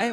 哎，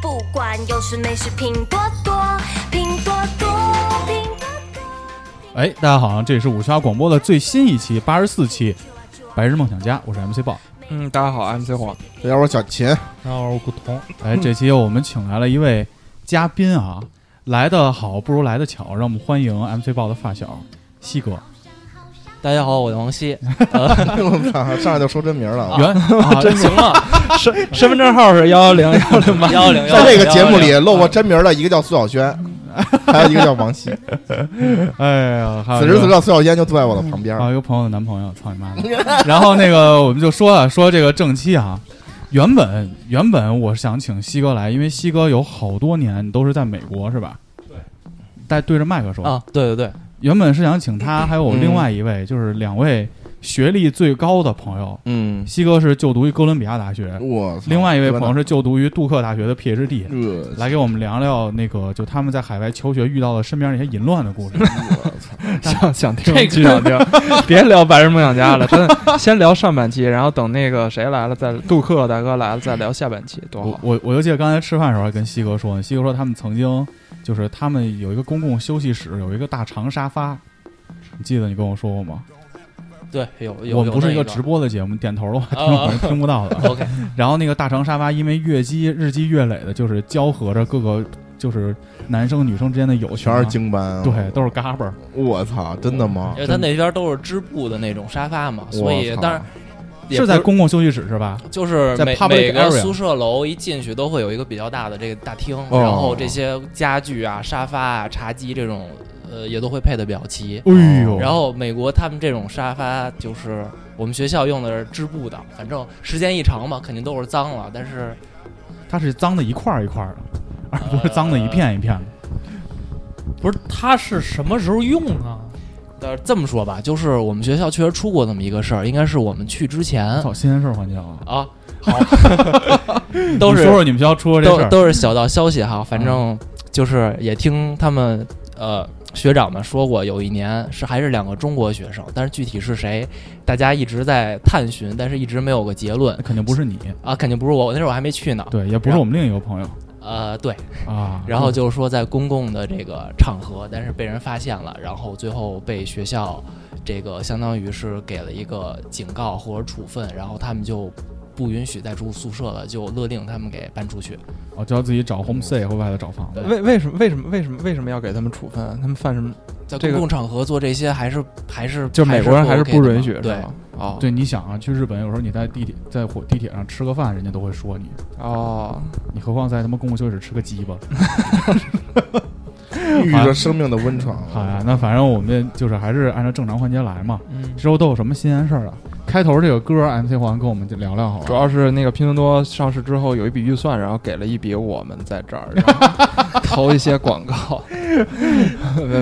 不管有事没事拼多多，拼多多，拼多哎，大家好，这里是五七八广播的最新一期八十四期《白日梦想家》，我是 MC 豹。嗯，大家好，MC 黄。大家好，我是小秦。然后我古潼，哎，这期我们请来了一位嘉宾啊，来的好不如来的巧，让我们欢迎 MC 豹的发小西啊哥。大家好，我是王希。 我操，上来就说真名了。原 啊，真 行啊！身身份证号是幺幺零幺零 八。幺零幺，在这个节目里露过真名的，一个叫苏小轩，还有一个叫王希。哎呀，还有此一时个此刻，苏小轩就坐在我的旁边。啊，一个朋友的男朋友，操你妈的！然后那个我们就说啊，说这个正期啊，原本原本我想请西哥来，因为西哥有好多年都是在美国，是吧？对，带对着麦克说。啊，对对对，原本是想请他，还有另外一位，就是两位学历最高的朋友。嗯，西哥是就读于哥伦比亚大学，我操啊另外一位朋友，是就读于杜克大学的 PhD。这来给我们聊聊那个，就他们在海外求学遇到了身边那些淫乱的故事。 想想听啊这个 就想听，别聊《白日梦想家》了，真的。先聊上半期，然后等那个谁来了，再杜克大哥来了，再聊下半期，多我好。我我就记得刚才吃饭的时候还跟西哥说呢，西哥说他们曾经就是他们有一个公共休息室，有一个大长沙发，你记得你跟我说过吗？对有有。我们不是有那一一个个直播的节目，点头的话啊听我们啊 听不 到的。 OK，然后那个大长沙发因为月积日积月累的，就是交合着各个就是男生女生之间的友情全啊，是精班啊！对，都是嘎巴儿。我操，真的吗因？为他那边都是织布的那种沙发嘛，呃所以我操当然也不是在公共休息室是吧？就是在每 public 每个 area 宿舍楼一进去都会有一个比较大的这个大厅，哦然后这些家具啊、沙发啊、茶几这种，呃，也都会配的比较齐。哎呦，哦然后美国他们这种沙发就是我们学校用的是织布的，反正时间一长嘛，肯定都是脏了，但是它是脏的一块儿一块儿的，而不是呃脏的一片一片的。不是，他是什么时候用啊？呃，这么说吧，就是我们学校确实出过这么一个事儿，应该是我们去之前操，新鲜事儿环节了， 啊，好， 都你是说说你们学校出过这事都儿。都是小道消息哈，反正就是也听他们呃学长们说过，有一年是还是两个中国学生，但是具体是谁，大家一直在探寻，但是一直没有个结论那肯定不是你，啊，肯定不是我，我那时候还没去啊呢，对，也不是我们另一个朋友呃，对，啊。然嗯后就说在公共的这个场合，但是被人发现了，然后最后被学校这个相当于是给了一个警告或者处分，然后他们就不允许再住宿舍了，就勒令他们给搬出去。我就要哦自己找 home stay 或外头找房子。为为什么为什么为什么为什么要给他们处分？啊他们犯什么？在这公个共场合做这些还是还是就美国人还是 OK 的不嘛允许，对是，吧？ 哦，对，你想啊，去日本有时候你在地铁在火地铁上吃个饭，人家都会说你，哦，你何况在他妈公共休息室吃个鸡巴。遇着生命的温床哦好呀了。，哎那反正我们就是还是按照正常环节来嘛。嗯，这周都有什么新鲜事儿啊？开头这个歌，MC 黄跟我们聊 聊好吧？主要是那个拼多多上市之后有一笔预算，然后给了一笔我们在这儿然后投一些广告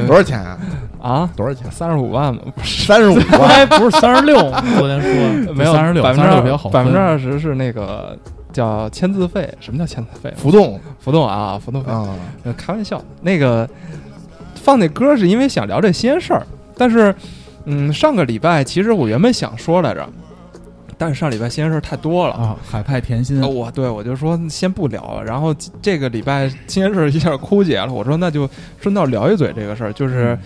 多少钱啊？啊，多少钱？三十五万嘛，不是三十五他 万。还不是三十六吗？昨天说没有36百分之36比较好百分分之二十是那个叫签字费，什么叫签字费？浮动浮动啊，浮动费，啊，呃开玩笑。那个放那歌是因为想聊这些事儿，但是嗯，上个礼拜其实我原本想说来着，但是上礼拜新鲜事儿太多了啊，海派甜心哦，，我对我就说先不聊，然后这这个礼拜今天事儿一下枯竭了，我说那就顺道聊一嘴这个事儿，就是，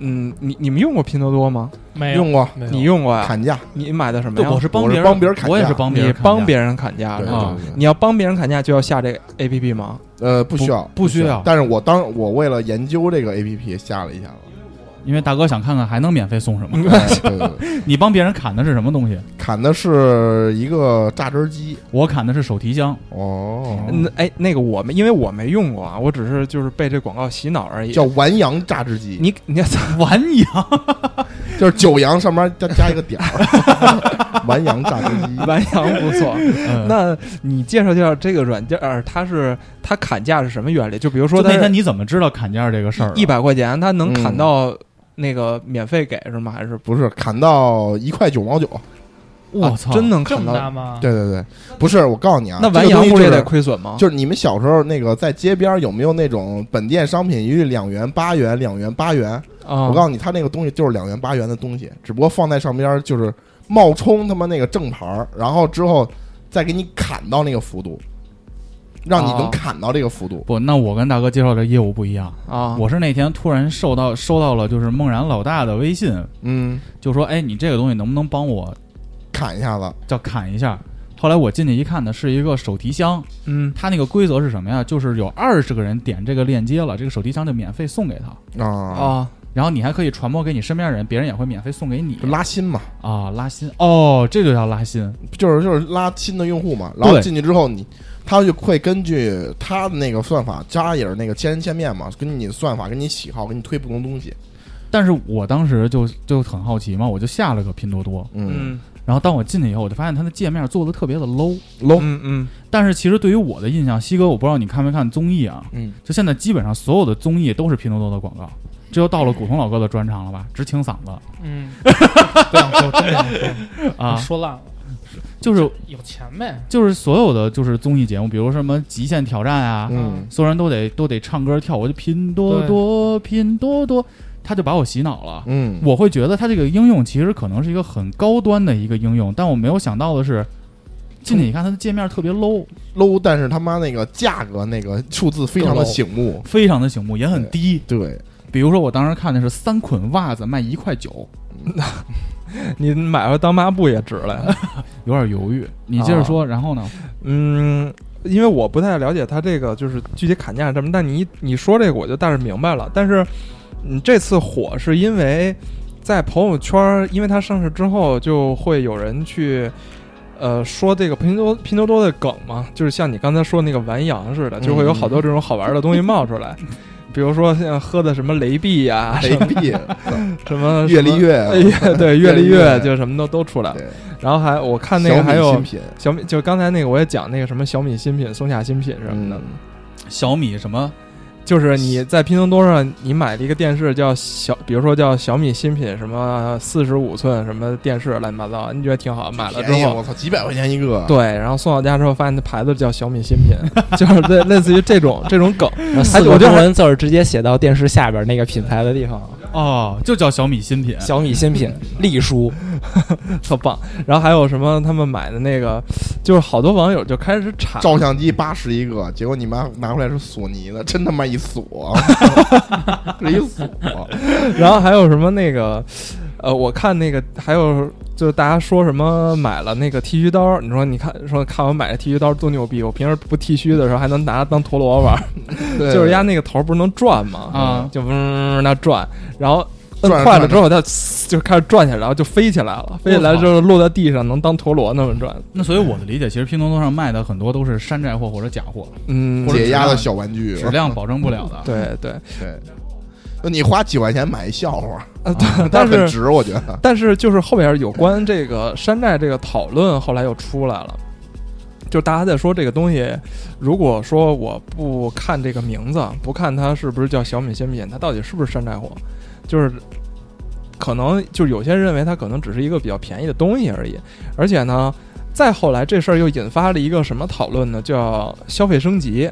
嗯，你你们用过拼多多吗？没有用过没有你用过呀？砍价，你买的什么对，呀？我是帮我是别人，帮别人砍价我也是帮别你人，帮别人，人砍价对是对吧？啊对你要帮别人砍价就要下这个 A P P 吗？呃，不需要，不不需要但是我当我为了研究这个 A P P 下了一下 子，因为大哥想看看还能免费送 什么。哎对对对，你帮别人砍的是什么东西？砍的是一个榨汁机我砍的是手提箱，哦，嗯那哎，那个我们因为我没用过啊，我只是就是被这广告洗脑而已。叫完羊榨汁机。你你完羊，就是九阳上面加加一个点儿， 完羊榨汁机。完羊不 错。嗯那你介绍介绍这个软件儿，它是它砍价是什么原理？就比如说就它那是天你怎么知道砍价这个事儿啊？一百块钱，它能砍嗯到那个免费给是吗？还是不是砍到一块九毛九，我操，啊真能这砍么到？大吗？对对对，不是我告诉你啊，那完这个羊东西不是也就得是亏损吗？就是你们小时候那个在街边儿有没有那种本店商品一律两元八元两元八元？啊，我告诉你，他那个东西就是两元八元的东西，只不过放在上边儿就是冒充他妈那个正牌儿，然后之后再给你砍到那个幅度，让你能哦砍到这个幅度。不，那我跟大哥介绍的业务不一样。啊，我是那天突然收到收到了就是梦然老大的微信，嗯，就说哎，你这个东西能不能帮我砍一下子，叫砍一下？后来我进去一看呢，是一个手提箱，嗯它那个规则是什么呀？就是有二十个人点这个链接了，这个手提箱就免费送给他，啊，啊，然后你还可以传播给你身边人，别人也会免费送给你就拉新嘛，啊，拉新哦，这就叫拉新，就是就是拉新的用户嘛。然后对进去之后你。他就会根据他的那个算法，扎也是那个千人千面嘛，根据你的算法，跟你喜好，给你推不同东西。但是我当时就就很好奇嘛，我就下了个拼多多，嗯嗯然后当我进去以后，我就发现它的界面做的特别的 low。 ，low，嗯嗯，但是其实对于我的印象，西哥，我不知道你看没看综艺啊？嗯，就现在基本上所有的综艺都是拼多多的广告，这又到了古潼老哥的专场了吧？直清嗓子嗯，不想说，真不想说，嗯啊，说烂了，就是有钱呗。就是所有的就是综艺节目，比如什么《极限挑战》啊，嗯，所有人都得都得唱歌跳舞，就拼多多拼多多，他就把我洗脑了。嗯，我会觉得它这个应用其实可能是一个很高端的一个应用，但我没有想到的是，进去一看它的界面特别 low， low，但是他妈那个价格那个数字非常的醒目。非常的醒目，也很低。对，比如说我当时看的是三捆袜子卖一块九，嗯 你买回来当抹布也值了。有点犹豫。你接着啊说，然后呢？嗯，因为我不太了解它这个就是具体砍价什么，但你你说这个我就大致明白了。但是，嗯，这次火是因为在朋友圈儿，因为它上市之后就会有人去。呃，说这个拼多拼多多的梗嘛，就是像你刚才说那个完羊似嗯的，就会有好多这种好玩的东西冒出来， 比如说像喝的什么雷碧哎 呀、 雷碧什 么越丽，啊越，什么 哎对，越越丽丽越越就什么都都出来了。对然后还我看那个小米还有新品小米，就刚才那个我也讲那个什么小米新品、松下新品什么的，嗯小米什么？就是你在拼多多上你买了一个电视叫小，比如说叫小米新品什么四十五寸什么电视乱七八糟，你觉得挺好，买了之便宜后我。操，几百块钱一个，对，然后送到家之后发现那牌子叫小米新品， 就是类类似于这种这种梗，然后四个中文字儿直接写到电视下边那个品牌的地方，哦，就叫小米新品。小米新 品丽书，特棒。然后还有什么他们买的那个，就是好多网友就开始查，照相机八十一个，结果你妈拿回来是索尼的，真他妈一锁， 是一锁。然后还有什么那个，呃，我看那个还有就是大家说什么买了那个剃须刀，你说你看说看我买这剃须刀多牛逼，我平时不剃须的时候还能拿它当陀螺玩儿，对 就是压那个头不是能转吗？嗯啊就嗡嗡嗡那转，然后。转摁着坏了转之后，它呲就开始转起来，然后就飞起来了。飞起来之后落在地上，能当陀螺那么转。那所以我的理解，其实拼多多上卖的很多都是山寨货或者假货，嗯，或者解压的小玩具，质量保证不了的。对对。对。那你花几块钱买一笑话，啊，对但但很是哦值，我觉得。但是就是后边有关这个山寨这个讨论，后来又出来了，就大家在说这个东西，如果说我不看这个名字，不看它是不是叫小米新品，它到底是不是山寨货，就是。可能就是有些人认为它可能只是一个比较便宜的东西而已，而且呢，再后来这事儿又引发了一个什么讨论呢？叫消费升级。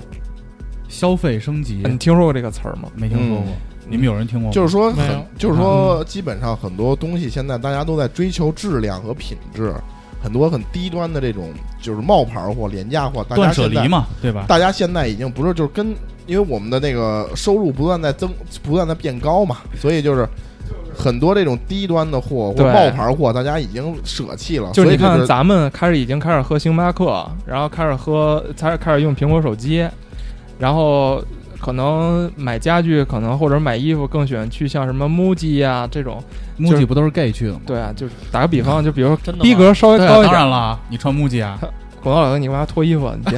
消费升级你听说过这个词儿吗？没听说过嗯，你们有人听过吗？就是说没很有，就是说，嗯基本上很多东西现在大家都在追求质量和品质，很多很低端的这种就是冒牌货、廉价货，大家断舍现在离嘛，对吧？大家现在已经不是就是跟，因为我们的那个收入不断在增，不断在变高嘛，所以就是很多这种低端的货或对冒牌货，大家已经舍弃了。啊所就是以你看，是咱们开始已经开始喝星巴克，然后开始喝，开始开始用苹果手机，然后可能买家具，可能或者买衣服更喜欢去像什么 MUJI 呀、这种。木就是吉不都是 gay 去的吗？对啊，就是打个比方，就比如真的吗逼格稍微对啊，高一当然点。了，你穿木吉啊，广告老哥，你干嘛脱衣服啊？你 别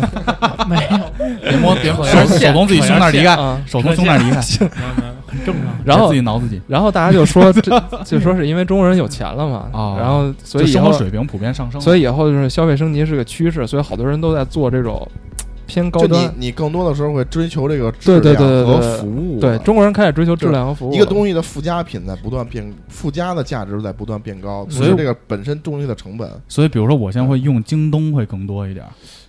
没有，别摸，别摸，扯点线 手手从自己胸那儿离开，啊！手从胸那儿离开。没有没有很正常。 然后自己挠自己，然后大家就 说，这就说是因为中国人有钱了嘛，哦然后 所就以以生活后水平普遍上升了，所以以后就是消费升级是个趋势，所以好多人都在做这种偏高就你端。你更多的时候会追求这个质对对量对对和对服务了，啊对中国人开始追求质量和服务了，一个东西的附加品在不断变，附加的价值在不断变嗯高，所以随着这个本身东西的成本，所以比如说我现在会用京东会更多一点，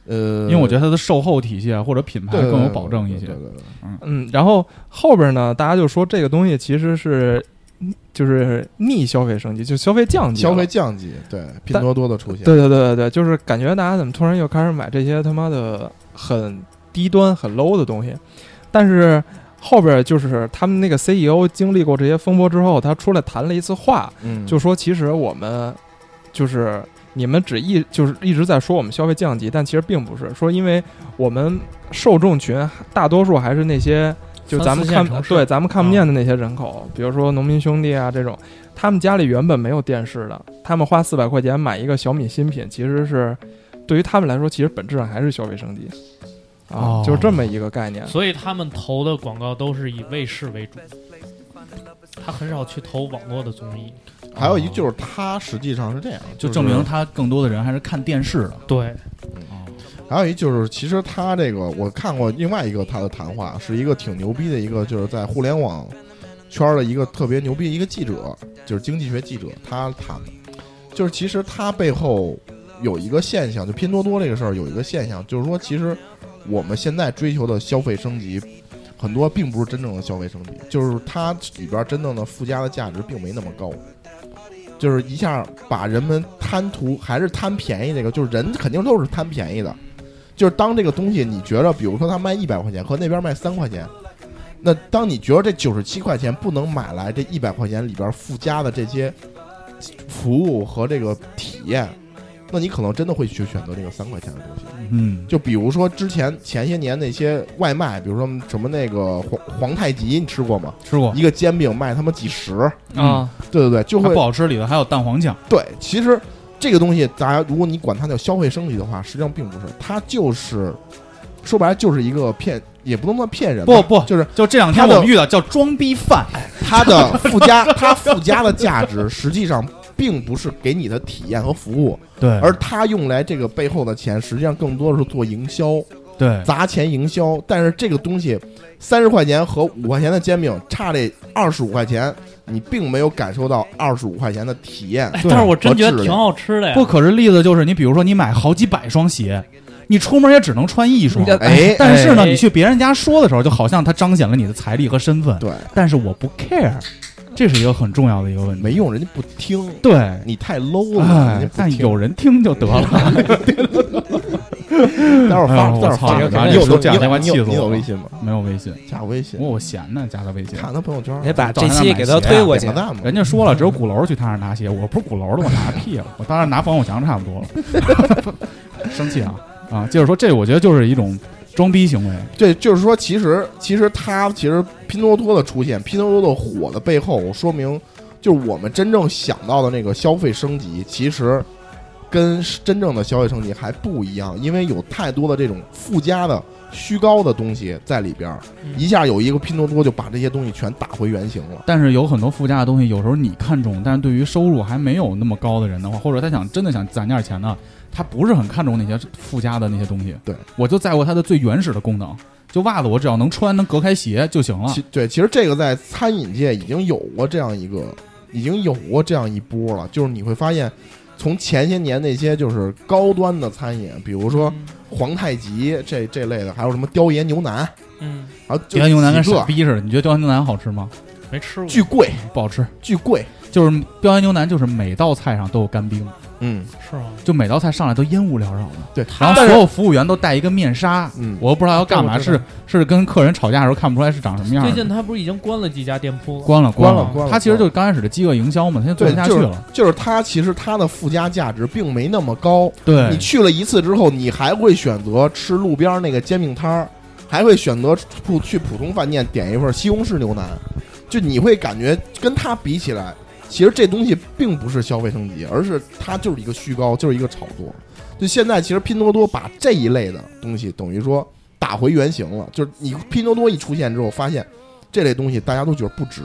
呃，因为我觉得它的售后体系啊或者品牌对对更有对保证一些对。对对对嗯，然后后边呢，大家就说这个东西其实是就是逆消费升级，就消费降级了，消费降级，对拼多多的出现，对对对对对，就是感觉大家怎么突然又开始买这些他妈的很低端、很 low 的东西？但是后边就是他们那个 CEO 经历过这些风波之后，他出来谈了一次话，嗯，就说其实我们就是你们只一就是一直在说我们消费降级，但其实并不是说，因为我们受众群大多数还是那些就咱三们四线看城市对咱们看不见的那些人口，比如说农民兄弟啊这种，他们家里原本没有电视的，他们花四百块钱买一个小米新品，其实是对于他们来说，其实本质上还是消费升级。啊哦，就是这么一个概念。所以他们投的广告都是以卫视为主，他很少去投网络的综艺。还有一就是它实际上是这样，就是证明他更多的人还是看电视的。对，嗯还有一就是，其实他这个我看过另外一个他的谈话，是一个挺牛逼的一个，就是在互联网圈儿的一个特别牛逼的一个记者，就是经济学记者，他谈的，就是其实他背后有一个现象，就拼多多这个事儿有一个现象，就是说其实我们现在追求的消费升级，很多并不是真正的消费升级，就是它里边儿真正的附加的价值并没那么高。就是一下把人们贪图还是贪便宜这个，就是人肯定都是贪便宜的，就是当这个东西你觉着，比如说他卖一百块钱和那边卖三块钱，那当你觉得这九十七块钱不能买来这一百块钱里边附加的这些服务和这个体验，那你可能真的会去选择这个三块钱的东西。嗯，就比如说之前前些年那些外卖，比如说什么那个皇皇太极，你吃过吗？吃过一个煎饼卖他妈几十，嗯，对对对，就还会不好吃，里头还有蛋黄酱。对，其实这个东西，大家如果你管它叫消费升级的话，实际上并不是，它就是说白了就是一个骗，也不能算骗人吧，不不就是就这两天它的我们遇到叫装逼犯，它的附加，它附加的价值实际上并不是给你的体验和服务，对而它用来这个背后的钱，实际上更多的是做营销，对砸钱营销。但是这个东西，三十块钱和五块钱的煎饼差这二十五块钱，你并没有感受到二十五块钱的体验。哎对但是我真觉我得质挺量好吃的呀。不可是例子就是你比如说你买好几百双鞋，你出门也只能穿一双你。家哎，但是呢，哎你去别人家说的时候，就好像它彰显了你的财力和身份。对，但是我不 care，这是一个很重要的一个问题。没用，人家不听。对，你太 low 了，哎人，家不但听。有人听就得了。待会儿哎发，待会呦我儿操发给你他。这你有说这两天快你有气死你有我了微信吗？没有微信，加我微信，我我闲呢，加他微信。看他朋友圈，啊哎得把早这上期买给鞋他推过去点个。赞嘛。人家说了，只有鼓楼去他那儿拿鞋，我不是鼓楼的，我拿屁了， 我当然拿防火墙差不多了。 生气啊啊！接着说，这我觉得就是一种装逼行为。这就是说，其实其实它其实拼多多的出现，拼多多的火的背后，说明就是我们真正想到的那个消费升级，其实跟真正的消费升级还不一样，因为有太多的这种附加的虚高的东西在里边儿，嗯一下有一个拼多多就把这些东西全打回原形了。但是有很多附加的东西，有时候你看重，但是对于收入还没有那么高的人的话，或者他想真的想攒点钱呢，他不是很看重那些附加的那些东西。对，我就在乎它的最原始的功能，就袜子我只要能穿，能隔开鞋就行了。其对，其实这个在餐饮界已经有过这样一个，已经有过这样一波了。就是你会发现，从前些年那些就是高端的餐饮，比如说嗯皇太极这这类的，还有什么雕爷牛腩，嗯，然后就刁牛腩跟几傻个逼似的，你觉得刁牛腩好吃吗？没吃过。巨贵不好吃，巨贵，就是刁牛腩就是每道菜上都有干冰。嗯，是吗？就每道菜上来都烟雾缭绕的，对。然后所有服务员都戴一个面纱，嗯我又不知道要干嘛，这我知是道是跟客人吵架的时候看不出来是长什么样最的。近他不是已经关了几家店铺了？关了关了了关了他其实就是刚开始的饥饿营销嘛，他现在做对不，下去就是了。就是它，其实它的附加价值并没那么高。对你，去了一次之后，你还会选择吃路边儿那个煎饼摊儿，还会选择普去普通饭店点一份西红柿牛腩，就你会感觉跟它比起来，其实这东西并不是消费升级，而是它就是一个虚高，就是一个炒作。就现在，其实拼多多把这一类的东西等于说打回原形了，就是你拼多多一出现之后，发现这类东西大家都觉得不值，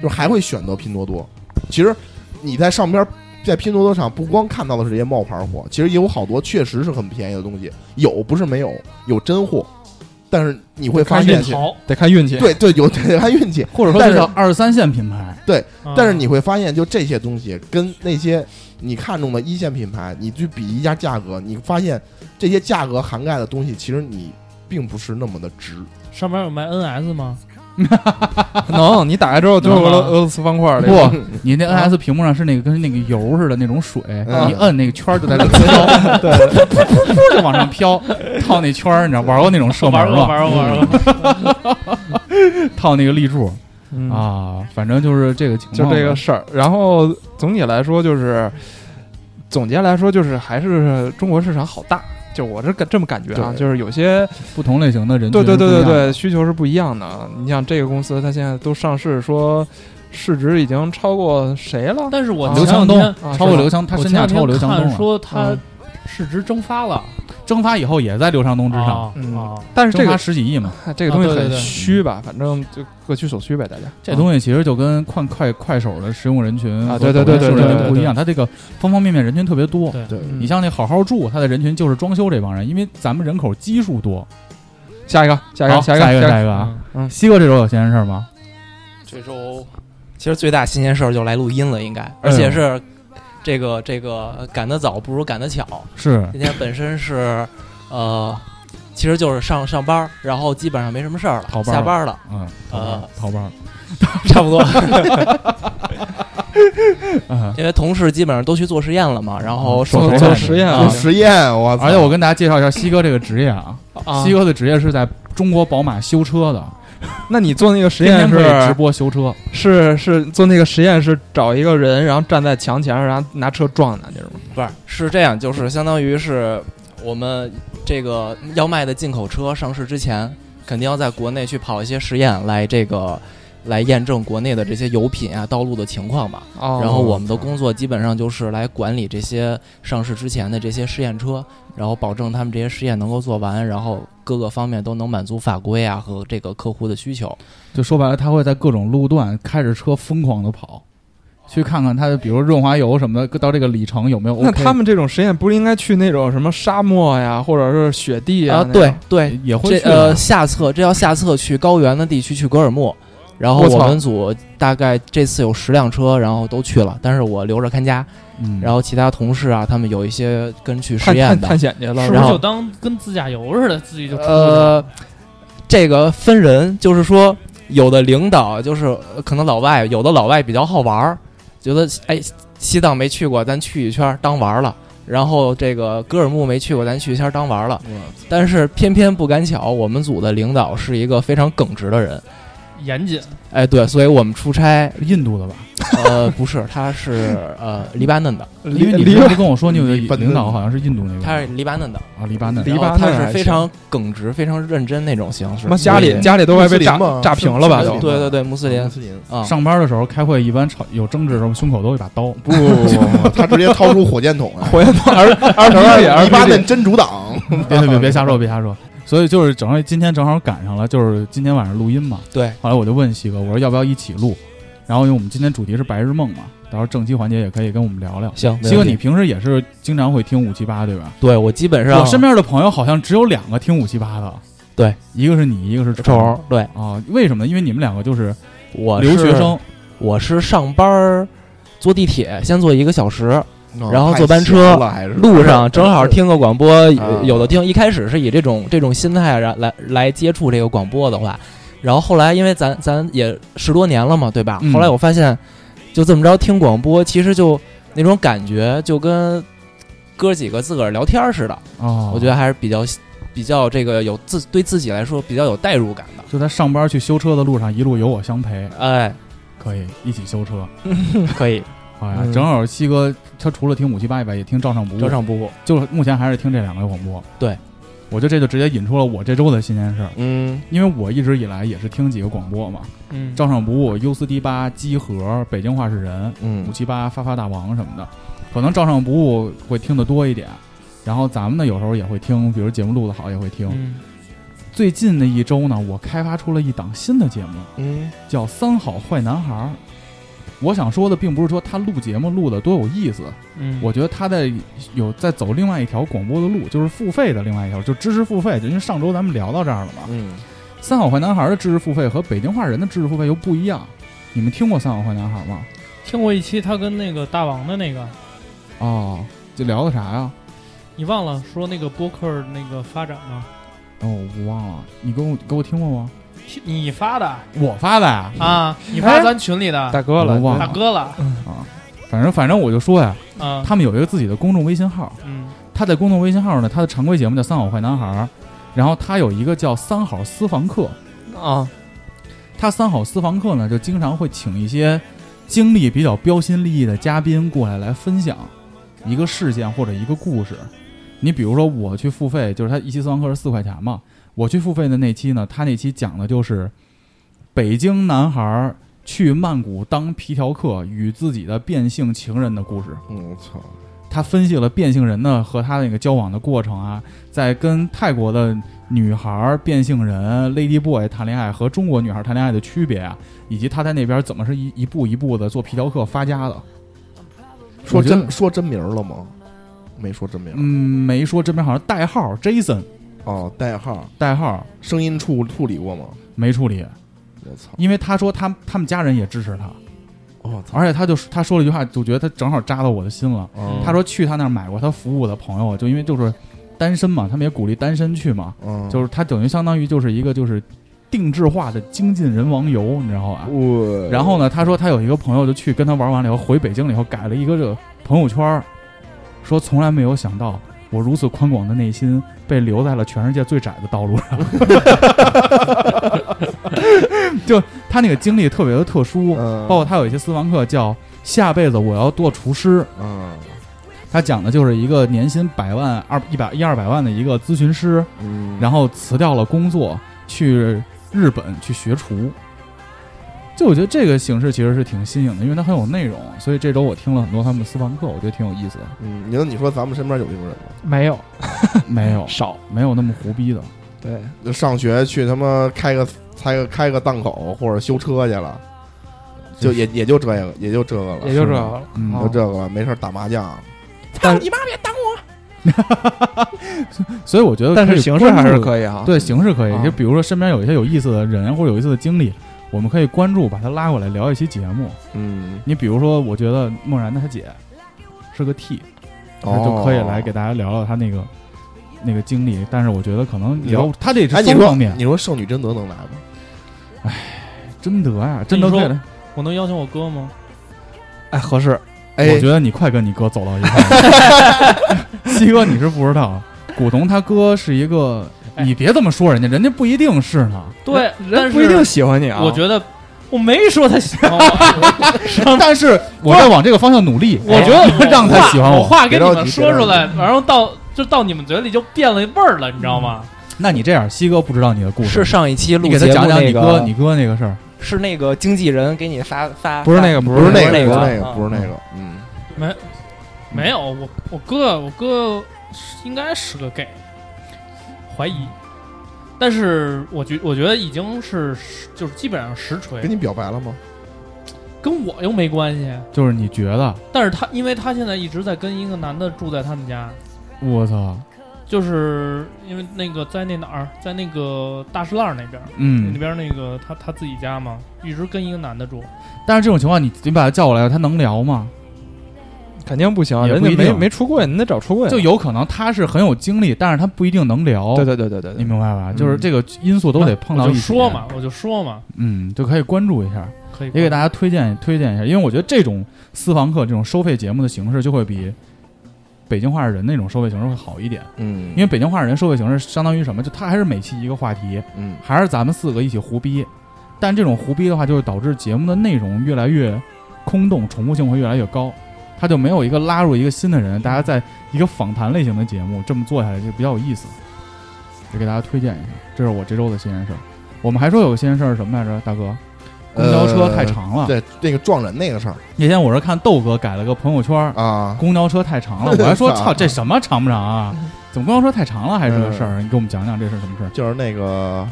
就是还会选择拼多多。其实你在上边。在拼多多上，不光看到的是这些冒牌货，其实也有好多确实是很便宜的东西，有不是没有，有真货，但是你会发看现运，淘，得看运气。对对，有 得看运气，或者说但这是叫二三线品牌，嗯但是你会发现，就这些东西跟那些你看中的一线品牌，你去比一下价格，你发现这些价格涵盖的东西，其实你并不是那么的值。上面有卖 NS 吗？能， 你打开之后就是能吗俄罗俄罗斯方块儿这嗯个。不，你那 NS 屏幕上是那个跟那个油似的那种水，啊嗯你摁那个圈儿就 在那飘，对， 就往上飘，套那圈儿，你知道玩过那种射玩门过吗？玩过玩过，套那个立柱嗯啊，反正就是这个情就况吧。这个事儿。然后总体来说，就是总结来说，就是还是中国市场好大。就我是感这么感觉啊，对就是有些不同类型的人群对对对不一对样对需求是不一样的。你像这个公司，它现在都上市，说市值已经超过谁了？但是我刘前两强天东啊是超过吧刘强，他我身前价两超过刘天强东看了。说它嗯市值蒸发了，蒸发以后也在刘强东之上，啊嗯啊，但是这蒸发个十几亿嘛。哎这个东西啊对对很对虚吧，反正就各取所需呗，大家。这东西其实就跟快快快手的使用人群啊和对对抖音对使用对人对群不对一样，它这个方方面面人群特别多。对对嗯你像那好好住，它的人群就是装修这帮人，因为咱们人口基数多。下一个，下一好个，下一个，下下一一个。个啊！嗯西哥这周有闲事儿吗？这周其实最大新鲜事儿就来录音了，应该，而嗯且是这个这个赶得早不如赶得巧。是今天本身是呃，其实就是上上班儿，然后基本上没什么事儿逃了，班儿下班儿了，嗯，啊 呃 淘宝，差不多。嗯，因为同事基本上都去做实验了嘛，然后做手头做上实验啊做实验，我操而且我跟大家介绍一下西哥这个职业啊，啊西，哥的职业是在中国宝马修车的，那你做那个实天验天可以直是播修车，是是做那个实验是找一个人，然后站在墙前，然后拿车撞他，就是吗？不是是这样，就是相当于是我们这个要卖的进口车上市之前，肯定要在国内去跑一些实验，来这个来验证国内的这些油品啊、道路的情况吧。哦然后我们的工作基本上就是来管理这些上市之前的这些试验车，然后保证他们这些试验能够做完，然后各个方面都能满足法规啊和这个客户的需求。就说白了，他会在各种路段开着车疯狂的跑，去看看他的，比如润滑油什么的，到这个里程有没有 OK。那他们这种实验不是应该去那种什么沙漠呀，或者是雪地啊，那种啊对对，也会这去呃的下测，这要下测去高原的地区，去格尔木。然后我操我们组大概这次有十辆车，然后都去了，但是我留着看家。嗯，然后其他同事啊，他们有一些跟去实探验探的探，险去了，是不然是后就当跟自驾游似的，自己就出去了？呃，这个分人，就是说，有的领导就是呃可能老外，有的老外比较好玩儿，觉得哎，西藏没去过，咱去一圈儿当玩儿了。然后这个格尔木没去过，咱去一圈儿当玩儿了。嗯但是偏偏不赶巧，我们组的领导是一个非常耿直的人，严谨，哎，对，所以我们出差，是印度的吧？呃，不是，他是呃黎巴嫩的，因为你离上次跟我说你有个黎巴嫩领导好像是印度那边的，他是黎巴嫩的，啊黎巴嫩的，黎巴然后他嫩还是非行常耿直、非常认真那种形式什。么家里所以家里都快穆被斯林炸嘛炸平了吧是都穆。斯林对对对，穆 斯林穆斯林啊，上班的时候开会，一般吵有争执的时候，胸口都有一把刀。 不不不，他直接掏出火箭筒来，火焰筒二二十二点黎巴二嫩真主党，别别别别瞎说，别瞎说。所以就是正好今天正好赶上了，就是今天晚上录音嘛。对，后来我就问西哥，我嗯说要不要一起录？然后因为我们今天主题是白日梦嘛，到时候正期环节也可以跟我们聊聊。行，没西哥，问题你平时也是经常会听五七八对吧？对我基本上我身边的朋友好像只有两个听五七八的，啊对，一个是你，一个是臭臭猴猴，对啊。为什么呢？因为你们两个就是我留啊是学，生，我是上班儿坐地铁，先坐一个小时，然后太坐班邪车了还是路 上正好听个广播，啊有有的听。一开始是以这种这种心态然来来接触这个广播的话，然后后来因为咱咱也十多年了嘛，对吧嗯？后来我发现，就这么着听广播，其实就那种感觉就跟哥几个自个儿聊天儿似的，啊，我觉得还是比较比较这个有自对自己来说比较有代入感的。就在上班去修车的路上，一路有我相陪，哎，可以一起修车。可以，好呀，嗯正好西哥他除了听五七八以外，也听照常不误，照上不误。就是目前还是听这两个广播。对，我觉得这就直接引出了我这周的新鲜事儿，嗯，因为我一直以来也是听几个广播嘛，嗯，照常不误、U 四 D 八、集合、北京话事人、嗯五七八、发发大王什么的，可能照常不误会听得多一点。然后咱们呢，有时候也会听，比如节目录得好也会听。嗯最近的一周呢，我开发出了一档新的节目，嗯叫《三好坏男孩》。儿》。我想说的并不是说他录节目录的多有意思，嗯，我觉得他在有在走另外一条广播的路，就是付费的另外一条，就知识付费。就因为上周咱们聊到这儿了嘛，嗯， 《三好坏男孩》的知识付费和北京话人的知识付费又不一样。你们听过《三好坏男孩》吗？听过一期他跟那个大王的那个，哦，这聊的啥呀？你忘了说那个播客那个发展吗？哦，我忘了，你给我给我听过吗？你发的我发的呀。啊？你发哎咱群里的大哥了我，忘大了哥了？反正反正我就说呀，嗯他们有一个自己的公众微信号，嗯他在公众微信号呢，他的常规节目叫《三好坏男孩》，儿》，然后他有一个叫《三好私房课》，哦啊，他三好私房课呢，就经常会请一些经历比较标新立异的嘉宾过来来分享一个事件或者一个故事。你比如说，我去付费，就是他一期私房课是四块钱嘛，我去付费的那期呢，他那期讲的就是北京男孩儿去曼谷当皮条客与自己的变性情人的故事。嗯我操，他分析了变性人呢和他那个交往的过程啊，在跟泰国的女孩儿变性人 Lady Boy 谈恋爱和中国女孩儿谈恋爱的区别啊，以及他在那边怎么是一一步一步的做皮条客发家的。说我觉真得说真名儿了吗？没说真名儿嗯，没说这边好像代号 Jason 哦，代号代号声音处处理过吗？没处理，我操，因为他说他他们家人也支持他，我操，而且他就他说了一句话，就觉得他正好扎到我的心了。嗯他说去他那儿买过他服务的朋友，就因为就是单身嘛，他们也鼓励单身去嘛。嗯，就是它等于相当于就是一个就是定制化的精进人王游，你知道吧？我，然后呢，他说他有一个朋友就去跟他玩完了以后，回北京了以后改了一个这个朋友圈儿，说从来没有想到我如此宽广的内心被留在了全世界最窄的道路 上。就他那个经历特别的特殊，嗯，包括他有一些私房课叫“下辈子我要做厨师嗯”，他讲的就是一个年薪百万二一百一二百万的一个咨询师，嗯，然后辞掉了工作，去日本去学厨。就我觉得这个形式其实是挺新颖的，因为它很有内容，所以这周我听了很多他们的私房课，我觉得挺有意思的。 嗯，你那你说咱们身边有这种人吗？没有没有，少，没有那么胡逼的。对，就上学去他妈开个开个开个档口或者修车去了，就也也就这个，也就这个了，也就这个了嗯，就这个了，没事儿打麻将，但所以我觉得，但是形式还是以可以哈。关注，对形式可以。啊就比如说身边有一些有意思的人或者有意思的经历，我们可以关注，把他拉过来聊一期节目。嗯，你比如说，我觉得梦然的他姐是个 T，他就可以来哦给大家聊聊他那个那个经历。但是我觉得可能聊他这哎，是你双说方面，你说圣女贞德能来吗？真德呀，真德那你可说以来。我能邀请我哥吗？哎，合适，我觉得你快跟你哥走到一块儿了。西哥，你是不知道，古潼他哥是一个，哎你别这么说人家，人家不一定是呢。对，但人不一定是喜欢你啊。我觉得我没说他喜欢我，但是我在往这个方向努力，我觉得我哎让他话喜欢我我。话跟你别着们急说出来，然后到就到你们嘴里就变了味儿了，你知道吗？那你这样，西哥不知道你的故是事，上一期录你给他节目讲讲那你个哥，你哥那个事儿。是那个经纪人给你发发，不是那个，个，不不是那个，不是不是那那个个，不是那个，嗯，没有，我我哥我哥是应该是个 gay，怀疑，但是我觉我觉得已经是实就是基本上实锤跟，你表白了吗？跟我又没关系。就是你觉得，但是他因为他现在一直在跟一个男的住在他们家，我操，就是因为那个在那哪儿，在那个大石烂那边儿，那嗯。边儿那个他他自己家嘛，一直跟一个男的住，但是这种情况，你你把他叫过来，他能聊吗？肯定不行，也人不家一没定没出柜，你得找出柜啊。就有可能他是很有经历，但是他不一定能聊。对对对对对，你对明白吧？嗯就是这个因素都得碰到我一就起。说，嘛，我就说嘛，嗯，就可以关注一下。可以也给大家推荐推荐一下，因为我觉得这种私房课这种收费节目的形式，就会比北京话事人那种收费形式会好一点。嗯，因为北京话事人收费形式相当于什么？就它还是每期一个话题，嗯还是咱们四个一起胡逼。但这种胡逼的话，就会导致节目的内容越来越空洞，重复性会越来越高。它就没有一个拉入一个新的人，大家在一个访谈类型的节目这么做下来就比较有意思。就给大家推荐一下，这是我这周的新鲜事儿。我们还说有个新鲜事儿是什么来着，大哥？公交车太长了。呃对那个撞人那个事儿那天我是看豆哥改了个朋友圈，啊，公交车太长了，我还说操操这什么长不长啊？怎么公交车太长了还是个事儿？你给我们讲讲这是什么事儿？就是那个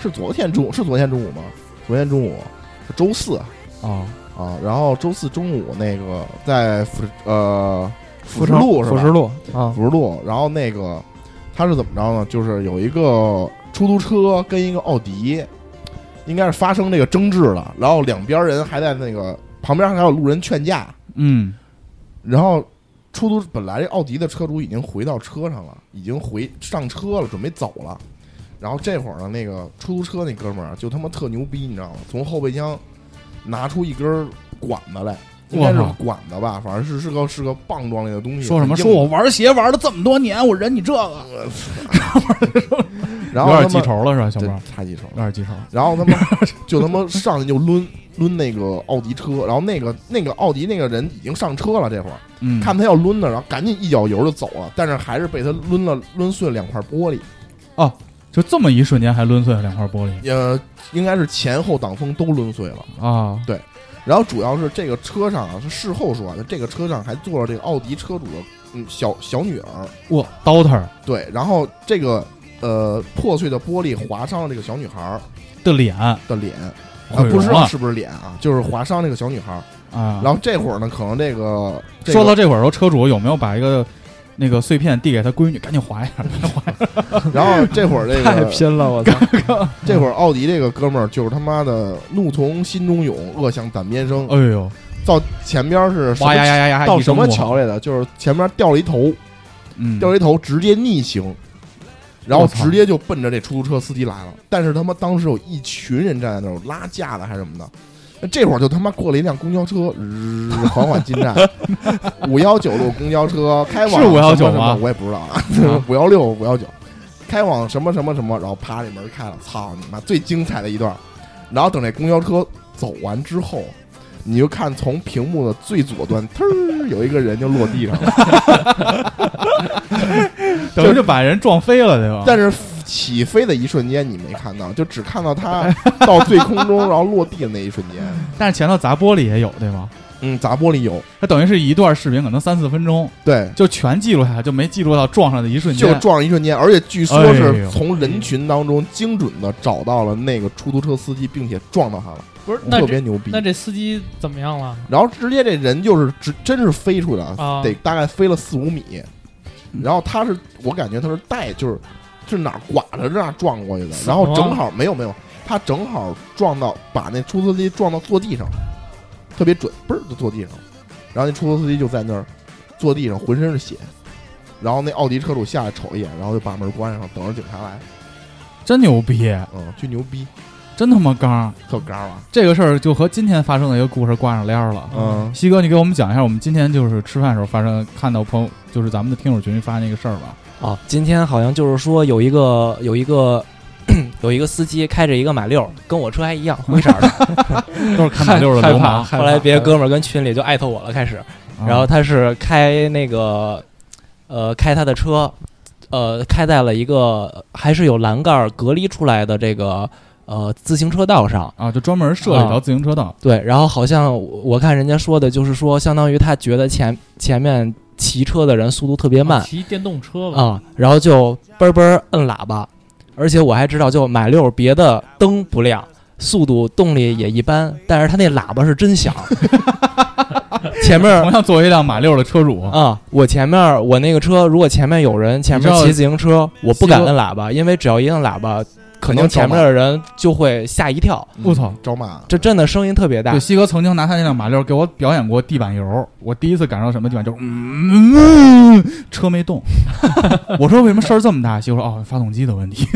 是昨天中是昨天中午吗？昨天中午是周四哦，啊，然后周四中午那个在辅呃辅食城路是吧辅食路啊，辅食路，然后那个他是怎么着呢？就是有一个出租车跟一个奥迪，应该是发生这个争执了，然后两边人还在那个旁边还有路人劝架，嗯，然后出租本来这奥迪的车主已经回到车上了，已经回上车了，准备走了。然后这会儿呢，那个出租车那哥们儿就他妈特牛逼，你知道吗？从后备箱拿出一根管子来，应该是哇管子吧，反正是是个是个棒状类的东西。说什么？很硬说我玩鞋玩了这么多年，我忍你这个，然有后点他记妈仇了是吧，小对猫？，太记仇有了。点记仇了。然后他 妈就他妈上去就抡抡那个奥迪车，然后那个那个奥迪那个人已经上车了，这会儿。嗯，看他要抡的，然后赶紧一脚油就走了，但是还是被他抡了抡碎了两块玻璃，就这么一瞬间还抡碎了两块玻璃呃，应该是前后挡风都抡碎了。啊！然后主要是这个车上啊，是事后说啊，就这个车上还坐着这个奥迪车主的嗯小小女儿，哇，Daughter 对，然后这个呃破碎的玻璃划伤了这个小女孩的脸的脸，啊、毁不容知道了是不是脸啊，就是划伤这个小女孩。啊！然后这会儿呢，可能这个、这个、说到这会儿，时候，车主有没有把一个那个碎片递给他闺女，赶紧划一下？ 然后这会儿这个太拼了，我 操！这会儿奥迪这个哥们儿就是他妈的怒从心中涌，恶向胆边生哎。呦，到前边是什么哇呀呀呀呀！到一什么声桥来的？就是前面掉了一头，嗯，掉了一头，直接逆行，然后我操直接就奔着这出租车司机来了。但是他妈当时有一群人站在那儿拉架的还是什么的。那这会儿就他妈过了一辆公交车，日缓缓进 站，五幺九路公交车开往是519什么什么吗我也不知道啊，五幺六五幺九，开往什么什么什么，然后啪这门开了，操你妈！最精彩的一段，然后等这公交车走完之后，你就看从屏幕的最左端，呲儿有一个人就落地上了。嗯等于就把人撞飞了，对吧？但是起飞的一瞬间你没看到，就只看到它到最空 中，然后落地的那一瞬间。但是前头砸玻璃也有，对吧？嗯，砸玻璃有，它等于是一段视频，可能三四分钟，对，就全记录下来，就没记录到撞上的一瞬就间。撞了一瞬间，而且据哎说呦是从人群当中精准的找到了那个出租车司机，并且撞到他了，不是，那这特别牛逼那。这司机怎么样了？然后直接这人就是直真是飞出去了啊，得大概飞了四五米，嗯然后他是我感觉他是带就是是哪儿刮着这样撞过去的，死然后了正好没有没有，他正好撞到把那出租车司机撞到坐地上，特别准，嘣儿就坐地上了，然后那出租车司机就在那儿坐地上浑身是血，然后那奥迪车主下来瞅一眼，然后就把门关上，等着警察来，真牛逼，嗯，巨牛逼，真他妈刚！特高啊，这个事儿就和今天发生的一个故事挂上链儿了。嗯西哥，你给我们讲一下，我们今天就是吃饭的时候发生看到朋友，就是咱们的听友群里发那个事儿吧。哦，今天好像就是说有一个 有一个有一个司机开着一个马六，跟我车还一样灰色儿的。都是看马六的害流怕，氓，害怕后来别的哥们儿跟群里就艾特我了，开始。然后他是开那个呃开他的车，呃开在了一个还是有栏杆儿隔离出来的这个呃自行车道上。啊，就专门设了一条自行车道。对，然后好像我我看人家说的就是说，相当于他觉得前前面骑车的人速度特别慢，啊骑电动车吧。啊、然后就嘣嘣儿摁喇叭，而且我还知道，就买六别的灯不亮，速度动力也一般，但是他那喇叭是 真响。前面同样作为一辆马六的车主，啊、我前面我那个车，如果前面有人，前面你知道骑自行车，我不敢西哥摁喇叭，因为只要一摁喇叭，可肯定能前撞面的人就会吓一跳。我操！招骂，这真的声音特别大对，，西哥曾经拿他那辆马六给我表演过地板油，我第一次感受到什么地板就是，嗯，车没动。我说为什么声儿这么大？西哥说哦，发动机的问题。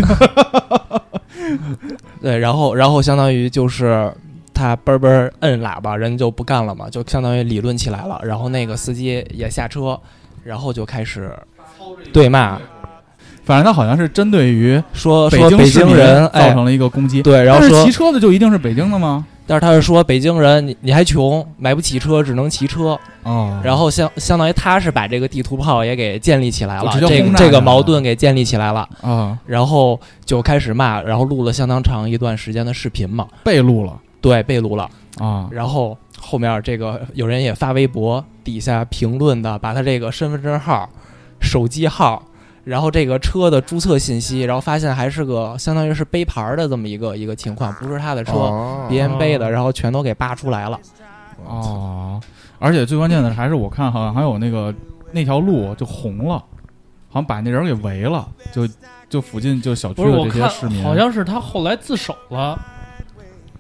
对，然后然后相当于就是他嘣嘣儿摁喇叭，人就不干了嘛，就相当于理论起来了。然后那个司机也下车，然后就开始对骂，反正他好像是针对于说北说北市京民人，造哎，成了一个攻击。对，然后但是说骑，车的就一定是北京的吗？但是他是说北京人，你你还穷，买不起车，只能骑车。哦，然后相相当于他是把这个地图炮也给建立起来了直，接这轰个炸这人个了矛盾给建立起来了，啊，然后就开始骂，然后录了相当长一段时间的视频嘛。被录了。对，被撸了。啊，然后后面这个有人也发微博，底下评论的把他这个身份证号、手机号，然后这个车的注册信息，然后发现还是个相当于是背牌儿的这么一个一个情况，不是他的车，哦别人背的，然后全都给扒出来了。哦，而且最关键的是还是我看好像还有那个那条路就红了，好像把那人给围了，就就附近就小区不是的我这看些市民，好像是他后来自首了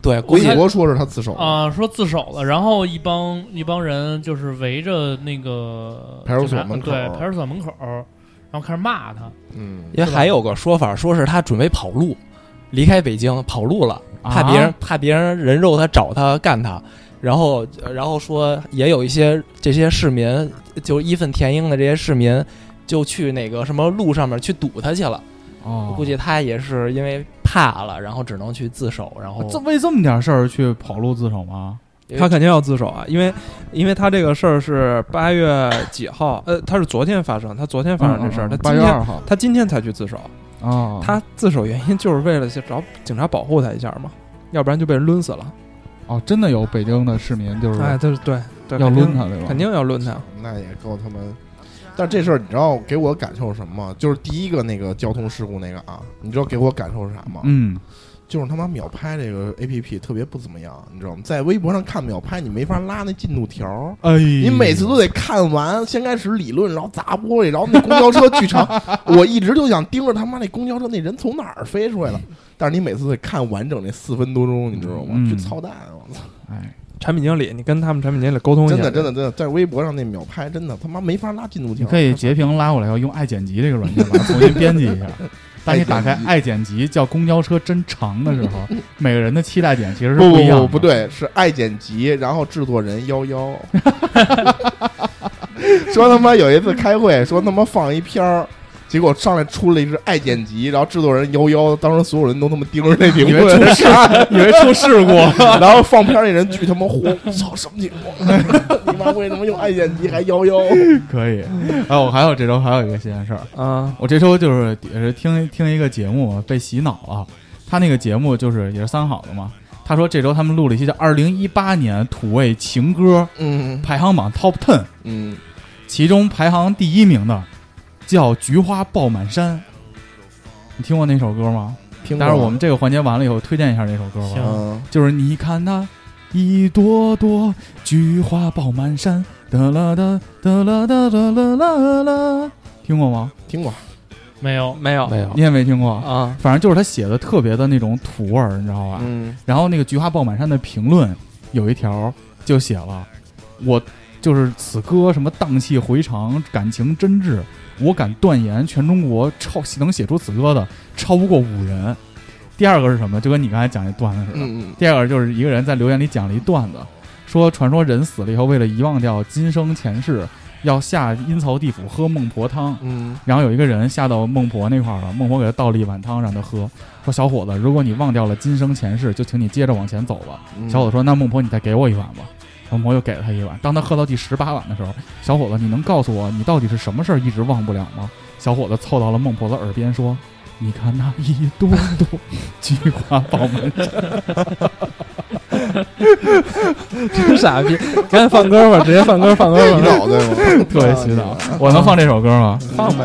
对，我估微计看博说是他自首，啊、说自首了，然后一帮一帮人就是围着那个派出所警察门口对派出所门口，然后开始骂他，嗯，因为还有个说法，说是他准备跑路，离开北京跑路了，怕别人、啊怕别人人肉他找他干他，然后然后说也有一些这些市民，就义愤填膺的这些市民，就去那个什么路上面去堵他去了。哦我，估计他也是因为怕了，然后只能去自首，然后这为这么点事儿去跑路自首吗？因为哦他肯定要自首啊，因为因为他这个事儿是八月几号，呃，他是昨天发生，他昨天发生这事儿，嗯嗯他嗯八今月天二号，他今天才去自首，啊，他自首原因就是为了去找警察保护他一下嘛，要不然就被人抡死了。哦，真的有北京的市民就是哎，对对对，要肯定抡他，对吧？肯定要抡他。那也够他妈。但这事儿你知道给我感受是什么吗？就是第一个那个交通事故那个啊，你知道给我感受是啥吗？嗯，就是他妈秒拍这个 A P P 特别不怎么样，你知道吗？在微博上看秒拍，你没法拉那进度条儿，哎，你你每次都得看完，先开始理论，然后砸玻璃，然后那公交车巨 长，我一直就想盯着他妈那公交车那人从哪儿飞出来哎了，但是你每次得看完整那四分多钟，你知道吗？嗯去操蛋！啊我操，哎，产品经理，你跟他们产品经理沟通一下，真的真的真的，在微博上那秒拍真的他妈没法拉进度你条，可以截屏拉过来，要用爱剪辑这个软件吧，重新编辑 一下。当你打开爱剪辑叫公交车真长的时候， 每个人的期待点其实是不一不样的。啊不 不对，是爱剪辑，然后制作人幺幺， 说他妈有一次开会，说他妈放一片儿。结果上来出了一只爱剪辑，然后制作人幺幺，当时所有人都他妈盯着那屏 以为啊幕，出事，以为出事故。 然后放片儿那人巨他妈慌，操什么情况？啊 你妈为什么用爱剪辑还幺幺？ 可以，哎，我还有这周还有一个新鲜事儿，啊，我这周就是也是听听一个节目被洗脑了，他那个节目就是也是三好的嘛，他说这周他们录了一期叫《二零一八年土味情歌嗯排行榜 Top Ten》，嗯，其中排行第一名的叫《菊花爆满山》，你听过那首歌吗？听但是我们这个环节完了以后，推荐一下这首歌吧。行嗯，就是你看那一朵朵菊花爆满山，哒啦哒哒啦哒啦啦啦啦，听过吗？听过，没有没有没有你也没听过。啊，反正就是他写的特别的那种土味儿，你知道吧？嗯然后那个《菊花爆满山》的评论有一条就写了：“我就是此歌什么荡气回肠，感情真挚，我敢断言，全中国超能写出此歌的超不过五人。”第二个是什么？就跟你刚才讲那段子似的。嗯第二个就是一个人在留言里讲了一段子，说传说人死了以后，为了遗忘掉今生前世，要下阴曹地府喝孟婆汤。嗯然后有一个人下到孟婆那块儿了，孟婆给他倒了一碗汤让他喝，说：“小伙子，如果你忘掉了今生前世，就请你接着往前走吧。”嗯小伙子说：“那孟婆，你再给我一碗吧。”孟婆又给了他一碗。当他喝到第十八碗的时候，小伙子，你能告诉我你到底是什么事儿一直忘不了吗？小伙子凑到了孟婆的耳边说：“你看那一朵朵菊花爆满山。真傻逼！赶紧放歌吧，直接放歌，放歌嗯洗吧。脑对吗？” 特 别洗脑。我能放这首歌吗？放呗。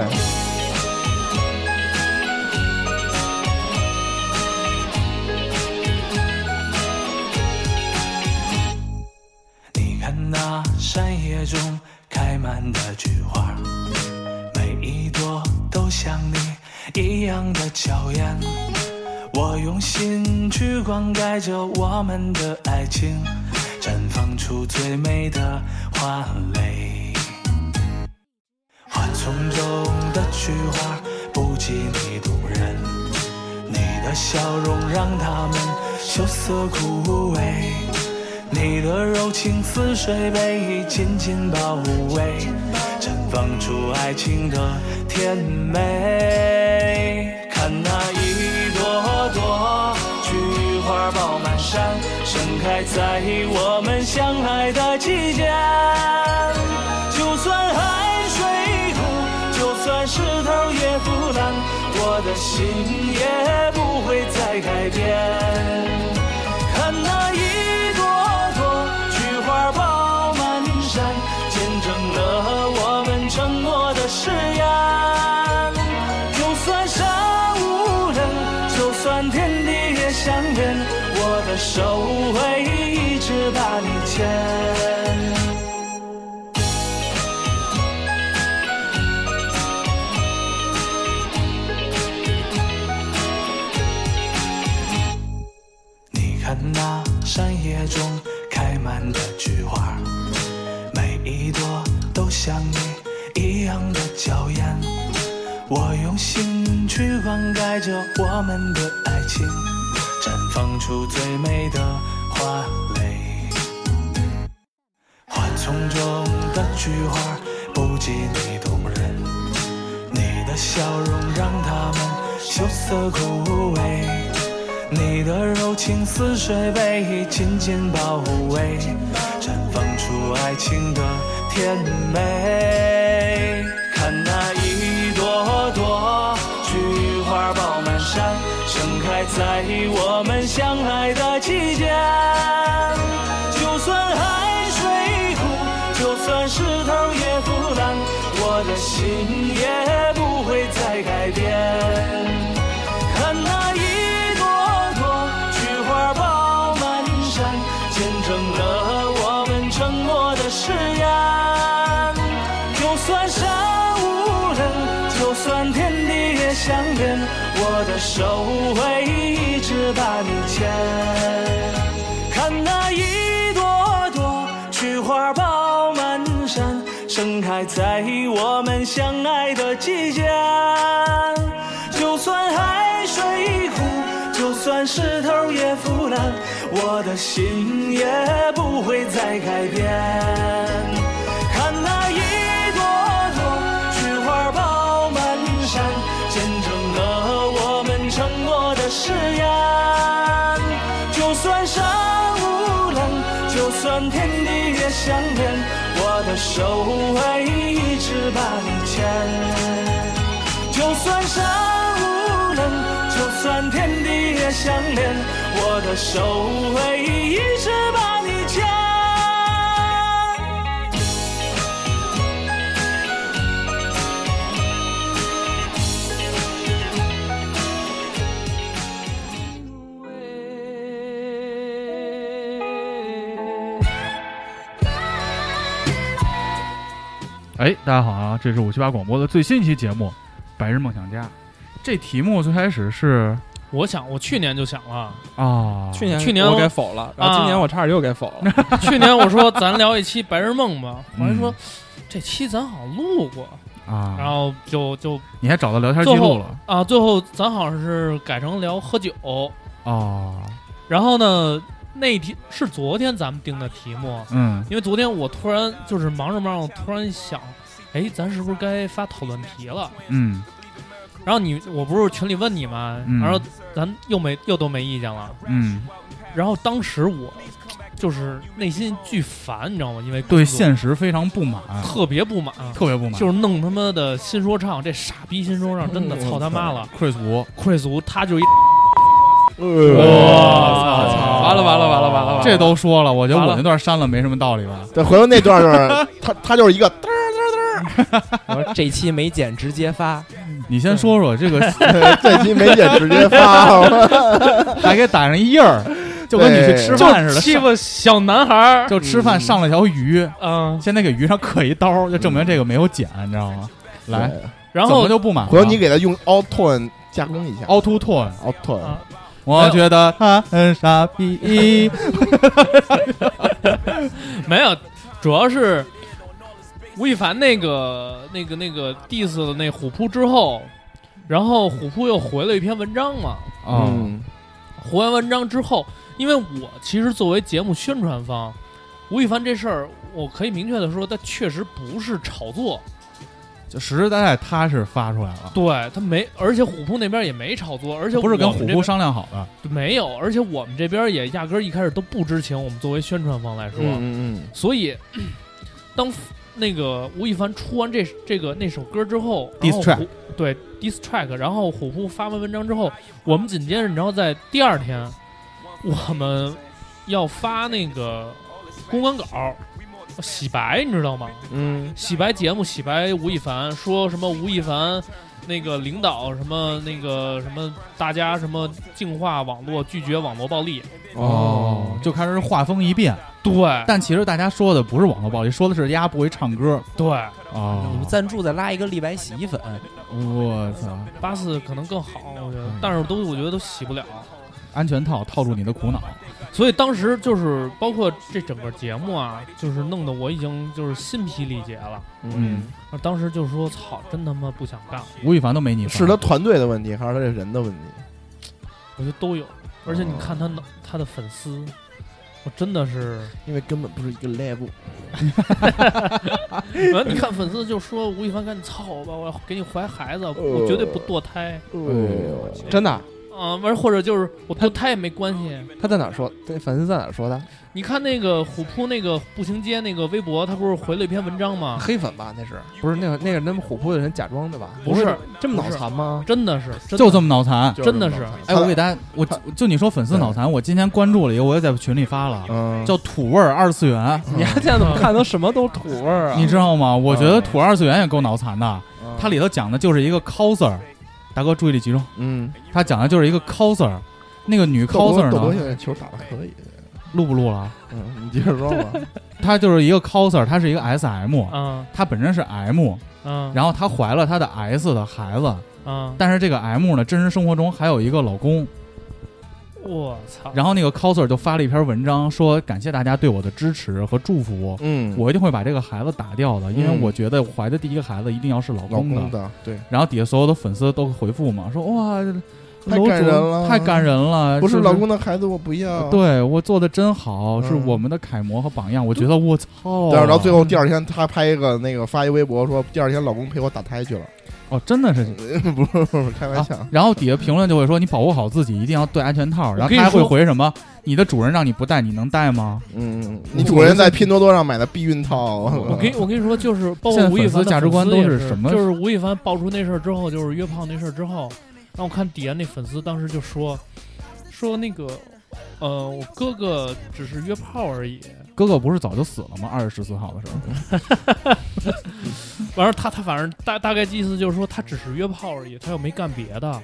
你看那山野中开满的菊花，每一朵都像你一样的娇艳。我用心去灌溉着我们的爱情，绽放出最美的花蕾。花丛中的菊花不及你动人，你的笑容让它们羞涩枯萎。你的柔情似水被你紧紧包围，绽放出爱情的甜美。看那一朵朵菊花爆满山，盛开在我们相爱的季节。就算汗水苦，就算石头也腐烂，我的心也不会再改变。看那一管天地也相连，我的手会一直把你牵。你看那山野中开满的菊花，每一朵都像你一样的娇艳。我用心去灌溉着我们的爱情，绽放出最美的花蕾。花丛中的菊花不及你动人，你的笑容让它们羞涩枯萎。你的柔情似水被已紧紧包围，绽放出爱情的甜美。看那一朵朵菊花爆满山，盛开在我们相爱的季节。就算海水枯，就算石头也腐烂，我的心也不会再改变。看那一朵朵菊花爆满山，见证了我们承诺的誓言。就算山无人，就算天地也相连，我的手会一直把你牵。看那一朵朵菊花爆满山，盛开在我们相爱的季节。就算海水枯，就算石头也腐烂，我的心也不会再改变。看那一朵朵菊花爆满山，见证了我们承诺的誓言。就算山无棱，就算天地也相连，我的手会一直把你牵。就算山无棱，就算天地也相连，我的手会一直把你牵。哎，大家好啊，这是五七八广播的最新一期节目《白日梦想家》。这题目最开始是我想，我去年就想了，啊，去年去年我我啊给否了，然后今年我差点又给否了。去年我说咱聊一期白日梦吧，后来说嗯这期咱好像录过，啊，然后就就你还找到聊天记最录后了啊，最后咱好像是改成聊喝酒，哦，然后呢，那天是昨天咱们定的题目，嗯因为昨天我突然就是忙着忙着，突然想，哎，咱是不是该发讨论题了？嗯然后你我不是群里问你吗？嗯然后咱又没又都没意见了。嗯，然后当时我就是内心巨烦，你知道吗？因为对工作现实非常不 满，特别不满，特别不满，就是弄他妈的新说唱，这傻逼新说唱真的操他妈了！ Chris 吴，贵族他就一哇操完了完了完了完了，这都说了，我觉得完我了那段删了没什么道理吧？对，回头那段就是他，他就是一个嘚儿我说这期没剪，直接发。你先说说 这个，嘚儿嘚儿，这期没剪直接哦发，还给打上一印 儿，就跟你去吃饭似就的，欺上负小男孩儿，就吃饭上了条鱼，嗯，现在给鱼上刻一刀，就证明这个没有剪，你知道吗？来，对，然怎后么就不满了？回头你给他用 Auto 加工一下 Auto Tone， ，Auto 啊我觉得他很傻 逼。没有，主要是吴亦凡那个那个那个 diss 的那虎扑之后，然后虎扑又回了一篇文章嘛，哦，回完文章之后，因为我其实作为节目宣传方，吴亦凡这事儿，我可以明确的说，他确实不是炒作，就实实在在踏实发出来了，对他没，而且虎扑那边也没炒作，而且不是跟我虎们这扑边商量好的。没有，而且我们这边也压根儿一开始都不知情，我们作为宣传方来说，嗯嗯所以 当那个吴亦凡出完这这个那首歌之后 Diss 然后虎对 diss track，然后虎扑发完文章之后，我们紧接着你知道在第二天，我们要发那个公关稿。洗白，你知道吗？嗯洗白节目，洗白吴亦凡，说什么吴亦凡那个领导什么那个什么大家什么净化网络，拒绝网络暴力。哦，就开始画风一变。对但其实大家说的不是网络暴力，说的是丫不会唱歌。对，哦，你们赞助再拉一个立白洗衣粉，我操，八四可能更好，我觉得，嗯但是都我觉得都洗不了。安全套套住你的苦恼。所以当时就是包括这整个节目啊，就是弄得我已经就是心疲力竭了。嗯，当时就说操，真他妈不想干了，吴亦凡都没你烦是他团队的问题还是他这人的问题？我觉得都有。而哦且你看他脑他的粉丝，我真的是，因为根本不是一个 level。呃你看粉丝就说吴亦凡赶紧操吧，我要给你怀孩子，我绝对不堕胎哎真的？啊，完、或者就是我堕胎也没关系。他在哪儿说？这粉丝在哪儿说的？你看那个虎扑那个步行街那个微博，他不是回了一篇文章吗？黑粉吧？那是不是那个那个那么虎扑的人假装的吧？不是会这么不脑是残吗？真的是，真就的这么脑残。真的是，哎，我给大家，我就你说粉丝脑残，我今天关注了一个，我也在群里发了，嗯，叫土味儿二次元，你还现在怎么看都什么都土味儿啊？你知道嗯吗？我觉得土二次元也够脑残的，它里头讲的就是一个 coser，大哥注意力集中，嗯，它讲的就是一个 coser，那个女豆哥 coser 豆哥呢，现在球打的可以，录不录了？嗯，你接着说 吧。她就是一个 coser，她是一个 SM，嗯她本身是 M，嗯，然后她怀了她的 S 的孩子，嗯，但是这个 M 呢，真实生活中还有一个老公，我操，然后那个 coser 就发了一篇文章，说感谢大家对我的支持和祝福，嗯，我一定会把这个孩子打掉的，因为嗯我觉得怀的第一个孩子一定要是老老公的。公的对，然后底下所有的粉丝都回复嘛，说哇，太楼主感人了太感人了，不是是老公的孩子我不要。，对我做的真好，嗯是我们的楷模和榜样。我觉得我操，但是到最后第二天他拍一个那个发一微博说第二天老公陪我打胎 去了，哦，真的嗯是。不是不是开玩笑啊。然后底下评论就会说：“你保护好自己，一定要戴安全套。”然我后跟你他还会说回什么：“你的主人让你不戴，你能戴吗嗯，你主人在拼多多上买的避孕套，我我跟我跟你说，就是包现在括吴亦粉丝凡的价值观粉丝也都是是什么就是吴亦凡爆出那事儿之后，就是约炮那事儿之后，让我看底下那粉丝当时就说说那个呃，我哥哥只是约炮而已。？”哥哥不是早就死了吗？二月十四号的时候，完了，他他反正大大概意思就是说，他只是约炮而已，他又没干别的，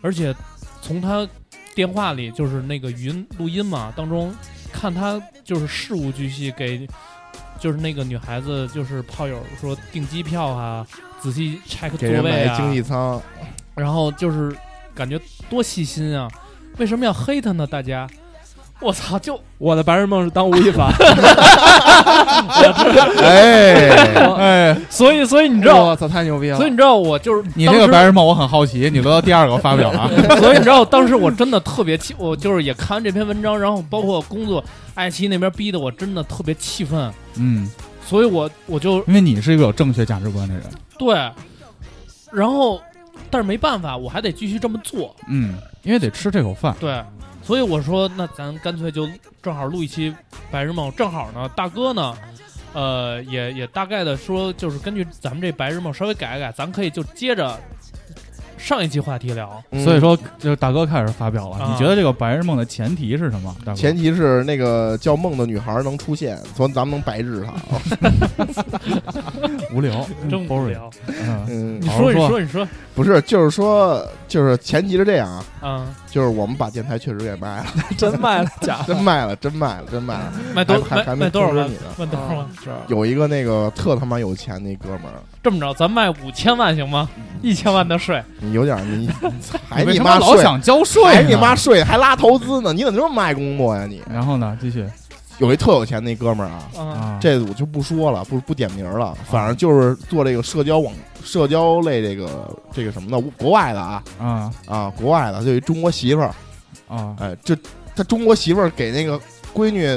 而且从他电话里就是那个语音录音嘛当中，看他就是事无巨细给就是那个女孩子就是炮友说订机票啊，仔细 check 给座人买位一经啊，济 舱，然后就是感觉多细心啊，为什么要黑他呢？大家，我操，就我的白日梦是当吴亦凡，哎，哎，所以所以你知道，哎我操，太牛逼了！所以你知道我就是你这个当时白日梦我很好奇，你留到第二个发表啊。 所以你知道，当时我真的特别气，我就是也看完这篇文章，然后包括工作，爱奇艺那边逼的我真的特别气愤，嗯，所以我我就因为你是一个有正确价值观的人。对，然后但是没办法，我还得继续这么做，嗯，因为得吃这口饭。对，所以我说那咱干脆就正好录一期《白日梦》，正好呢，大哥呢。呃，也也大概的说，就是根据咱们这白日梦稍微改一改，咱可以就接着上一期话题聊。嗯所以说，就是大哥开始发表了。啊你觉得这个白日梦的前提是什么？大哥前提是那个叫梦的女孩能出现，所以咱们能白日 她。无聊，真无 boring 聊，嗯，嗯你，好好说，你说说，你说，不是，就是说，就是前提是这样啊，嗯，就是我们把电台确实给 卖了，真卖了啊假真卖了，真卖了，真卖了。卖多还还卖还没卖多少通知万你呢？卖多少万？是有一个那个特他妈有钱那哥们儿，这么着，咱卖五千万行吗？嗯一千万的税，你有点儿你还你为你什妈么老睡，想交税呢？还你妈睡，还拉投资呢？你怎么这么卖工作呀你？然后呢？继续有一特有钱那哥们儿啊，嗯，啊，这我就不说了，不不点名了，反正就是做这个社交网、社交类这个这个什么的，国外的啊啊啊，国外的，就一中国媳妇儿，啊，哎，就他中国媳妇儿给那个闺女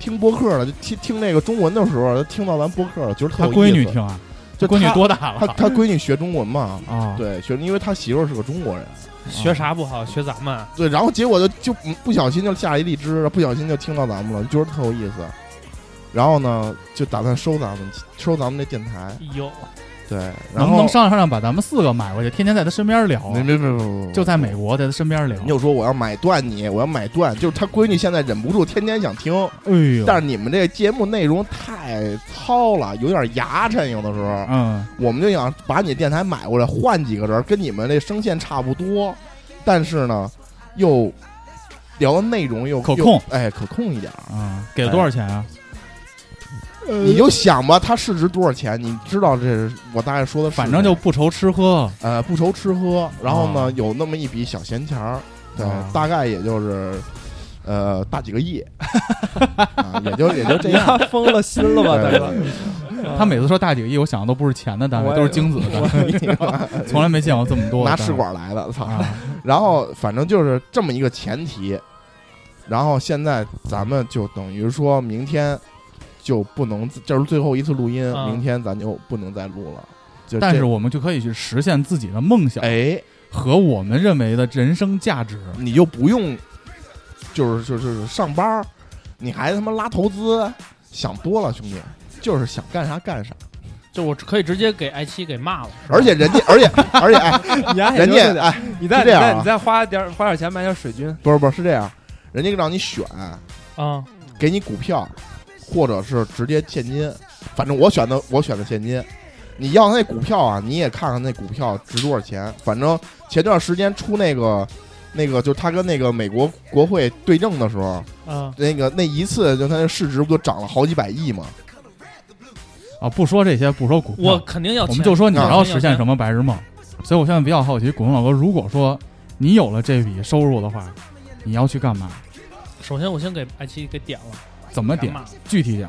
听播客了，就听听那个中文的时候，她听到咱播客了，觉得特他有闺意女思听啊，就闺女她多啊大她了她闺女学中文嘛，啊？对，学，因为她媳妇儿是个中国人， 学啥不好？学咱们，啊对，然后结果就就嗯不小心就下了一荔枝，不小心就听到咱们了，觉得特有意思，然后呢，就打算收咱们收咱们这电台。哎呦，对，然能不后能商量商量把咱们四个买过去，天天在他身边聊啊，没没没没没，没就在美国，在他身边聊。你就说我要买断你，我要买断，就是他闺女现在忍不住天天想听，哎呦，但是你们这节目内容太糙了，有点牙碜，有的时候，嗯，我们就想把你电台买过来，换几个人，跟你们这声线差不多，但是呢，又聊的内容又可又控哎，可控一点儿。啊，给了多少钱啊？哎你就想吧，它市值多少钱？你知道这是我大概说的是反正就不愁吃喝，呃不愁吃喝，然后呢、啊有那么一笔小闲钱儿，对，啊大概也就是呃大几个 亿，啊、也就也就这 你样。丫疯了心了吧，大对哥？他每次说大几个亿，我想的都不是钱的单位，我都是精子的单位，从来没见过这么多的拿单位试管来的，操！啊。 然后反正就是这么一个前提，然后现在咱们就等于说明天就不能，这是最后一次录音，啊明天咱就不能再录了。就但这是我们就可以去实现自己的梦想哎，和我们认为的人生价值。你就不用，就是就是就是上班儿，你还他妈拉投资，想多了，兄弟，就是想干啥干啥。就我可以直接给爱奇艺给骂了，而且人家，而且而且， 哎， 你丫也人就这家点哎，你再是这样啊你再你再花点花点钱买点水军，不是不是是这样，人家让你选，啊，给你股票，或者是直接现金，反正我选的我选的现金。你要那股票啊，你也看看那股票值多少钱。反正前段时间出那个，那个就他跟那个美国国会对证的时候，嗯啊，那个那一次就他那市值不就涨了好几百亿吗？啊，不说这些，不说股票，我肯定要我钱，们就说你啊要实现什么白日梦。所以我现在比较好奇，古龙老哥，如果说你有了这笔收入的话，你要去干嘛？首先我先给爱奇艺给点了，怎么给点骂？具体点。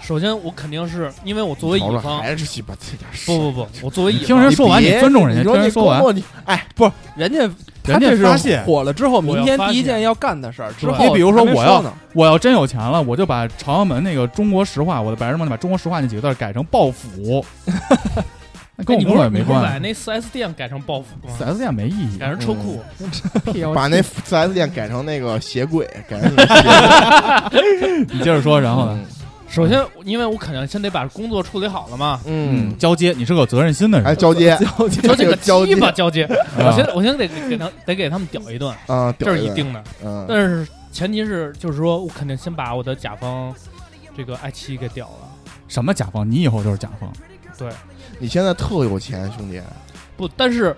首先我肯定是因为我作为好了乙方，还是去把这点事儿不不不，我作为你乙听方，人说完，你别尊重人你家，听说人你说完琢，磨你哎，不是人家人家他这是发泄火了之后，我要明天发泄第一件要干的事儿。之后你比如说还没我要呢我要真有钱了，我就把朝阳门那个中国石化，我的白日梦就把中国石化那几个字儿改成暴府，那哎跟我你工不作是也你没不是哎把关那四 S 店改成暴富吗系。？4S 店没意义，改成车库，嗯把那4 S 店改成那个鞋柜，改成 你的鞋柜你接着说，嗯然后呢？首先，因为我肯定先得把工作处理好了嘛，嗯，嗯交接，你是个有责任心的人，哎，交接交接就这个交接鸡巴交接，啊我先我先得给他得给他们屌一顿，啊，这是屌一定的。嗯，但是前提是，就是说我肯定先把我的甲方这个爱奇艺给屌了。什么甲方？你以后就是甲方，你现在特有钱，兄弟，不，但是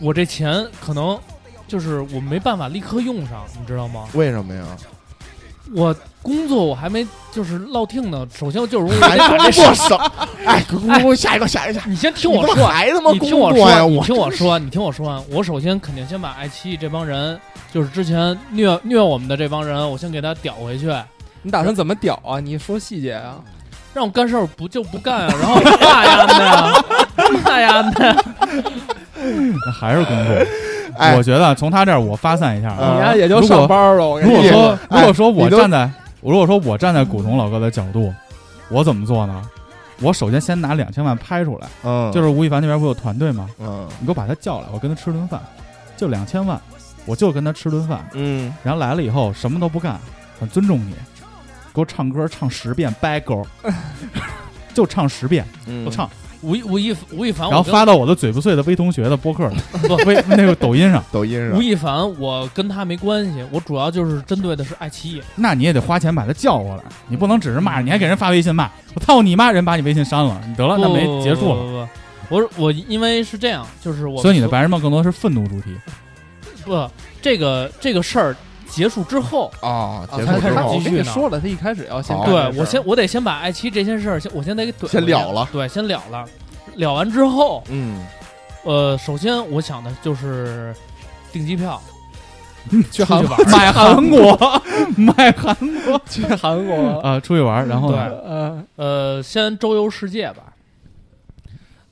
我这钱可能就是我没办法立刻用上，你知道吗？为什么呀？我工作我还没就是落听呢，首先 就是我还得把工这事作少，哎，咕咕咕，下一个，下一个，下一个你先听我啊你他妈说，还他妈你工听我作呀？说，你我听我说，你听我说完。我首先肯定先把爱奇艺这帮人，就是之前虐虐我们的这帮人，我先给他屌回去，你打算怎么屌啊？你说细节啊？让我干事儿不就不干啊，然后骂呀的呀，骂呀的呀。那还是工作。哎我觉得从他这儿我发散一下啊，啊你丫也就上班了。我跟 如你果说，说哎如果说我你都站在如果说我站在古潼老哥的角度，我怎么做呢？我首先先拿两千万拍出来，嗯，就是是吴亦凡那边不有团队吗？嗯你给我把他叫来，我跟他吃顿饭，就两千万，我就跟他吃顿饭。嗯，然后来了以后什么都不干，很尊重你，给我唱歌唱十遍掰勾， 就唱十遍，嗯不，唱，吴亦吴亦吴亦凡，然后啊我跟发到我的嘴不碎的微同学的播客 里，不微那个抖音上，抖音吴上，亦凡，我跟他没关系，我主要就是针对的是爱奇艺。那你也得花钱把他叫过来，你不能只是骂，你还给人发微信骂，我操你妈，人把你微信删了，你得啊了，那没不结束了。不不不，我我因为是这样，就是我所以你的白日梦更多是愤怒主题，不这个这个事儿结束之后，啊，结他束开之始后继续我哎跟你呢说了，他一开始要哦先好哦干对这事儿我先我得先把爱奇艺这些事儿，先我先得给怼先回去了了对，先了了，了完之后，嗯，呃，首先我想的就是订机票，去韩国 买韩国，买韩 去韩国，啊，出去玩，然后呢对 呃，呃，先周游世界吧。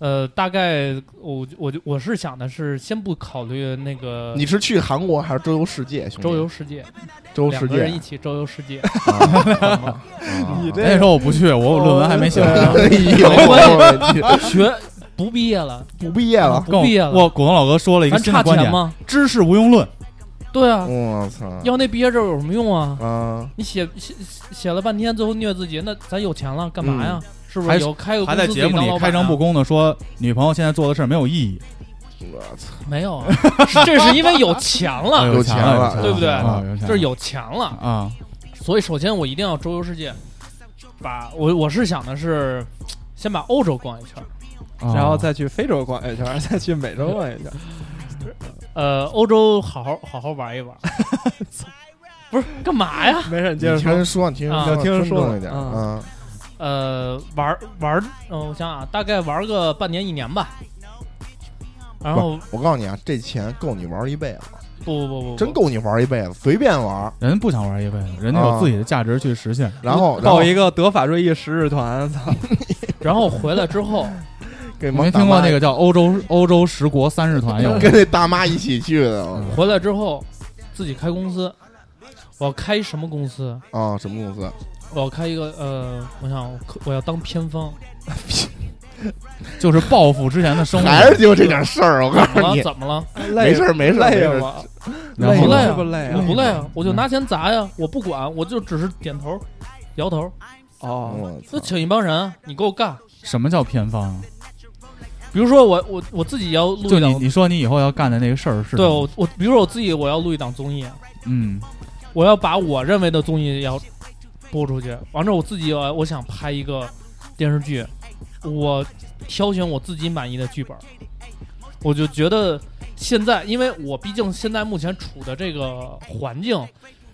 呃，大概我我就我是想的是，先不考虑那个你是去韩国还是周游世界，兄弟？周游世界，周游两世啊个人一界，起周游世界， 啊啊你那这时候我不去，我论文还没写完呢。哎呦，我学不毕业了，不毕业了，不啊跟毕业我了我古龙老哥说了一个咱新的差观钱点：吗？知识无用论。对啊，我操，要那毕业证有什么用啊？啊，你写写写写了半天，最后虐自己，那咱有钱了干嘛呀？是是不嗯还是有开个还公在司节自己目当里老板开诚啊布公的说，女朋友现在做的事儿没有意义，我操，没有啊，是这是因为有钱 哎了，呦有钱钱了了，啊对不对啊，有钱就是有钱了，啊，所以首先我一定要周游世界，把我我是想的是先把欧洲逛一圈儿，啊然后再去非洲逛一圈， 再去美洲逛一圈。呃，欧洲好好好好玩一玩，不是干嘛呀？没事，你你接着听说。人说，你听人啊说，听人尊说重一点嗯啊。呃，玩玩，嗯、我想想啊，大概玩个半年一年吧。然后我告诉你啊，这钱够你玩一辈子，不不不不，真够你玩一辈子，随便玩。人不想玩一辈子，人家有自己的价值去实现。然后，然后报一个德法瑞意十日团，操，然后回来之后， 给你蒙没大听过妈那个叫欧洲欧洲十国三日团有吗跟那大妈一起去的我回来之后自己开公司。我要开什么公司？操啊？什么公司？我要开一个呃，我想我可我要当偏方，就是报复之前的生活，还是就这点事儿，我告怎么了？诉你，呃怎么了？没事儿没事儿没累事呀儿，我，然累后不累呢啊我是不累啊？不累啊，嗯我就拿钱砸呀，我不管，我就只是点头、摇头。哦，我就操请一帮人啊，你给我干。什么叫偏方啊？比如说我我我自己要录就一你档，你说你以后要干的那个事儿是什对么我我比如说我自己我要录一档综艺，嗯我要把我认为的综艺要播出去。完之后我自己我我想拍一个电视剧，我挑选我自己满意的剧本，我就觉得现在，因为我毕竟现在目前处的这个环境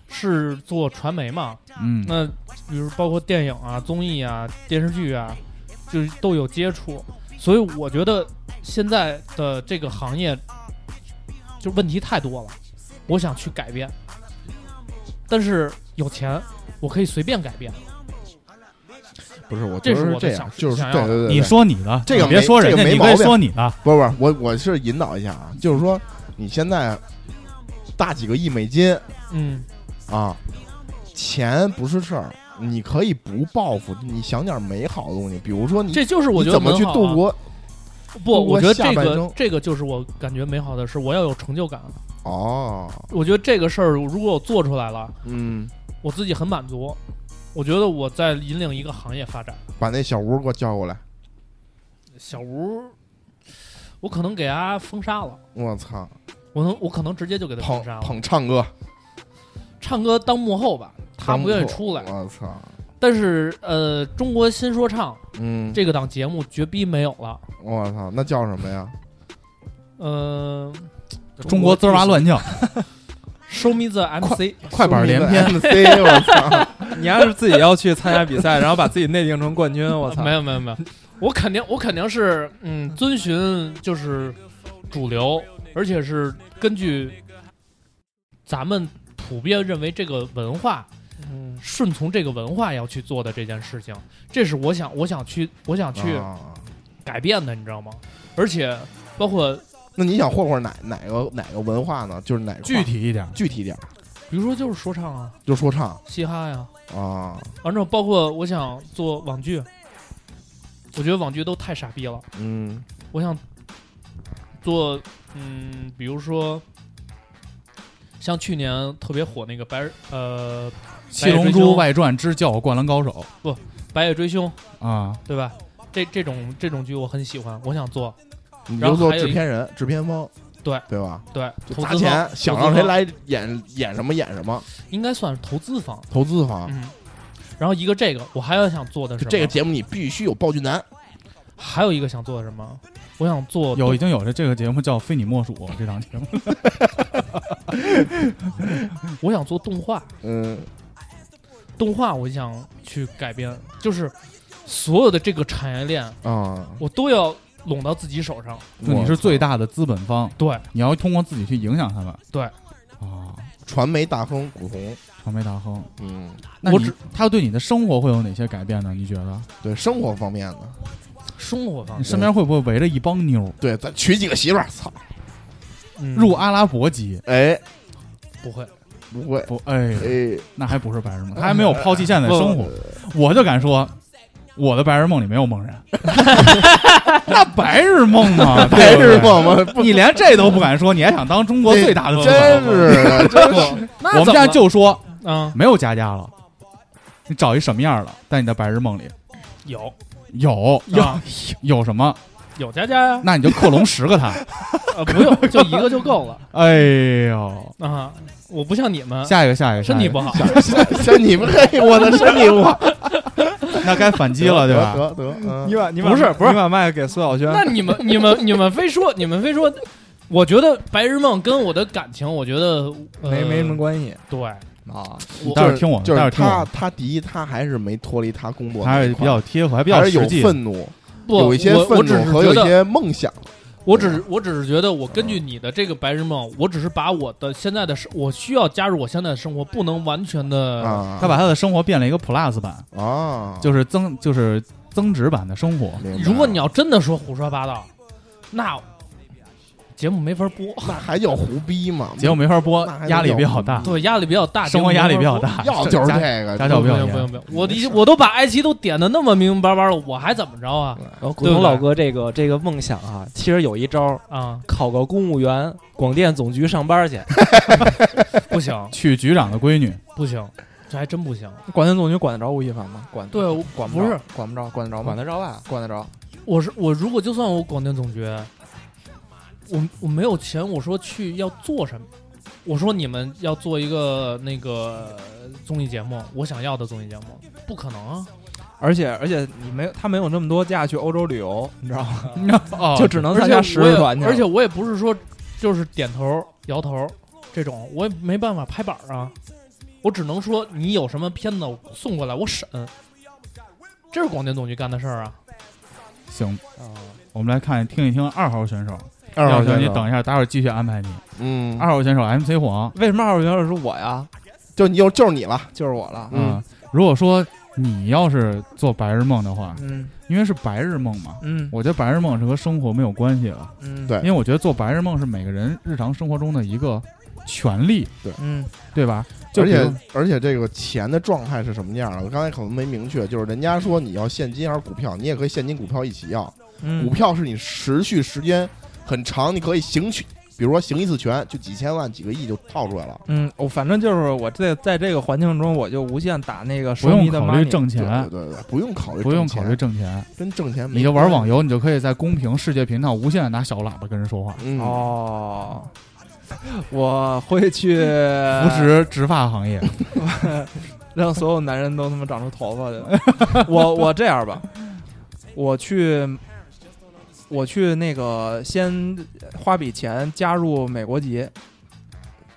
是做传媒嘛，嗯那比如包括电影啊、综艺啊、电视剧啊，就是都有接触，所以我觉得现在的这个行业就问题太多了，我想去改变，但是有钱我可以随便改变，不是，我觉这得是是我的这样想，就是想对要对对，对你说你的，这个你别没说人这家，个没你毛可以病说你的。不是不是，我我是引导一下啊，就是说你现在大几个亿美金嗯，啊，钱不是事儿，你可以不报复，你想点美好的东西，比如说你这就是我你觉得怎么去美好啊度过不，度过我觉得下这半个生这个就是我感觉美好的是我要有成就感，哦，我觉得这个事儿如果我做出来了，嗯，我自己很满足，我觉得我在引领一个行业发展。把那小吴给我叫过来，小吴，我可能给他封杀了，我操，我能我可能直接就给他捧封杀了。捧唱歌，唱歌当幕后吧，他不愿意出来。啊我操，但是呃，中国新说唱嗯，这个档节目绝逼没有了。我操，那叫什么呀？呃，中国滋哇乱叫， ，Show me the MC，快板连篇， ，MC，我操，你要是自己要去参加比赛，然后把自己内定成冠军，我操呃没！有没有没有，我肯定我肯定是嗯遵循就是主流，而且是根据咱们普遍认为这个文化 嗯顺从这个文化要去做的这件事情，这是我想我想去我想去啊改变的，你知道吗？而且包括那你想混混哪哪个哪个文化呢？就是哪个具体一点。具体点儿，比如说就是说唱啊、就说唱嘻哈呀，啊，完之后包括我想做网剧，我觉得网剧都太傻逼了，嗯，我想做嗯，比如说像去年特别火那个白日呃《七龙珠外传之教灌篮高手白夜追凶，》啊，对吧？这这种这种剧我很喜欢，我想做你然就后做还有制一片人、制片方，对对吧？对就投砸资方钱，想投资让谁方来演演什么演什么，应该算是投资方，投资方。嗯，然后一个这个，我还有想做的是就啊这个什么，节目你必须有暴君男，还有一个想做的什么？我想做有已经有了这个节目叫《非你莫属》这档节目，我想做动画，嗯，动画我想去改编，就是所有的这个产业链，啊，我都要拢到自己手上。就你是最大的资本方，对，你要通过自己去影响他们。对啊，传媒大亨古潼，传媒大亨，嗯，那我你只他对你的生活会有哪些改变呢？你觉得？对生活方面的，生活方你面，身边会不会围着一帮妞儿？对，咱娶几个媳妇儿，操，嗯入阿拉伯籍哎，不会，不会，不？ 哎，哎，那还不是白日梦，他还没有抛弃现在的生活。我就敢说，我的白日梦里没有梦人， 那白日梦 嘛，白对不对日。梦吗？不 你连这都不敢说，你还想当中国最大的资本真吗？是的，真那我们怎现么在就说啊没有佳佳了，你找一什么样的，在你的白日梦里有有啊有有什么？有佳佳呀，那你就克隆十个他。呃不用，就一个就够了哎呦，啊！我不像你们，下一个，下一个，身体不好，好，像你们嘿，我的身体我 那该反击了，对吧？得得，嗯你把你把不是不是你把麦给苏小轩，呃那你们、你们、你们非说，你们非说，我觉得《白日梦》跟我的感情，我觉得、呃、没没什么关系对，啊。你我待会儿听我，就待会是儿听他我，他第一他还是没脱离他工作那还一是比块较儿，贴合，还比较还是有实际。愤怒，不，有一些我我愤只怒是和觉有一得，些梦想，我只是我只是觉得，我根据你的这个《白日梦》，我只是把我的现在的生，我需要加入我现在的生活，不能完全的。啊，呃他把他的生活变了一个 Plus 版，啊，就是增就是增值版的生活。明白如果你要真的说胡说八道，那节目没法播， 那还叫胡逼吗？结果没法播那还，能压力比较叫大吗，对，压力比较大，生活压力比较节目没法播。大，要就是家这个，家就教不不要用不严用。不用，我的我都把爱奇艺都点的那么明明白白了，我还怎么着啊然后古对不潼对老哥这个这个梦想啊，其实有一招，啊？考个公务员，广电总局上班 去。不行娶局长的闺啊女，不行，这还真不行。广电总局管得着吴亦凡吗？管对，我管不不着是，管不着，管得着吗？管得着吧？管得着。我是我，如果就算我广电总局，我我没有钱，我说去要做什么？我说你们要做一个那个呃综艺节目，我想要的综艺节目，不可能啊！而且而且你没有他没有那么多假去欧洲旅游，你知道吗？哦就只能而参且加我十日团也去。而且我也不是说就是点头摇头这种，我也没办法拍板啊，我只能说你有什么片子我送过来，我审。这是广电总局干的事儿啊！行。我们来看听一听二号选手，二号号选选手，手你等一下，待会儿继续安排你。嗯，二号选手 MC 黄，为什么二号选手是我呀？就你就就是你了，就是我了。嗯嗯，如果说你要是做白日梦的话，嗯因为是白日梦嘛，嗯我觉得白日梦是和生活没有关系了，嗯，对因为我觉得做白日梦是每个人日常生活中的一个权利，嗯对吧？就而比如且而且这个钱的状态是什么样的？我刚才可能没明确，就是人家说你要现金还是股票，你也可以现金股票一起要。股嗯，票是你持续时间很长，你可以行取，比如说行一次权就几千万、几个亿就套出来了。嗯，我反正就是我这在这个环境中，我就无限打那个不奢用 靡的考虑 money。挣对对钱，对对，不用考虑挣钱，不用考虑挣钱，跟挣钱没你就玩网游。游，你就可以在公屏世界频道无限地拿小喇叭跟人说话，嗯，哦，我会去呃扶持植发行业。让所有男人都他妈长出头发去。 我我这样吧，我去，我去那个先花笔钱加入美国籍，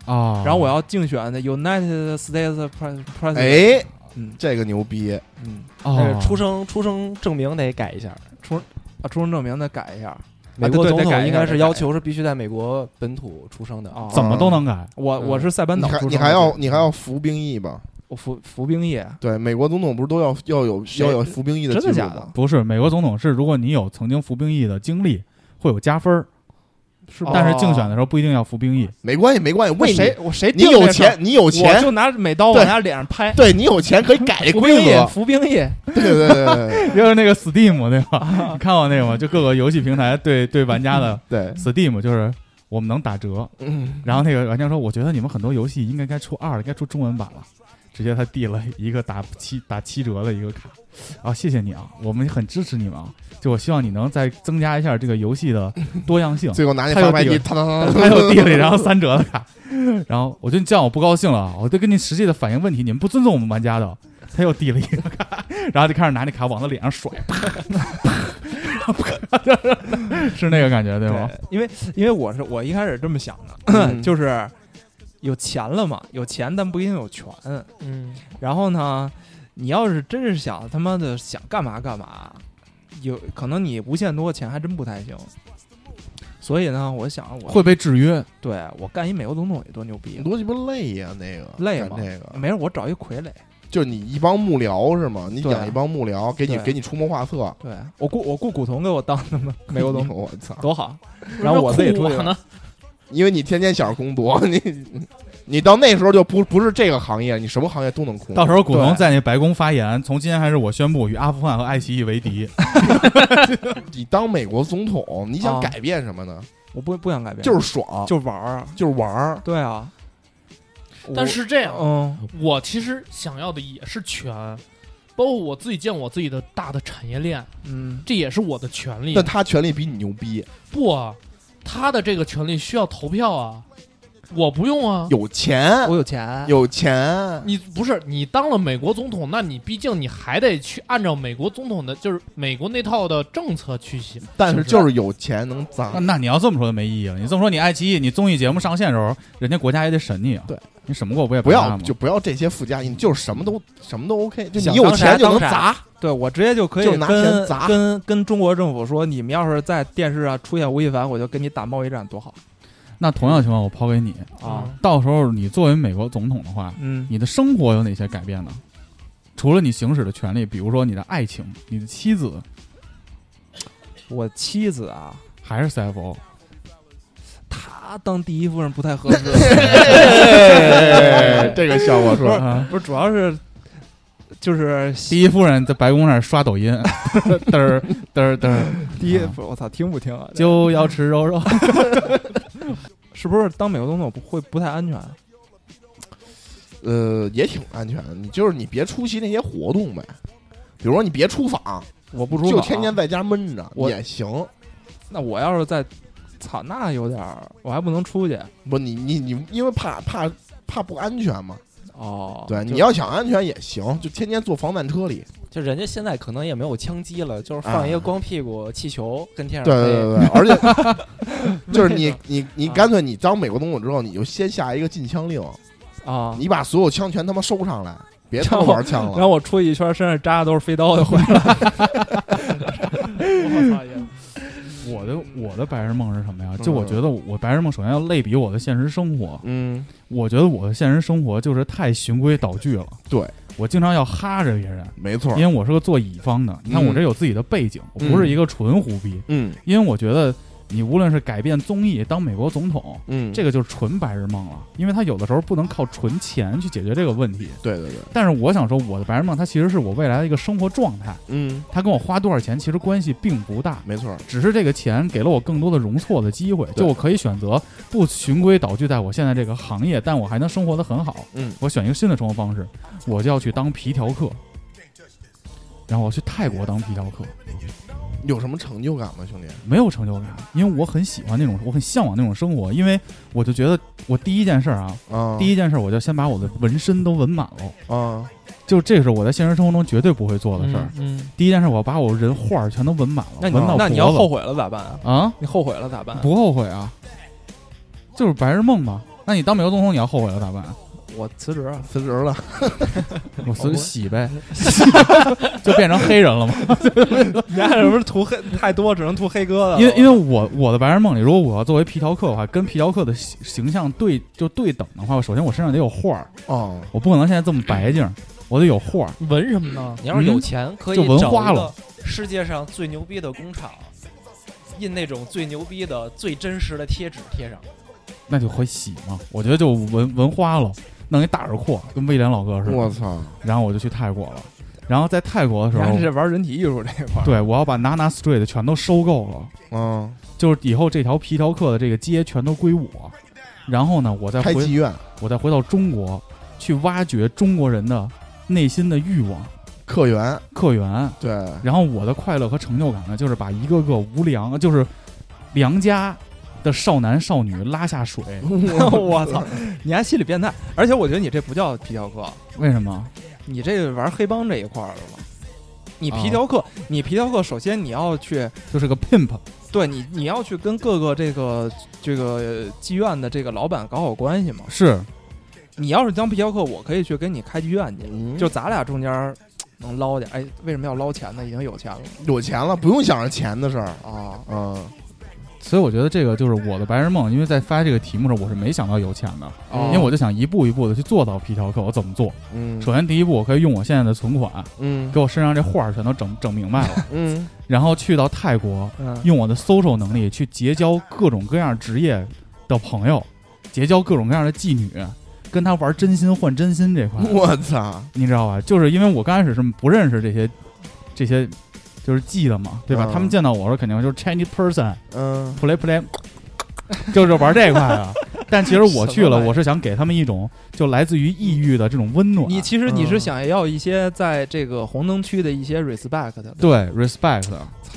哦啊，然后我要竞选的 United States Pres- President。哎，嗯这个牛逼，嗯，但哦呃是，出生出生证明得改一下，把出生证明得改一下。啊美国对总得改统一下应该是得改一要下求是必须在美国本土出生的。哦怎么都能改。我嗯我是塞班你岛还出生的你还要你还要服兵役吧？我服服兵役？对，美国总统不是都要要有谁要有服兵役真记录的假吗的？？不是，美国总统是，如果你有曾经服兵役的经历，会有加分儿，是但是竞选的时候不一定要服兵役。没关系，没关系，为为谁？我谁你定你有这事儿钱，，你有我钱，就拿美刀对往他脸上拍。对你有钱可以改这服规兵役，则。服兵役，对对对对就是那个 Steam 对吧？你看过那个吗？就各个游戏平台对对玩家的对， Steam 就是我们能打折。嗯，然后那个玩家说：“我觉得你们很多游戏应该该出二，应该出中文版了。”直接他递了一个打七打七折的一个卡，啊，谢谢你啊，我们很支持你们啊，就我希望你能再增加一下这个游戏的多样性。最后拿你他又贩卖递机，了他他他又递了一张三折的卡，然后我就这样我不高兴了，我就跟你实际的反映问题，你们不尊重我们玩家的，他又递了一个卡，然后就开始拿那卡往他脸上甩，啪啪，啪是那个感觉对吗？因为因为我是我一开始这么想的，嗯就是有钱了嘛，有钱但不一定有权。嗯，然后呢，你要是真是想他妈的想干嘛干嘛，有可能你无限多钱还真不太行。所以呢，我想我会被制约，对我干一美国总统有多牛逼你，多鸡巴累呀，那个累干吗那个没事，我找一傀儡。就是你一帮幕僚是吗？你对养一帮幕僚，给你对给你出谋划策。对我雇我雇古潼给我当他妈美国总 统我操！多好，然后我自己出去呢，因为你天天想着工作， 你你到那时候就不不是这个行业，你什么行业都能空。到时候古潼对在那白宫发言，从今天开始我宣布与阿富汗和爱奇艺为敌，啊你当美国总统，你想啊改变什么呢？我不不想改变，就是爽，就玩儿啊，就是玩儿。对啊。但是这样，我嗯，我其实想要的也是权，包括我自己建我自己的大的产业链，嗯，这也是我的权利但。他权力比你牛逼，不啊，他的这个权利需要投票啊，我不用啊。有钱， 我有钱，有钱，你不是你当了美国总统，那你毕竟你还得去按照美国总统的，就是美国那套的政策去行。但是就是有钱能砸那。那你要这么说就没意义了。你这么说，你爱奇艺你综艺节目上线的时候，人家国家也得审你啊。对，你审不过不也不干要吗？就不要这些附加因，就是什么都什么都 OK，就想你有当啥钱就能当啥砸，对我直接就可以就拿钱跟砸跟跟中国政府说，你们要是在电视上出现吴亦凡，我就跟你打贸易战，多好那同样情况，我抛给你，啊！到时候你作为美国总统的话，嗯，你的生活有哪些改变呢？除了你行使的权利，比如说你的爱情、你的妻子，我妻子啊，还是 CFO，她当第一夫人不太合适， 哎这个效果不说是不是，主要是就是啊第一夫人在白宫那儿刷抖音， 嘚儿嘚儿嘚儿，啊第一，不是我操，听不听啊？这就要吃肉肉。是不是当美国总统不会不太安全？呃也挺安全的，你就是你别出席那些活动呗，比如说你别出访，我不出就访天天在家闷着我也行。那我要是在，操，那有点儿，我还不能出去不，你你你因为怕怕怕不安全嘛，啊哦。对，就你要想安全也行，就天天坐防弹车里。就人家现在可能也没有枪击了，就是放一个光屁股气球跟天对上对 对飞。对，而且就是你你你干脆你当美国总统之后，你就先下一个禁枪令，啊，你把所有枪全他妈收上来，别他妈然后玩枪了。然后我出去一圈，身上扎的都是飞刀就嗯回来了。我操也我的我的白日梦是什么呀？就嗯我觉得我白日梦首先要类比我的现实生活，嗯，我觉得我的现实生活就是太循规蹈矩了。对我经常要哈着别人，没错因为我是个做乙方的。你看嗯我这有自己的背景，我不是一个纯胡逼。嗯因为我觉得你无论是改变综艺当美国总统，嗯，这个就是纯白日梦了，因为他有的时候不能靠纯钱去解决这个问题。对对对，但是我想说，我的白日梦它其实是我未来的一个生活状态，嗯，它跟我花多少钱其实关系并不大。没错，只是这个钱给了我更多的容错的机会，对就我可以选择不循规蹈矩，在我现在这个行业，但我还能生活得很好。嗯，我选一个新的生活方式，我就要去当皮条客，然后我去泰国当皮条客，有什么成就感吗，兄弟？没有成就感，因为我很喜欢那种，我很向往那种生活，因为我就觉得我第一件事儿啊，啊，嗯第一件事儿我就先把我的纹身都纹满了。啊，就这是我在现实生活中绝对不会做的事儿。嗯，第一件事，我要把我人画儿全都纹满了，那纹你到那你要脖子后悔了咋办啊？啊？你后悔了咋办？不后悔啊，就是白日梦吧。那你当美国总统，你要后悔了咋办？啊我辞 职啊！辞职了，我随洗呗， 就变成黑 人了嘛。你家是不是涂黑太多，只能涂黑 哥了？因为因为我我的白日梦里，如果我要作为皮条客的话，跟皮条客的形形象对就对等的话，我首先我身上得有画儿，哦，我不可能现在这么白净儿，我得有画儿。纹嗯什么呢？你要是嗯有钱，可以就文找化一了个世界上最牛逼的工厂，印那种最牛逼的、最真实的贴纸贴上。那就会洗嘛。我觉得就纹纹花了，弄一大耳廓，跟威廉老哥似我的。操，然后我就去泰国了。然后在泰国的时你还候是，这玩人体艺术这一块儿，对我要把 Nana Street 全都收购了，嗯，就是以后这条皮条客的这个街全都归我。然后呢，我再开妓回院，我再回到中国，去挖掘中国人的内心的欲望、客源，客源。对，然后我的快乐和成就感呢，就是把一个个无良，就是良家的少男少女拉下水。嗯 我操！你还心理变态，而且我觉得你这不叫皮条客，为什么？你这玩黑帮这一块儿了吗？你啊皮条客，你皮条客，首先你要去，就是个 pimp。对你，你要去跟各个这个这个妓院的这个老板搞好关系嘛。是，你要是当皮条客，我可以去跟你开妓院去，嗯就咱俩中间儿能捞点。哎，为什么要捞钱呢？已经有钱了有钱了，不用想着钱的事儿，啊！嗯，所以我觉得这个就是我的白日梦，因为在发这个题目上，我是没想到有钱哦的，哦嗯因为我就想一步一步的去做到皮条客，我怎么做？嗯首先第一步，我可以用我现在的存款，嗯给我身上这画儿全都整整明白了，嗯然后去到泰国，嗯，用我的 social 能力去结交各种各样职业的朋友，结交各种各样的妓女，跟他玩真心换真心这块，我操，你知道吧？就是因为我刚开始是不认识这些这些就是妓的嘛，对吧？嗯他 们见到我是肯定就是 Chinese person。嗯 play play，就是玩这块啊。但其实我去什么了，玩意儿我是想给他们一种就来自于异域的这种温暖。你其实你是嗯想要一些在这个红灯区的一些 respect 的，对 respect，操，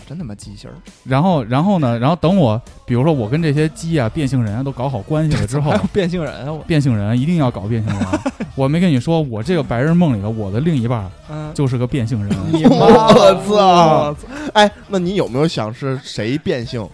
真他妈鸡心儿！然后然后呢，然后等我，比如说我跟这些鸡啊、变性人啊都搞好关系了之后还有， 变性人啊，我变性人一定要搞变性人 啊。我没跟你说，我这个白日梦里的我的另一半嗯，就是个变性人。啊 你妈我操我操！哎，那你有没有想是谁变性，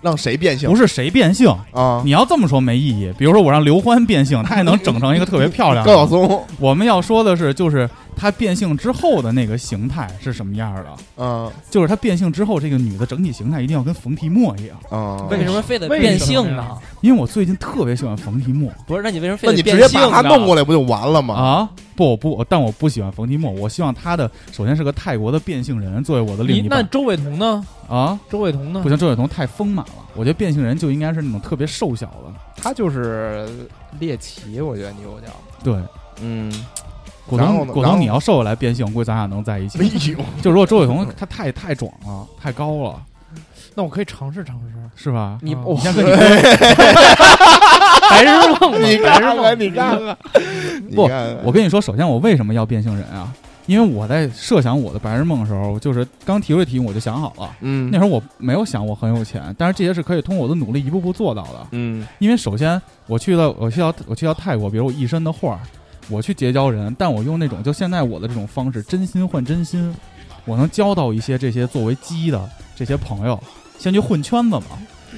让谁变性不是谁变性，啊？嗯你要这么说没意义。比如说我让刘欢变性，他也能整成一个特别漂亮的。高晓松，我们要说的是，就是她变性之后的那个形态是什么样儿的，嗯就是她变性之后这个女的整体形态一定要跟冯提莫一样。嗯，为什么非得为变什么性啊呀呢？因为我最近特别喜欢冯提莫不是，那你为什么非那得你直变接性把他呢弄过来不就完了吗？啊，不，我不，但我不喜欢冯提莫，我希望她的首先是个泰国的变性人作为我的另你一那半周伟彤呢？嗯啊，周伟彤呢不？行，周雪彤太丰满了，我觉得变性人就应该是那种特别瘦小的，他就是猎奇，我觉得你有点儿。对。嗯，果然后彤，呢果然后彤，你要瘦下来变性，估计咱俩能在一起哎。呦，就如果周雪彤她太太壮了，太高了，那我可以尝试尝试。是吧？你啊哦我你先跟你 哥，白 日梦嘛，你白日看看，梦，你看看，你不看嗯看我跟你说，首先我为什么要变性人啊？因为我在设想我的白日梦的时候，就是刚提出这题目我就想好了。嗯那时候我没有想我很有钱，但是这些是可以通过我的努力一步步做到的。嗯因为首先我去到我去到我去到泰国，比如我一身的画儿，我去结交人，但我用那种就现在我的这种方式，真心换真心，我能交到一些这些作为鸡的这些朋友，先去混圈子嘛，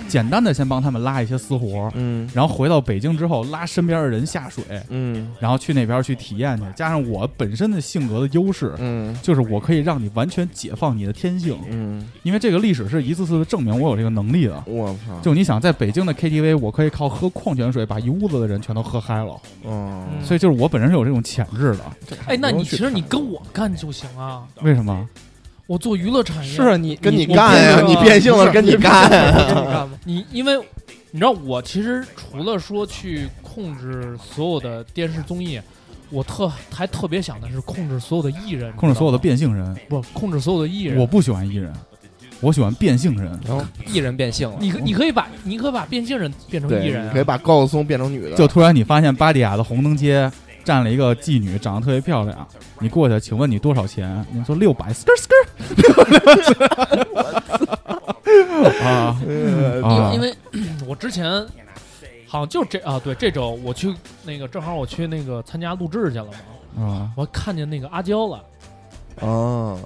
简单的先帮他们拉一些私活儿，嗯然后回到北京之后拉身边的人下水，嗯然后去那边去体验去，加上我本身的性格的优势。嗯就是我可以让你完全解放你的天性，嗯，因为这个历史是一次次的证明我有这个能力的。我操，就你想在北京的 KTV，我可以靠喝矿泉水把一屋子的人全都喝嗨了，嗯，所以就是我本人是有这种潜质的。哎，那不你用其去实你看跟我干就行啊，为什么？我做娱乐产业。是啊，你跟你我干哎呀，变你性变性了跟你干呀，啊了跟你干吗？你因为你知道我其实除了说去控制所有的电视综艺，我特还特别想的是控制所有的艺人，控制所有的你知变性人，道吗不控制所有的艺人。我不喜欢艺人，我喜欢变性人。艺人变性了？你可你可以把你可以把变性人变成艺对，人、你啊，可以把高晓松变成女的，就突然你发现巴蒂亚的红灯街站了一个妓女，长得特别漂亮，你过去，请问你多少钱？你说六百，skr skr。啊呃因为啊因！为 我之前好像就这啊，对，这周我去那个正好我去那个参加录制去了嘛，啊！我看见那个阿娇了，啊，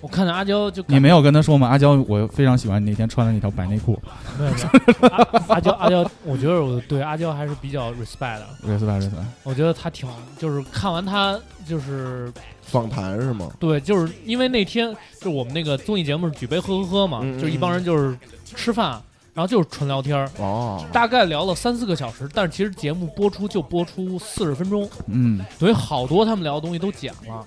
我看见阿娇就感你没有跟他说吗？阿娇，我非常喜欢你那天穿的那条白内裤。没有没有阿阿娇阿娇，我觉得我对阿娇还是比较 respect 的， respect respect。我觉得她挺就是看完她就是访谈是吗？对，就是因为那天就我们那个综艺节目是举杯喝喝喝嘛，嗯嗯就一帮人就是吃饭，然后就是纯聊天儿。哦，大概聊了三四个小时，但是其实节目播出就播出四十分钟，嗯，所以好多他们聊的东西都讲了，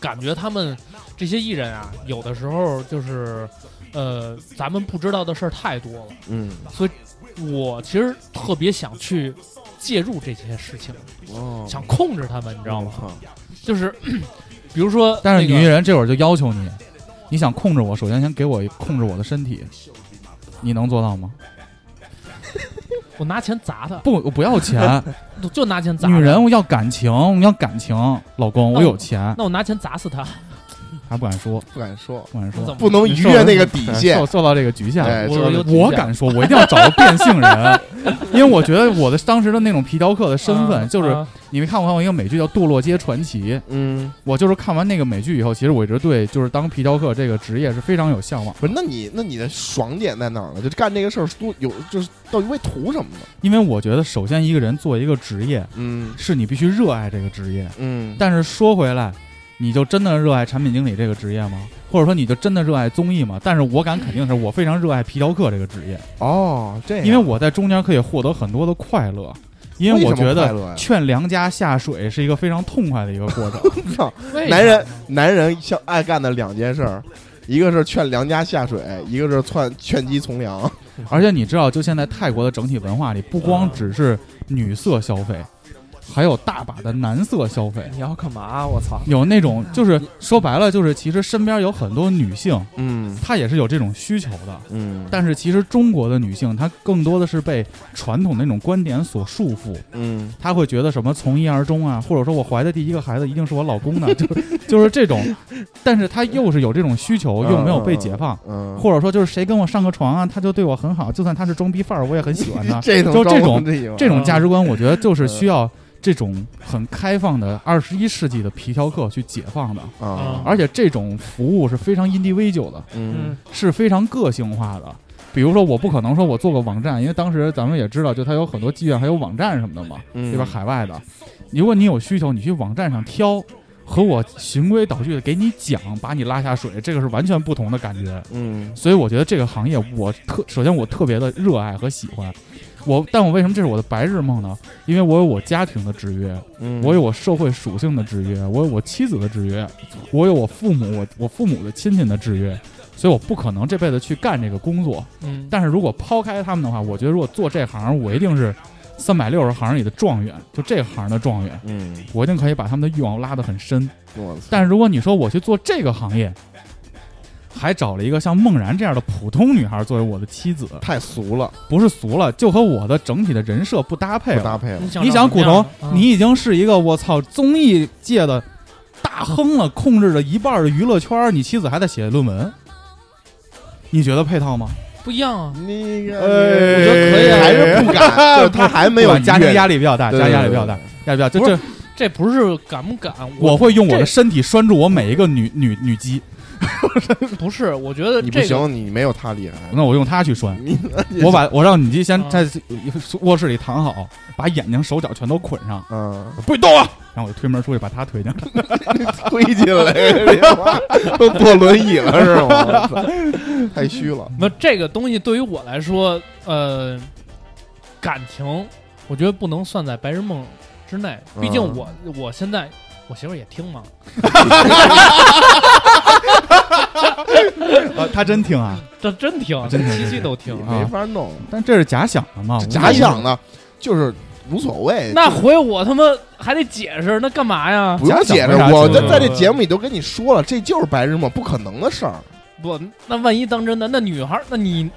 感觉他们这些艺人啊，有的时候就是，呃，咱们不知道的事儿太多了，嗯，所以我其实特别想去介入这些事情，哦，想控制他们，你知道吗？我操就是，比如说，但是女艺那个人这会儿就要求你，你想控制我，首先先给我控制我的身体，你能做到吗？我拿钱砸他，不，我不 要钱，就拿钱砸女他人，我要感情，我要感情，老公我有钱，那我拿钱砸死他，还不敢说，不敢说，不敢我怎么说，不能逾越那个底线受， 受到这个局限了。哎，我就是有底线我敢说，我一定要找个变性人，因为我觉得我的当时的那种皮条客的身份，啊就是啊你们看过看过一个美剧叫《堕落街传奇》，嗯，我就是看完那个美剧以后，其实我一直对就是当皮条客这个职业是非常有向往的。不是，那你那你的爽点在哪儿呢？就干这个事儿多有，就是到底为图什么呢？因为我觉得，首先一个人做一个职业，嗯是你必须热爱这个职业。嗯，但是说回来，你就真的热爱产品经理这个职业吗？或者说你就真的热爱综艺吗？但是我敢肯定是我非常热爱皮条客这个职业，哦，这样因为我在中间可以获得很多的快乐，因为我觉什么快得乐呀劝良家下水是一个非常痛快的一个过程。为男啥人男人像爱干的两件事儿，一个是劝良家下水，一个是劝劝鸡从良。而且你知道，就现在泰国的整体文化里，不光只是女色消费，还有大把的男色消费，你要干嘛？啊我操！有那种就是说白了就是其实身边有很多女性，嗯她也是有这种需求的，嗯但是其实中国的女性她更多的是被传统那种观点所束缚，嗯她会觉得什么从一而终啊，或者说我怀的第一个孩子一定是我老公的，就 就是这种，但是她又是有这种需求，又没有被解放。嗯，。或者说，就是谁跟我上个床啊，他就对我很好，就算他是装逼范儿，我也很喜欢他 这种就这装种不起吗这种价值观，我觉得就是需要这种很开放的二十一世纪的皮条客去解放的，啊，而且这种服务是非常 individual 的，嗯嗯是非常个性化的。比如说，我不可能说我做个网站，因为当时咱们也知道，就它有很多妓院，还有网站什么的嘛，嗯，对吧？海外的，如果你有需求，你去网站上挑，和我循规蹈矩的给你讲，把你拉下水，这个是完全不同的感觉。嗯所以我觉得这个行业我特首先我特别的热爱和喜欢。我，但我为什么这是我的白日梦呢？因为我有我家庭的制约，嗯，我有我社会属性的制约，我有我妻子的制约，我有我父母我我父母的亲戚的制约，所以我不可能这辈子去干这个工作。嗯，但是如果抛开他们的话，我觉得如果做这行，我一定是三百六十行里的状元，就这行的状元，嗯，我一定可以把他们的欲望拉得很深。我操，但是如果你说我去做这个行业，还找了一个像梦然这样的普通女孩作为我的妻子，太俗了，不是俗了，就和我的整体的人设不搭配不了。搭配了。你想你长想什么古样潼啊，啊你已经是一个我操综艺界的大亨了，控制着一半的娱乐圈，你妻子还在写论文，你觉得配套吗？不一样啊，那个，哎我觉得可以，还是不敢，就是他还没有对吧家庭压力，力比较大，对家庭压力对比较大，压力比较大就不这，这不是敢不敢，我会用我的这身体拴住我每一个女女女鸡，不是，我觉得你不这个行，你没有他厉害。那我用它去拴。你我把我让女鸡先啊在卧室里躺好，把眼睛手脚全都捆上，嗯，不许动啊！然后我就推门出去把她推进来。推进来，这话都坐轮椅了是吗我操？太虚了，没有这个东西对于我来说，呃，感情我觉得不能算在白日梦之内，毕竟嗯我、我现在我媳妇儿也听嘛，啊，她真听啊，这真听，真听七七都听。听没法弄，但这是假想的嘛？假想的，就是无所谓。那就是回我他妈还得解释，那干嘛呀？不用解释，假想我为在啥解释在这节目里都跟你说了，这就是白日梦，不可能的事儿。不，那万一当真的，那女孩儿，那你，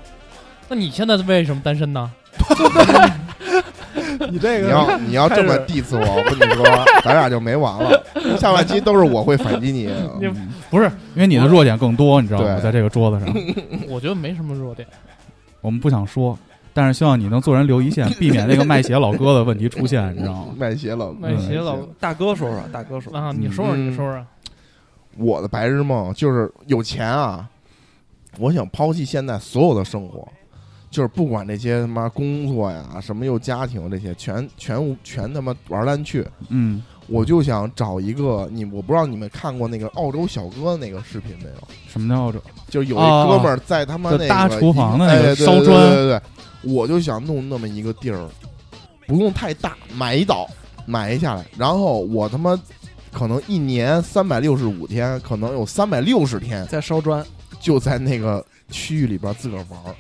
那你现在为什么单身呢？你这你要你要这么 diss 我，我跟你说，咱俩就没完了。下半期都是我会反击你。你嗯不 是，因为你的弱点更多，你知道吗？对在这个桌子上， 我觉得没什么弱点。我们不想说，但是希望你能做人留一线，避免那个卖血老哥的问题出现，你知道吗？卖鞋老哥，麦琪老大哥说说，大哥说说，啊，你说说，嗯你说说，我的白日梦就是有钱啊，我想抛弃现在所有的生活，就是不管这些他妈工作呀、什么又家庭这些，全全无全他妈玩烂去。嗯，我就想找一个你，我不知道你们看过那个澳洲小哥那个视频没有？什么叫这？就是有一哦哥们儿在他妈就那个搭厨房的那哎对个对烧对砖对对对对，我就想弄那么一个地儿，不用太大，买一岛，买一下来，然后我他妈可能一年三百六十五天，可能有三百六十天在烧砖，就在那个区域里边自个儿玩儿，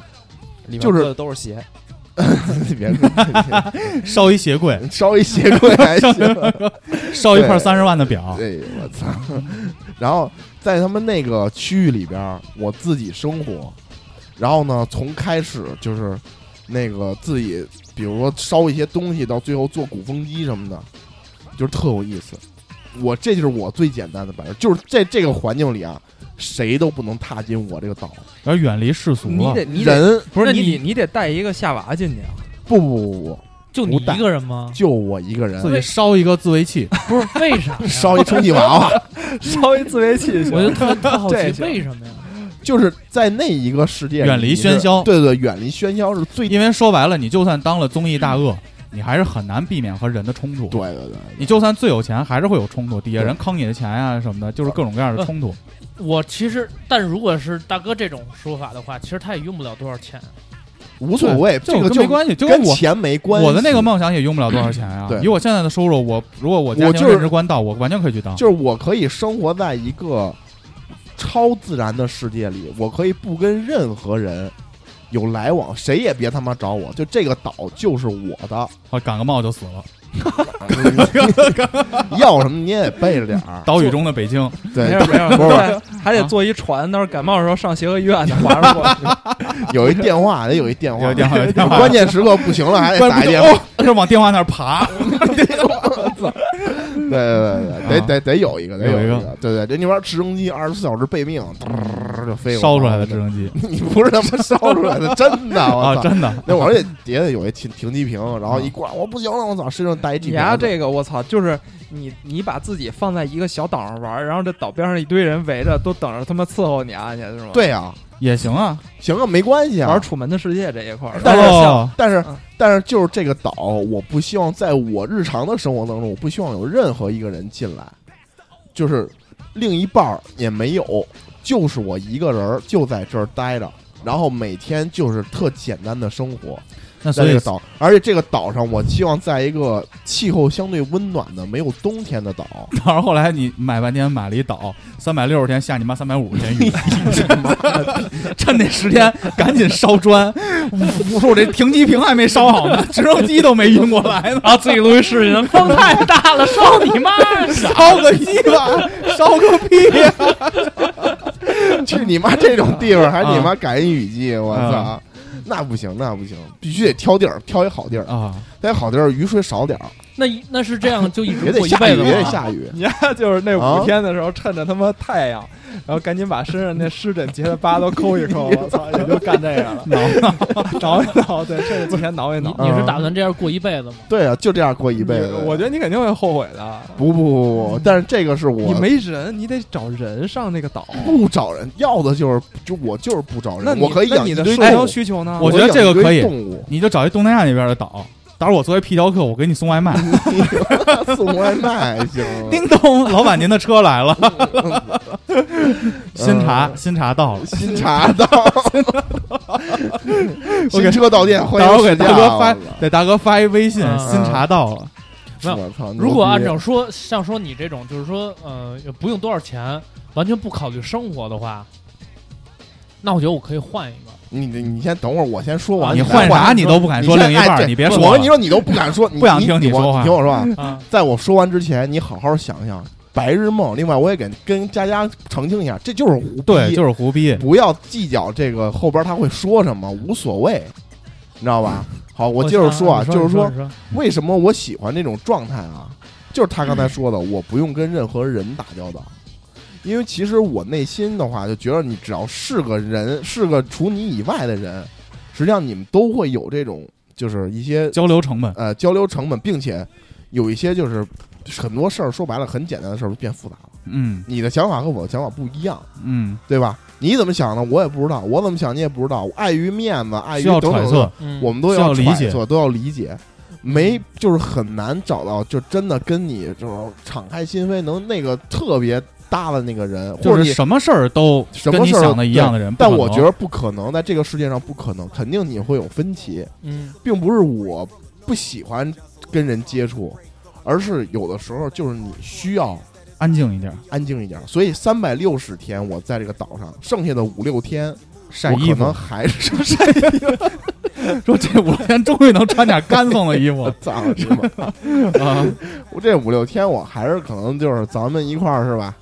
里面就是搁的都是鞋，别别烧一鞋柜， 别烧一鞋柜还行。烧一块对三十万的表，对，哎我操！ 然后在他们那个区域里边儿，我自己生活，然后呢，从开始就是那个自己，比如说烧一些东西，到最后做鼓风机什么的，就是特有意思。我这就是我最简单的版本，就是在这个环境里啊，谁都不能踏进我这个岛。然后远离世俗你了得。你得人不那是你你你得带一个夏娃进 去啊，不不不不，就你不带一个人 吗？就我一个人自己烧一个自慰器，不是为啥呀？ 烧一充气娃娃，烧一自慰 器我就特特 好这奇行为什么呀？就是在那一个世界里远离你是喧嚣对对，远离喧嚣是最对因为说白了，你就算当了综艺大鳄，你还是很难避免和人的冲突。，对对，你就算最有钱，还是会有冲突，底下人坑你的钱呀、什么的，就是各种各样的冲突。我其实，但如果是大哥这种说法的话，其实他也用不了多少钱。无 所谓，这这个跟就没关系，就跟我钱没关系。我的那个梦想也用不了多少钱啊。 对以我现在的收入，我如果我家我庭就是认知观到，我完全可以去当。就是我可以生活在一个超自然的世界里，我可以不跟任何人有来往，谁也别他妈找我，就这个岛就是我的。 我赶个冒就死了，要什么你也得备着点儿。岛屿中的北 京，对没，事没事，不是还得坐一船，到时候感冒的时候上协和医院去 划着过去。有一电话得有一电有话，电话，有电话，关键时刻不行了还得关哎打一键哦电话。是往电话那 儿爬。对对对对，啊得得得有一个，得有一一个嗯个。对对，这那边直升机二十四小时备命，嘚儿就飞过烧出来的直升机你不是他妈烧出来 的，真的， 我啊，操！真 的哦那我也也得有一停停机坪，然后一挂，我不行了，我操，身上带一 G 你瓶。丫这个我操，就是你你把自己放在一个小岛上玩，然后这岛边上一堆人围着，都等着他妈伺候你啊，去是吗？，对啊，也行啊。行啊，没关系啊。玩《楚门的世界》这一 块儿，但是像哦但是嗯但是就是这个岛，我不希望在我日常的生活当中，我不希望有任何一个人进来，就是另一半儿也没有，就是我一个人儿就在这儿待着。然后每天就是特简单的生活，那在所这以个岛，而且这个岛上，我希望在一个气候相对温暖的、没有冬天的岛。到时候后来你买半天买了一岛，三百六十天下你妈三百五十天雨， 趁那十天赶紧烧砖。我说我这停机坪还没烧好呢，直升机都没运过来呢，啊然后自己录一视频， 风太大了，烧你妈！烧个鸡巴，烧个屁！去你妈这种地方，还你妈赶一雨季，我操！那不行，那不行，必须得挑地儿，挑一好地儿，啊，挑一好地儿，雨水少点儿， 那一那是这样，就一也直得过一下辈雨，子也得吗？下雨。 你丫就是那啊五天的时候，趁着他妈太 阳，然后赶紧把身上那湿疹结的疤都抠一抠， 我操，也就干这个了， 挠挠一挠，对，趁着昨天挠一你挠。嗯你是打算这样过一辈子吗？对啊，就这样过一辈子。我觉得你肯定会后悔的。不不不不，但是这个是你我没人，你得找人上那个岛。不找人，要的就是就我就是不找那人，你我可以那养你一的堆社动交物，需求呢？我觉得养这个一堆可以动物 你就找一东南亚那边的岛，到时候我作为皮条客，我给你送 外卖。送外卖还行吗。叮咚，老板您的车来了，新茶嗯新茶到了，新茶 到，我新给车到店，欢到时迎候给试驾大哥我发操，给大哥发一微信，嗯新茶到了，没有啊我操！如果牛按逼照说像说你这种，就是说，呃，也不用多少钱，完全不考虑生活的话，那我觉得我可以换一个。 你你你先等会儿，我先说完。你再换啥你都不敢说你先另一半哎儿，对你别我说跟你了。说，你都不敢 说，你不想听你你说话你听我说啊，啊，在我说完之前，你好好想想白日梦。另外，我也给跟佳佳澄清一下，这就是胡逼，对，就是胡逼。不要计较这个后边他会说什么，无所谓，你知道吧？好，我接着说啊，你就是你说你说为什么我喜欢这种状态啊？就是他刚才说的，我不用跟任何人打交道，因为其实我内心的话就觉得，你只要是个人，是个除你以外的人，实际上你们都会有这种就是一些交流成本，呃交流成本，并且有一些就是很多事儿说白了很简单的事儿变复杂了，嗯你的想法和我的想法不一样。嗯，对吧？你怎么想的，我也不知道；我怎么想，你也不知道。碍于面子，碍于需要哎等等揣等测等，，嗯我们都需要要理揣解嗯测，都要理解。没，就是很难找到，就真的跟你就是敞开心扉，能那个特别搭的那个人，或就者是你。什么事儿都什跟么你事儿想的一样的人，但不可我能觉得不可能，在这个世界上不可能，肯定你会有分歧，嗯，并不是我不喜欢跟人接触，而是有的时候就是你需要安静一点，安静一点。所以三百六十天我在这个岛上，剩下的五六天晒我衣可能服。还是 说这五天终于能穿点干松的衣 服脏了，是吗？啊！我这五六天我还是可能就是咱们一块儿是吧？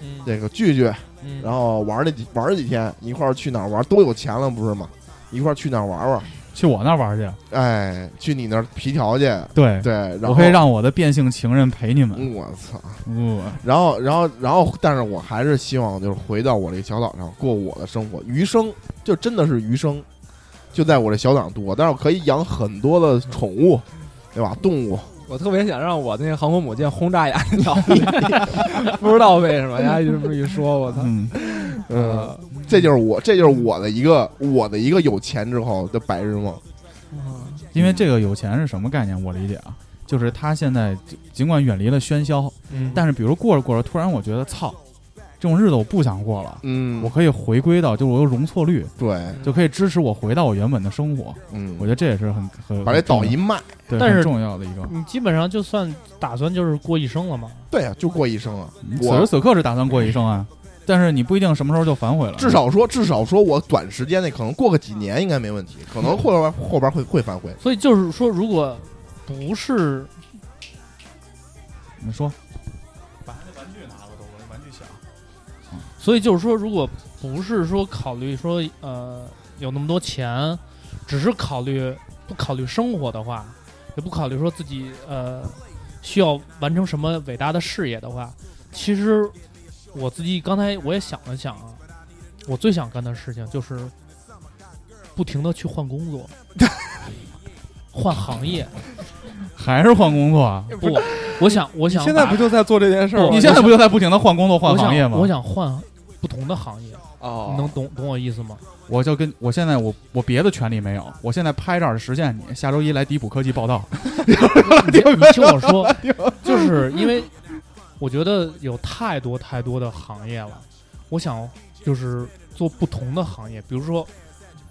嗯这个聚聚，嗯然后玩儿那几玩儿几天，一块儿去哪儿玩儿？都有钱了不是吗？一块儿去哪儿玩玩？去我那儿玩去，哎，去你那儿皮条去。对，对，然我后可以让我的变性情人陪你们。嗯我操！嗯，然后，然后，然后，但是我还是希望就是回到我这小岛上过我的生活，余生就真的是余生，就在我这小岛上度过。但是我可以养很多的宠物，对吧？动物，我特别想让我那个航空母舰轰炸雅典岛，不知道为什么，丫这么一说，我操，呃嗯，嗯，这就是我，这就是我的一个我的一个有钱之后的白日梦。因为这个有钱是什么概念？我理解啊，就是他现在尽尽管远离了喧嚣，嗯但是比如过着过着，突然我觉得操，这种日子我不想过了，嗯我可以回归到，就是我有容错率，对，就可以支持我回到我原本的生活。嗯我觉，得这也是很很把这岛一卖，对但是很重要的一个。你基本上就算打算就是过一生了嘛。对啊，就过一生啊。此时我此刻是打算过一生啊，但是你不一定什么时候就反悔了。至少说，至少说我短时间内可能过个几年应该没问题，可能后边后边会会反悔。所以就是说，如果不是你说，把他那玩具拿了都，我那玩具响。所以就是说，如果不是说考虑说呃有那么多钱，只是考虑不考虑生活的话，也不考虑说自己呃需要完成什么伟大的事业的话，其实我自己刚才我也想了想啊，我最想干的事情就是不停的去换工作，换行业。还是换工作啊？不，我想我想现在把不就在做这件事儿不吗你？现在不就在不停的换工作、换我行业想吗？我想换不同的行业，哦你能懂懂我意思吗？我就跟我现在我我别的权利没有，我现在拍照实现你。下周一来迪普科技报道， 你别你听我说，就是因为我觉得有太多太多的行业了，我想就是做不同的行业，比如说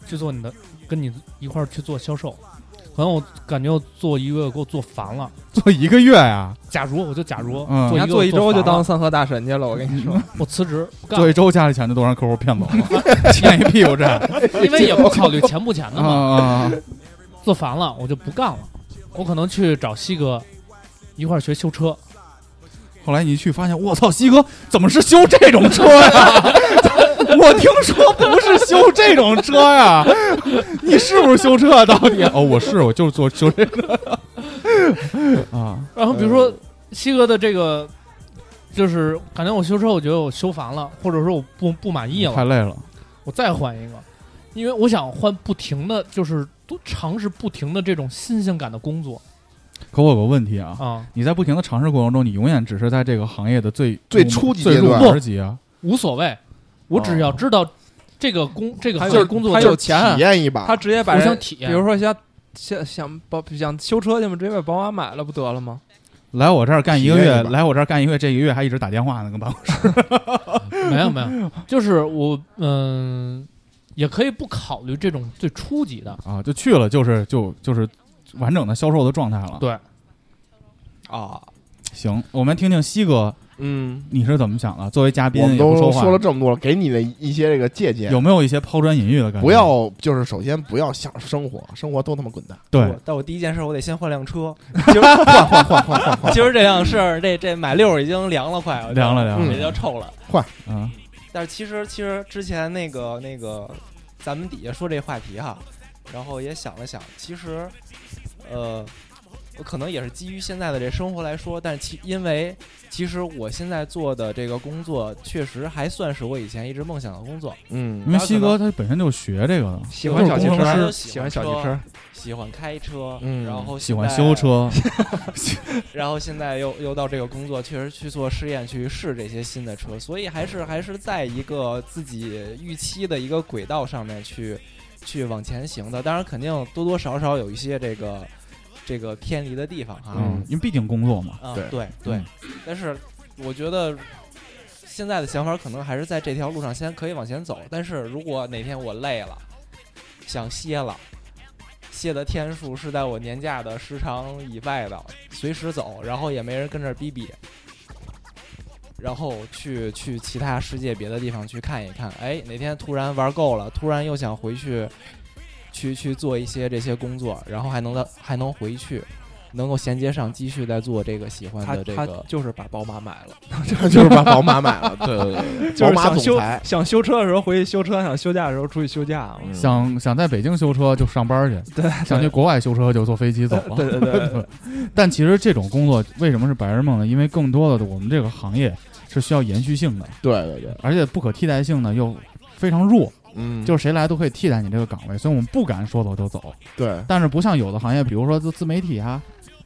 去做你的，跟你一块儿去做销售，可能我感觉我做一个月给我做烦了。做一个月呀、假如我就假如嗯做你一要个做一周就烦当了三和大神去了，我跟你说，我辞职不干做一了，周家里钱就都让客户骗走 了，欠一屁股债因为也不考虑钱不钱的啊嘛。啊！做烦了，我就不干了，我可能去找西哥一块儿学修车。后来你一去发现，我操，西哥怎么是修这种车呀？ 我听说不是修这种车呀，你是不是修车啊？到底？哦，我是，我就是做修这个的啊。然后比如嗯说西哥的这个，就是感觉我修车，我觉得我修烦了，或者说我不不满意太嗯了，累了。我再换一个，因为我想换不停的，就是多尝试不停的这种新鲜感的工作可我有个问题啊，啊，你在不停的尝试过程中，你永远只是在这个行业的最嗯最初级最阶入段门级啊。无所谓，我只要知道这个工这个哦还行有业工作还就有钱，体验一把，他直接把互相人，体比验。如说想想想宝想修车去嘛，直接把宝马买了不得了吗？来我这儿干一个体月验一，把来我这儿干一个月，这一个月还一直打电话呢，跟办公室。没有没有，就是我嗯、也可以不考虑这种最初级 的，啊，就去了，就是就就是完整的销售的状态了。对，啊，行，我们听听西哥嗯，你是怎么想的？作为嘉宾我们也不都话说了，这么多了，给你的一些这个借鉴有，没有一些抛砖引玉的感觉？不要就是首先不要享受生活，生活都他妈滚蛋。对我，但我第一件事我得先换辆 车。换换换换换换，今儿这辆事儿，这这买六已经凉了，快我觉得凉了凉了也就臭了。啊，但是其实其实之前那个那个，咱们底下说这话题哈，然后也想了想，其实，呃，我可能也是基于现在的这生活来说，但其因为其实我现在做的这个工作，确实还算是我以前一直梦想的工作，嗯因为西哥他本身就是学这个的，喜欢小汽就是工程车，师喜欢小汽车，喜欢开车，嗯然后喜欢现在 修车，然后现在又又到这个工作，确实去做试验，去试这些新的车，所以还是还是在一个自己预期的一个轨道上面去去往前行的。当然，肯定多多少少有一些这个这个偏离的地方哈。嗯，因为毕竟工作嘛，啊、对对对、嗯但是我觉得现在的想法可能还是在这条路上先可以往前走，但是如果哪天我累了，想歇了。歇的天数是在我年假的时长以外的，随时走，然后也没人跟这儿逼逼，然后去去其他世界别的地方去看一看。哎，哪天突然玩够了，突然又想回去，去去做一些这些工作，然后还能到还能回去，能够衔接上，继续再做这个喜欢他的这他个。就是把宝马买了，就是把宝马买了，对对对，就宝是马想总修裁，想修车的时候回去修车，想休假的时候出去休假。嗯想想在北京修车就上班去，对，想去国外修车就坐飞机走 了。对对对， 但其实这种工作为什么是白日梦呢？因为更多的我们这个行业是需要延续性的，对对对，而且不可替代性呢又非常弱，嗯，就是谁来都可以替代你这个岗位，所以我们不敢说走就走。对，但是不像有的行业，比如说自自媒体啊，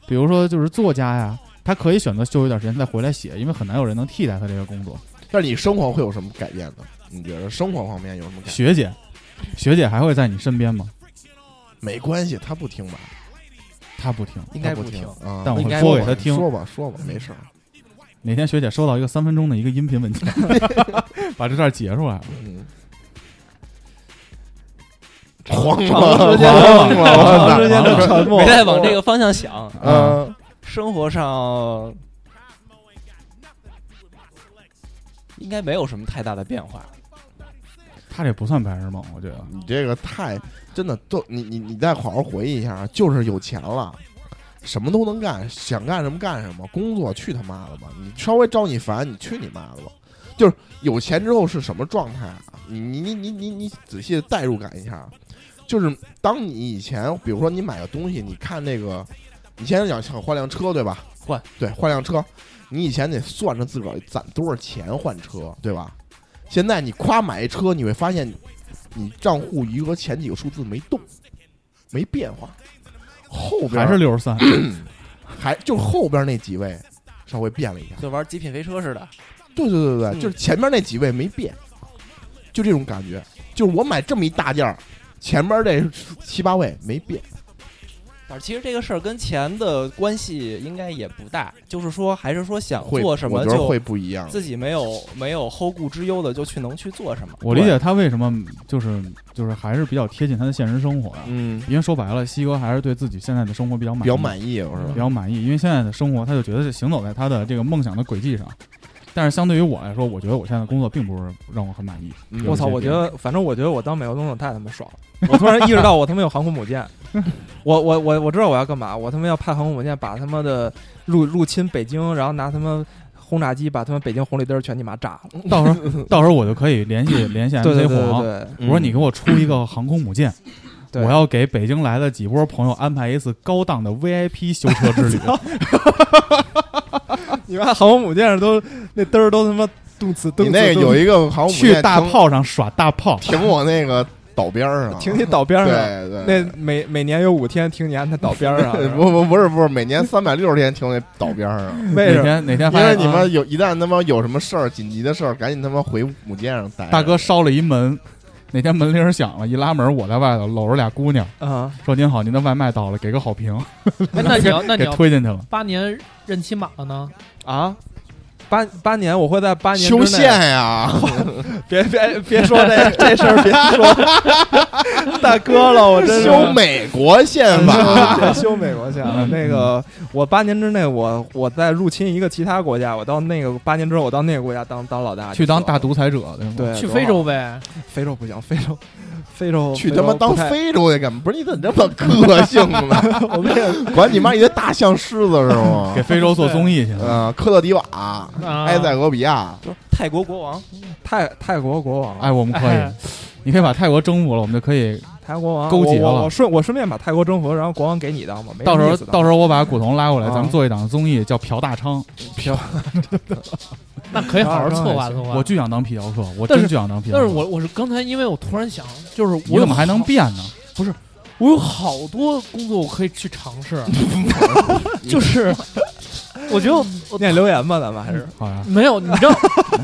比如说就是作家呀、他可以选择休一段时间再回来写，因为很难有人能替代他这个工作。但是你生活会有什么改变呢？你觉得生活方面有什么改变？学姐，学姐还会在你身边吗？没关系，他不听吧？她不听。应他该不听，啊，但我应该说给吧他听说吧说吧，没事儿，哪天学姐收到一个三分钟的一个音频 文件，把这段截出来了。嗯，慌了，长时间的慌了，我长时间的沉默没，再往这个方向想。啊嗯，生活上应该没有什么太大的变化。他这不算白日梦，我觉得。你这个太真的都，你你你再好好回忆一下啊，就是有钱了，什么都能干，想干什么干什么，工作去他妈的吧！你稍微招你烦，你去你妈的吧！就是有钱之后是什么状态啊？你你你你你你仔细代入感一下，就是当你以前，比如说你买个东西，你看那个，你现在想想换辆车对吧？换对换辆车，你以前得算着自个儿攒多少钱换车对吧？现在你夸买一车，你会发现你账户余额前几个数字没动，没变化，后边还是六十三，啊还就后边那几位稍微变了一下。就玩极品飞车似的，对对对嗯对，就是前面那几位没变，就这种感觉。就是我买这么一大件儿，前面这七八位没变。但是其实这个事儿跟钱的关系应该也不大，就是说还是说想会做什么我觉得就会不一样。自己没有没有后顾之忧的就去能去做什么。我理解他为什么就是就是还是比较贴近他的现实生活呀、嗯，因为说白了，西哥还是对自己现在的生活比较满意，比较满意，我比说。较满意，因为现在的生活他就觉得是行走在他的这个梦想的轨迹上。但是相对于我来说，我觉得我现在的工作并不是让我很满意。嗯我操！我觉得，反正我觉得我当美国总统太他妈爽了。我突然意识到，我他妈有航空母舰。我我我我知道我要干嘛，我他妈要派航空母舰把他妈的入入侵北京，然后拿他妈轰炸机把他妈北京红绿灯全你妈炸了。到时候到时候我就可以联 系联 系嗯对对 MC 对对嗯黄，对我说你给我出一个航空母舰，对，我要给北京来的几波朋友安排一次高档的 VIP 修车 之旅。你妈航空母舰上都那灯儿都他妈动次动你次。那个动有次一个航空母去舰大停炮上耍大炮，停我那个岛边儿上，停你岛边对上，对。。那每每年有五天停你安那岛边上不不不是不是，每年三百六十天停那岛边 儿上， 为哪什么？天哪天发因为现你们有一旦他妈有什么事儿，紧急的事儿，赶紧他妈回母舰上待着。大哥烧了一门，哪天门铃儿响了，一拉门，我在外头搂着俩姑娘，啊，说您好，您的外卖到了，给个好评，哎那你要那你给要推进去了。八年任期满了呢？啊，八八年我会在八年之修内宪呀，别别别说这这事儿，别说，大哥 了，我真是修美国 宪法，对 修美国去了。那个，我八年之内，我我再入侵一个其他国家，我到那个八年之后，我到那个国家当当老大，去当大独裁者，对吗？对，去多好非洲，呗，非洲不行，非洲，非 洲去他妈当，非非洲去干嘛？不是你怎么这么个 性呢？洲不太我们也 管你妈一堆大象狮子是 吗 给？非洲做综艺去了。呃，科特迪瓦、啊埃塞俄比亚，就是泰国国王，泰泰国国王，啊哎，我们可哎以，你可以把泰国征服了，我们就可以。泰国国王勾结我了我我顺我顺便把泰国征服，然后国王给你当吧，没到时候到时时候我把古潼拉过来，啊咱们做一档综艺叫《嫖大昌》。那可以好好策划啊策划。我就想当皮条客，我但真是就想当皮条但客。是我我是刚才，因为我突然想，就是你我怎么还能好变呢？我有好多工作我可以去尝 试，就是我觉得候念留言吧，咱们还是好呀，没有，你知道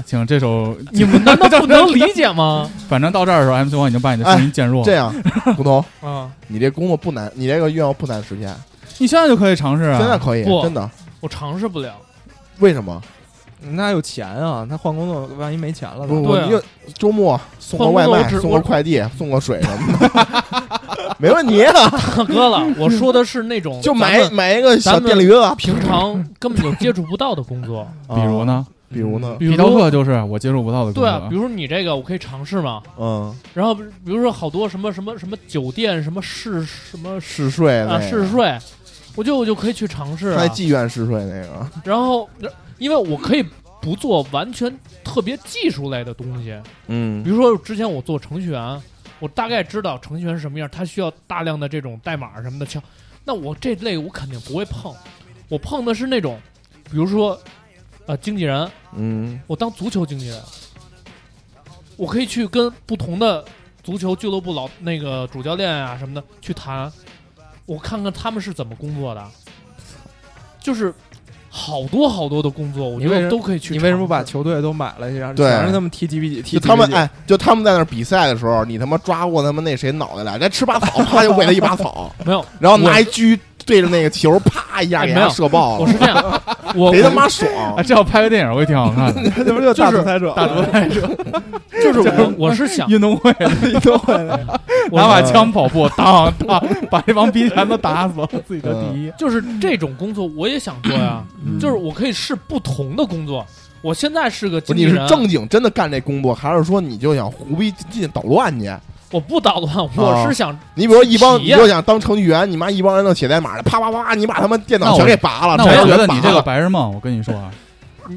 请这首，你们难道不能理解吗？ 反正到这儿的时候，MC 王已经把你的声音渐弱这了。样，胡同，啊，你这工作不难，你这个愿望不难实现，你现在就可以尝试啊！现在可以，不真的。我尝试不了。为什么？那有钱啊，他换工作万一没钱了，不呢？不，对啊你就周末送个外换工作卖我只，送我个快递，送个水什么的， 没问 题啊。大哥了，我说的是那种就咱买们买一个小咱们电驴子，平常根本就接触不到的工 作，比比如，呢？啊比如呢，比如皮条客就是我接触不到的工对啊，作比。如说你这个我可以尝试嘛，嗯，然后比如说好多什么什么什么酒店什么试什么嗜睡那啊个试，睡，我觉得我就可以去尝试、啊在，妓院嗜睡那个，然后因为我可以不做完全特别技术类的东西，嗯比如说之前我做程序员，我大概知道程序员是什么样，他需要大量的这种代码什么的敲。那我这类我肯定不会碰，我碰的是那种，比如说，呃，经纪人，嗯，我当足球经纪人，我可以去跟不同的足球俱乐部老那个主教练啊什么的去谈，我看看他们是怎么工作的，就是好多好多的工作，我觉你为什得么都可以去尝试。你为什么把球队都买了，然后对想让他们踢几比几？踢就几比他们几哎，就他们在那儿比赛的时候，你他妈抓过他们那谁脑袋来，来吃把草，啪就喂他一把草，没有？然后拿一狙对着那个球，啪一下给哎没他有射爆我了，是这样， 我我贼哎他妈爽啊，！这要拍个电影，我也挺好看的。这不就就是裁者大独裁者，就是 我我是想运动会，运动会，我 拿把枪跑步，当当，把这帮逼全都打死，自己得第一。就是这种工作我也想做呀，嗯就是我可以试不同的工作。我现在是个不经纪是你是人，啊正经真的干这工作，还是说你就想胡逼进捣乱去？我不捣哦乱，我是想你比如一帮，体你验就想当程序员，你妈一帮人弄写代码的，啪啪啪，你把他们电那脑我全给拔了。那我全觉给得拔你这个了白日梦，我跟你说啊，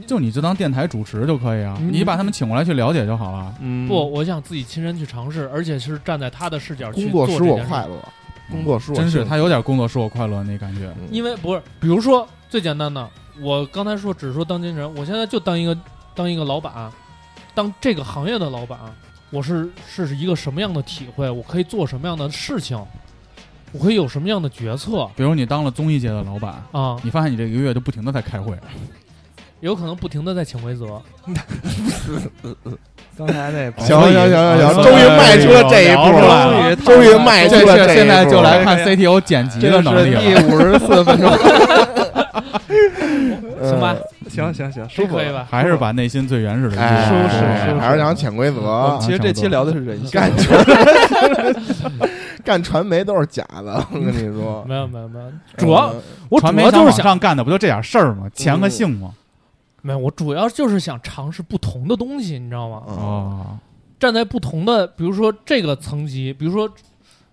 就你就当电台主持就可以啊，嗯你把他们请过来去了解就好了。嗯不，我想自己亲身去尝试，而且是站在他的视角去工作做使这我件事快乐，工作使我真幸是福他有点工作使我快乐那感觉。因为不是，比如说最简单的，我刚才说只是说当经纪人，我现在就当一个当一个老板，啊当这个行业的老板，我是是是一个什么样的体会，我可以做什么样的事情，我可以有什么样的决策比如你当了综艺界的老板，啊，你发现你这一个月就不停的在开哦会，有可能不停的在潜规则。刚才那行行行行行，哎终于迈出了这一步了，终于终于迈出这了这一步了。现在就来看这 CTO 剪辑这个的能是力第了。五 十四分钟，呃行吧，行行行，这舒服可以了。吧？还是把内心最原始的一哎，面舒适对舒适还是讲潜规我们嗯则，其实这期聊的是人性，干传干传媒都是假的，我跟你说。没有没有没有，主要呃我传主媒要就是往想上干的不就这点事儿吗？钱嗯和性吗？没有，我主要就是想尝试不同的东西，你知道吗？嗯哦，站在不同的，比如说这个层级，比如说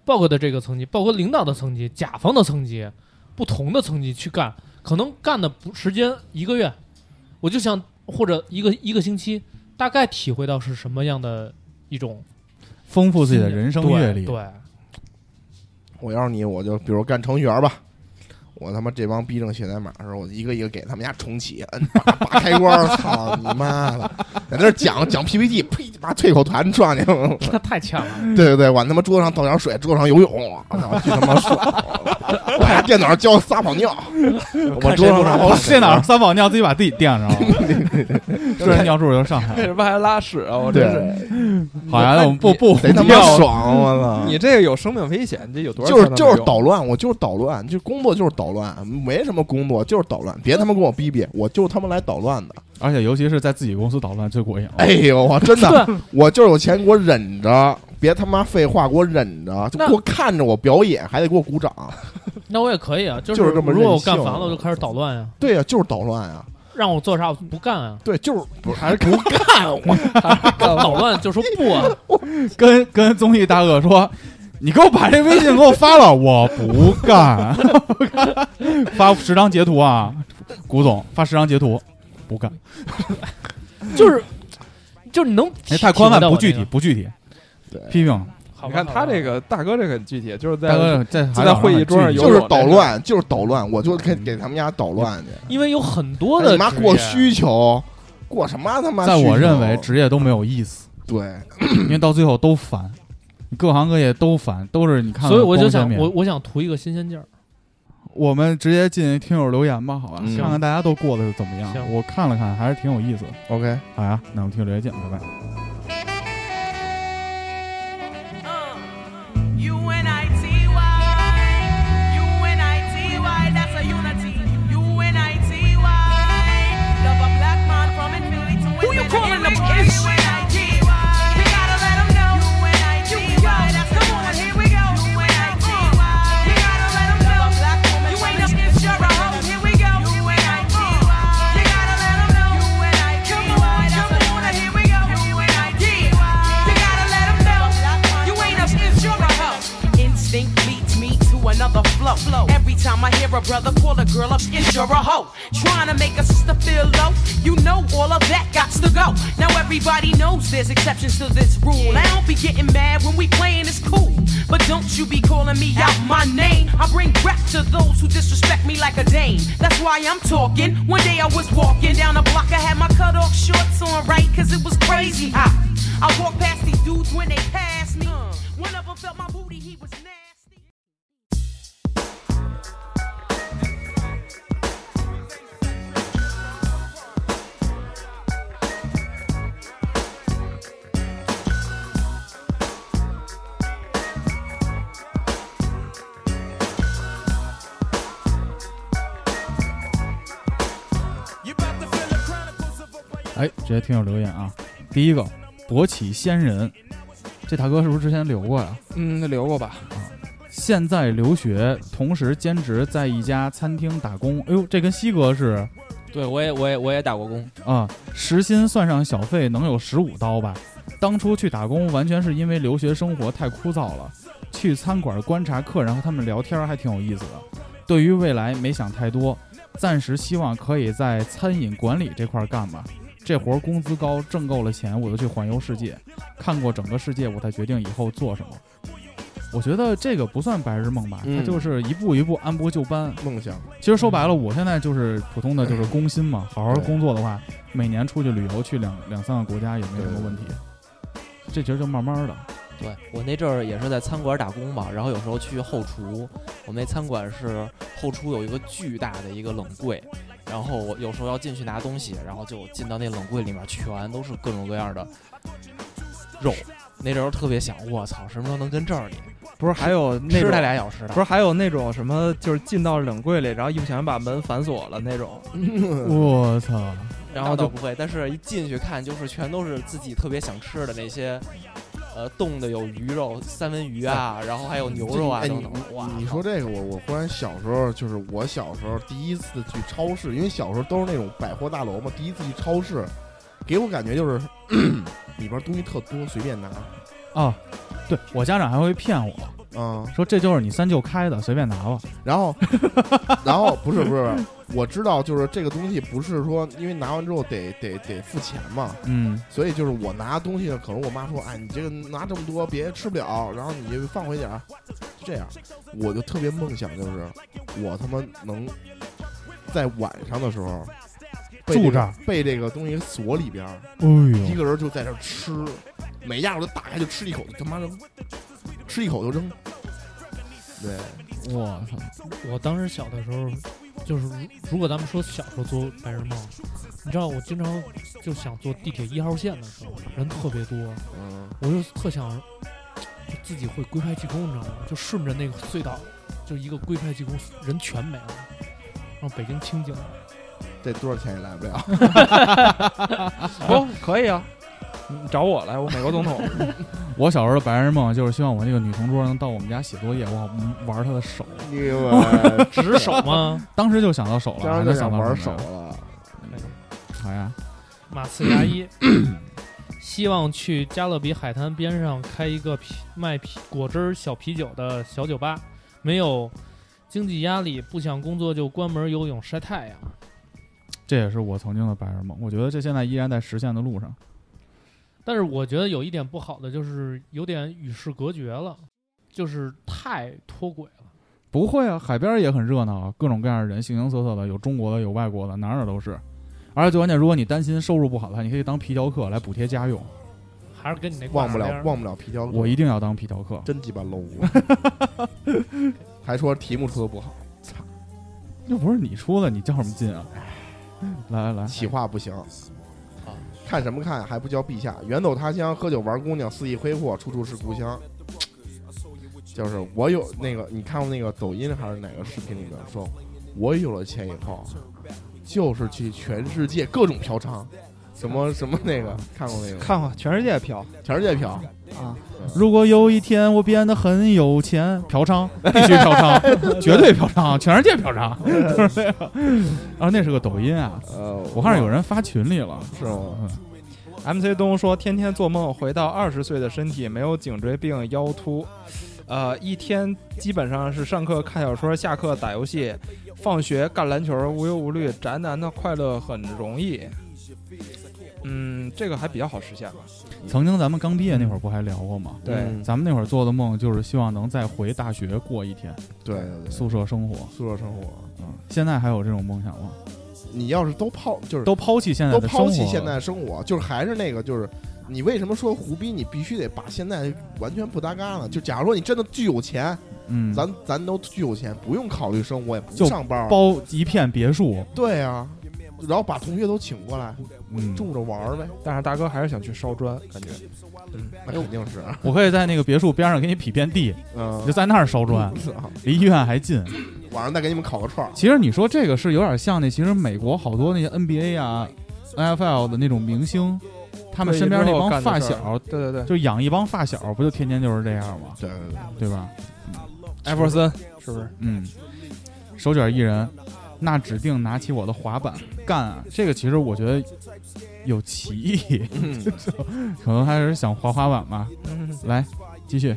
豹哥的这个层级，豹哥领导的层级，甲方的层级，不同的层级去干，可能干的不时间一个月，我就想或者一个一个星期，大概体会到是什么样的一种丰富自己的人生对阅历。对，我要是你，我就比如干程序员吧。我他妈这帮逼正写代码的时候，我一个一个给他们家重启，摁拔拔开关， 操你妈的，在那儿讲讲 PPT，呸，妈啐口痰撞去，那太呛了。对对对，往他妈桌子上倒点水，桌子上游泳，我操，巨他妈爽！我还电脑上教撒泡尿，我桌子上 啊我电脑上三宝尿自己把自己垫 上了，对尿柱就上来 为了。 什么还拉屎啊？我真是，对，好孩子，我们不不贼他妈尿啊爽，我操！你这个有生命危险，你这有多少就是钱都就没是有捣乱，我就是捣乱，就工作就是捣乱，没什么工作就是捣乱，别他妈跟我逼逼，我就是他妈来捣乱的。而且尤其是在自己公司捣乱最过瘾了。哎呦，我真的，对，我就是有钱给我忍着，别他妈废话给我忍着，就那给我看着我表演，还得给我鼓掌。那我也可 以啊，就就是这么如果我任性干烦了，我就开始捣乱呀、对呀、就是捣乱啊，让我做啥我不干啊，对，就是不还是不干我，捣乱就说不啊，跟跟综艺大哥 说，你给我把这微信给我发了，我不干， 发十张截图啊，古总发十张截图，不干，就是就是你能哎，太宽泛，体会到我不具那体，个，不具体，对批评好吧你看好吧他这个大哥这个很具体，就是大在哥在就在会议桌上有就是捣乱，就是捣乱，我就给给他们家捣乱去。因为有很多你哎的妈职过业需求，过什么他妈需在求？我认为职业都没有意思，对，因为到最后都烦，各行各业都烦，都是你看，所以我就想光鲜，面我我想图一个新鲜劲儿。我们直接进听友留言吧，好吧，嗯看看大家都过得怎么样。行我看了看，还是挺有意思的。 OK，好呀，那我们听友留言见，拜拜。Uh, U-N-I-T-Y, U-N-I-T-Y, that's a unity. U-N-I-T-Y, love a black man from Philly to Who you calling a bitch? We gotta let 'em know. U-N-I-T-Y, that's a unity. U-N-I-T-Y, we gotta let 'em know. You ain't a bitch, you're a hoe. Here we go. U-N-I-T-Y, you gotta let 'em know. Come on, come on, here we go. U-N-I-T-Y, you gotta let 'em know. You ain't a bitch, you're a hoe. Instinct leads me to another flow. Every time I hear a brother call a girl a bitch or a hoe, trying to make a sister feel low, you know all of that got to go. Now everybody knows there's exceptions to this rule. I don't be getting mad when we playing, it's cool. But don't you be calling me out my name. I bring wrath to those who disrespect me like a dame. That's why I'm talking. One day I was walking down the block, I had my cut off shorts on, right? Cause it was crazy hot. I walked past these dudes when they passed me. One of them felt my booty, he was nasty. You about to feel the chronicles of a 哎，直接听友留言啊。第一个，勃起仙人，这大哥是不是之前留过呀、嗯，那留过吧。现在留学，同时兼职在一家餐厅打工。哎呦，这跟西哥是对我也我也我也打过工，啊，时薪算上小费能有十五刀吧？当初去打工完全是因为留学生活太枯燥了，去餐馆观察客人和他们聊天还挺有意思的。对于未来没想太多，暂时希望可以在餐饮管理这块儿干吧。这活儿工资高，挣够了钱我就去环游世界，看过整个世界我才决定以后做什么。我觉得这个不算白日梦吧，嗯它就是一步一步按部就班。梦想，其实说白了，我现在就是普通的就是工薪嘛，好好对工作的话，每年出去旅游去两两三个国家也没什么问题。这其实就慢慢的，对我那阵儿也是在餐馆打工嘛，然后有时候去后厨，我们那餐馆是后厨有一个巨大的一个冷柜，然后我有时候要进去拿东西，然后就进到那冷柜里面，全都是各种各样的肉。那阵儿特别想，我操，什么时候能跟这儿里不是还有那吃它种俩小时的？不是还有那种什么，就是进到冷柜里，然后一不小心把门反锁了那种，嗯我操！然后就不会，但是一进去看，就是全都是自己特别想吃的那些，呃，冻的有鱼肉、三文鱼啊，然后还有牛肉啊哎你等等。哇，你说这个，我我忽然小时候就是我小时候第一次去超市，因为小时候都是那种百货大楼嘛，第一次去超市，给我感觉就是 里边东西特多，随便拿啊，对我家长还会骗我啊、说这就是你三舅开的，随便拿吧。然后然后不是不是，我知道就是这个东西不是说因为拿完之后得得得付钱嘛，嗯，所以就是我拿东西呢，可能我妈说，哎，你这个拿这么多，别吃不了，然后你就放回点儿，就这样。我就特别梦想，就是我他妈能在晚上的时候被住这这个儿被这个东西锁里边儿，哎一呦，个人就在这儿吃，每样我都打开就吃一口，就他妈扔，吃一口就扔。对，我操！我当时小的时候，就是如如果咱们说小时候做白日梦，你知道我经常就想坐地铁一号线的时候，人特别多，嗯，我就特想就自己会龟派气功，你知道吗？就顺着那个隧道，就一个龟派气功，人全没了，然后北京清 静了。这多少钱也来不了。哦，可以啊，你找我来，我美国 总统，我小时候的白日梦就是希望我那个女同桌能到我们家写作业，我好玩她的手。 你我值 守吗？当时就想到手了，当还时就能想想到玩什手么呀。了。好呀，马刺牙医，希望去加勒比海滩边上开一个啤卖啤果汁儿小啤酒的小酒吧，没有经济压力，不想工作就关门游泳晒太阳。这也是我曾经的白日梦。我觉得这现在依然在实现的路上。但是我觉得有一点不好的就是有点与世隔绝了，就是太脱轨了。不会啊，海边也很热闹啊，各种各样的人，形形色色的，有中国的，有外国的，哪儿哪儿都是。而且最关键，如果你担心收入不好的话，你可以当皮条客来补贴家用。还是跟你那忘挂不了边儿忘不了皮条客，我一定要当皮条客。真鸡巴 low，还说题目出的不好，又不是你出的，你较什么劲啊？ 来来来，企划不行。看什么看？还不叫陛下？远走他乡，喝酒玩姑娘，肆意挥霍，处处是故乡。就是我有那个，你看过那个抖音还是哪个视频里面说，我有了钱以后，就是去全世界各种嫖娼，什么什么那个看过那个，看看全世界飘全世界嫖。啊，如果有一天我变得很有钱，嫖 娼必须嫖娼， 绝对嫖娼，全世界嫖娼，就是那个。 啊，那是个抖音啊，呃，我看是有人发群里了。是吗？嗯， MC 东说，天天做梦回到二十岁的身体，没有颈椎病、腰突，呃，一天基本上是上课看小说，下课打游戏，放学干篮球，无忧无虑，宅男的快乐很容易。嗯，这个还比较好实现吧？曾经咱们刚毕业那会儿不还聊过吗？对嗯咱们那会儿做的梦就是希望能再回大学过一天对对对，宿舍生活。呃宿舍生活，嗯，现在还有这种梦想吗？你要是都泡，就是都抛弃现嗯在都的生活抛了，弃现在生活，就是还是那个，就是你为什么说胡逼，你必须得把现在完全不搭嘎呢？就假如说你真的巨有钱，嗯，咱咱都巨有钱，不用考虑生活，也不就上班，包一片别墅，对啊，然后把同学都请过来嗯，住着玩儿呗，但是大哥还是想去烧砖，感觉哎那肯定是，我可以在那个别墅边上给你匹片地，你嗯就，在那儿 烧砖，啊离医院还近。晚上再给你们烤个串儿，其实你说这个是有点像那，其实美国好多那些 NBA 啊、NFL 的那种明星，他们身边那帮发退役之后小，对对对，就养一帮发小，不就天天就是这样吗？对对对，对吧？艾弗森是不是？嗯，手卷一人，那指定拿起我的滑板干啊！这个其实我觉得有歧义，嗯 可能还是想滑滑板吧。来，继续。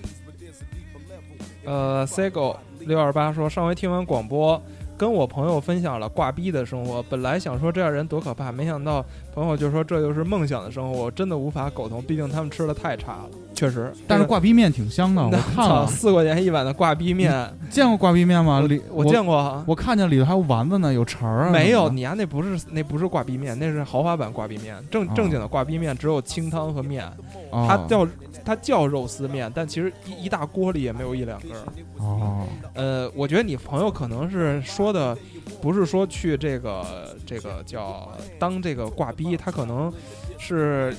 呃，Sago 六二八说，上回听完广播，跟我朋友分享了挂逼的生活。本来想说这样人多可怕，没想到朋友就说这就是梦想的生活，我真的无法苟同。毕竟他们吃的太差了，确实。但是挂逼面挺香的，我那看操了，啊四块钱一碗的挂逼面，见过挂逼面吗？里我见过。啊我看见里头还有丸子呢，有肠儿啊什么的。没有，你呀、那不是那不是挂逼面，那是豪华版挂逼面。正哦正经的挂逼面只有清汤和面，哦，它叫它叫肉丝面，但其实一一大锅里也没有一两根儿。哦，呃，我觉得你朋友可能是说的，不是说去这个这个叫当这个挂逼，他可能是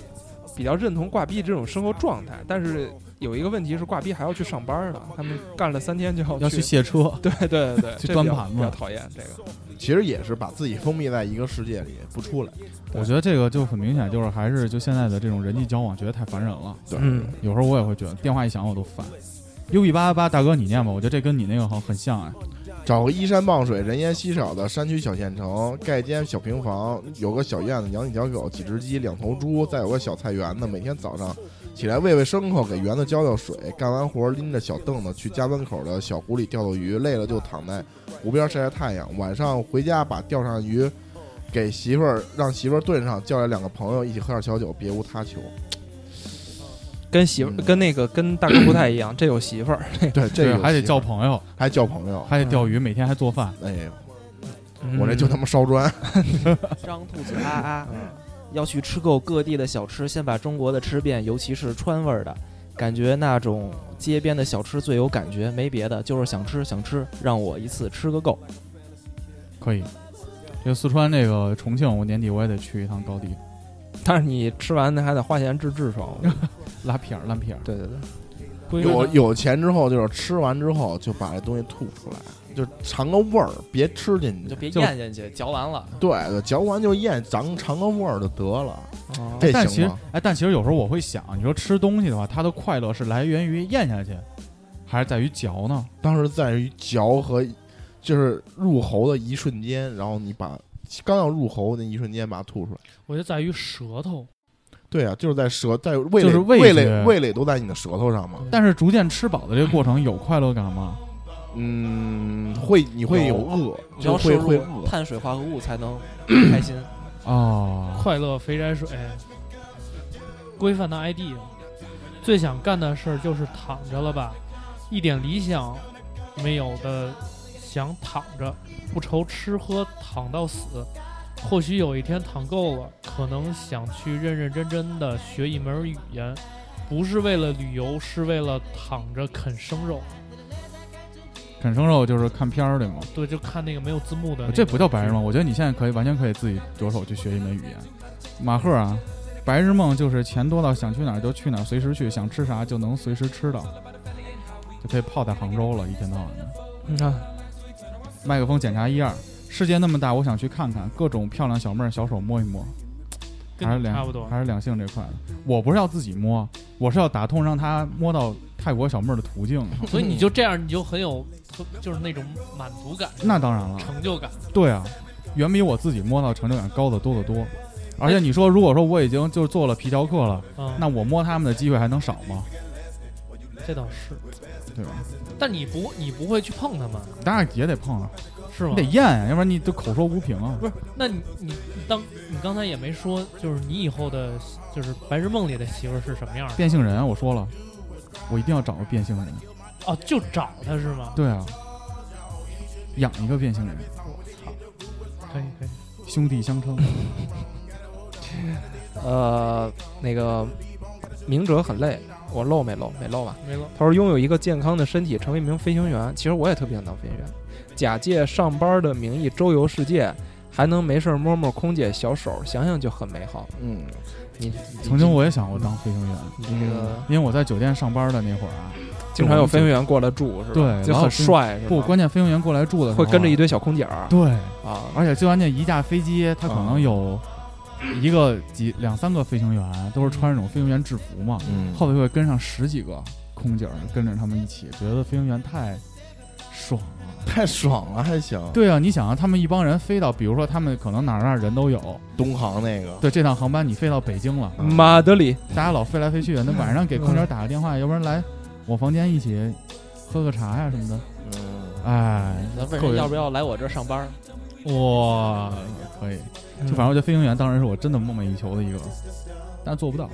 比较认同挂逼这种生活状态，但是有一个问题是挂逼还要去上班呢，他们干了三天就要要去卸车。 对对对对，去这端比较盘子比较讨厌这个。其实也是把自己封闭在一个世界里不出来。我觉得这个就很明显，就是还是就现在的这种人际交往，觉得太烦人了。对，嗯，有时候我也会觉得电话一响我都烦。U B 八八八，大哥你念吧，我觉得这跟你那个好很像哎。找个依山傍水、人烟稀少的山区小县城，盖间小平房，有个小院子，养几条狗、几只鸡、两头猪，再有个小菜园子。每天早上起来喂喂牲口，给园子浇浇水。干完活拎着小凳子去家门口的小湖里钓钓鱼，累了就躺在湖边晒晒太阳。晚上回家把钓上的鱼给媳妇儿，让媳妇儿炖上，叫来两个朋友一起喝点小酒，别无他求。跟媳妇、嗯跟那个跟大哥不太一样，这有媳妇儿。对，这对个还得叫叫朋友，还叫朋友。还得钓鱼，每天还做饭。哎呦，嗯我这就他妈烧砖。张兔子啊啊，嗯要去吃够各地的小吃，先把中国的吃遍，尤其是川味儿的，感觉那种街边的小吃最有感觉，没别的，就是想吃想吃，让我一次吃个够。可以。这个四川这个重庆，我年底我也得去一趟高地，但是你吃完那还得花钱治痔疮。拉撇儿拉撇儿。对对对，不应该有拿有钱之后，就是吃完之后就把这东西吐出来，就尝个味儿，别吃进你去就。别就咽下去，嚼完了。对对，嚼完就咽，尝尝个味儿就得了，哦这但其行实吗？哎，但其实有时候我会想，你说吃东西的话，它的快乐是来源于咽下去，还是在于嚼呢？当时在于嚼和就是入喉的一瞬间，然后你把刚要入喉那一瞬间把它吐出来。我觉得在于舌头，对啊，就是在舌在味就蕾是味味觉蕾味蕾都在你的舌头上嘛。但是逐渐吃饱的这个过程有快乐感吗？嗯，会你会有有饿，只要就摄会会入饿。碳水化合物才能开心。哦，快乐肥宅水，规范的 ID。最想干的事儿就是躺着了吧，一点理想没有的，想躺着，不愁吃喝，躺到死。或许有一天躺够了，可能想去认认真真的学一门语言，不是为了旅游，是为了躺着啃生肉。啃生肉就是看片儿对吗？对，就看那个没有字幕的、那个。哦这不叫白日梦，我觉得你现在可以完全可以自己着手去学一门语言。马赫啊，白日梦就是钱多到想去哪儿就去哪儿，随时去，想吃啥就能随时吃到，就可以泡在杭州了，一天到晚的。你看，麦克风检查一二，世界那么大，我想去看看，各种漂亮小妹儿小手摸一摸，还跟是你两差不多。还是两性这块的。我不是要自己摸，我是要打通让她摸到泰国小妹儿的途 径。所以你就这样，你就很有，特就是那种满足感、那当然了，成就感。对啊，远比我自己摸到成就感高得多得多。而哎且你说，如果说我已经就是做了皮条客了，嗯，那我摸他们的机会还能少吗？这倒是。对吧？但你不，你不会去碰它们，当然也得碰啊，是吗你得？验啊，要不然你就口说无凭啊。不是，那你你你当你刚才也没说，就是你以后的，就是白日梦里的媳妇儿是什么样的？变性人啊，我说了，我一定要找个变性人。哦，就找她是吗？对啊，养一个变性人，可以可以。兄弟 相称。呃，那个明哲很累，我漏没漏？没漏吧？没了，他说拥有一个健康的身体，成为一名飞行员。其实我也特别想当飞行员，假借上班的名义周游世界，还能没事儿摸摸空姐小手，想想就很美好。嗯，你曾经我也想过当飞行员，你嗯这个因为我在酒店上班的那会儿啊，经常有飞行员过来住是吧？对就老有很飞帅是吧？不，关键飞行员过来住的时候会啊跟着一堆小空姐儿对。啊。而且最关键，一架飞机它可能有一个几两三个飞行员，都是穿那种飞行员制服嘛，嗯后头会跟上十几个空姐儿跟着他们一起，觉得飞行员太爽了。太爽了，还行。对啊，你想啊，他们一帮人飞到，比如说他们可能哪儿哪儿人都有，东航那个，对，这趟航班你飞到北京了，马德里，大家老飞来飞去的，那晚上给空姐打个电话，要不然来我房间一起喝个茶呀、什么的。嗯，哎，那问够人人要不要来我这儿上班儿？哇，可以！就反正我觉得飞行员当然是我真的梦寐以求的一个，但是做不到。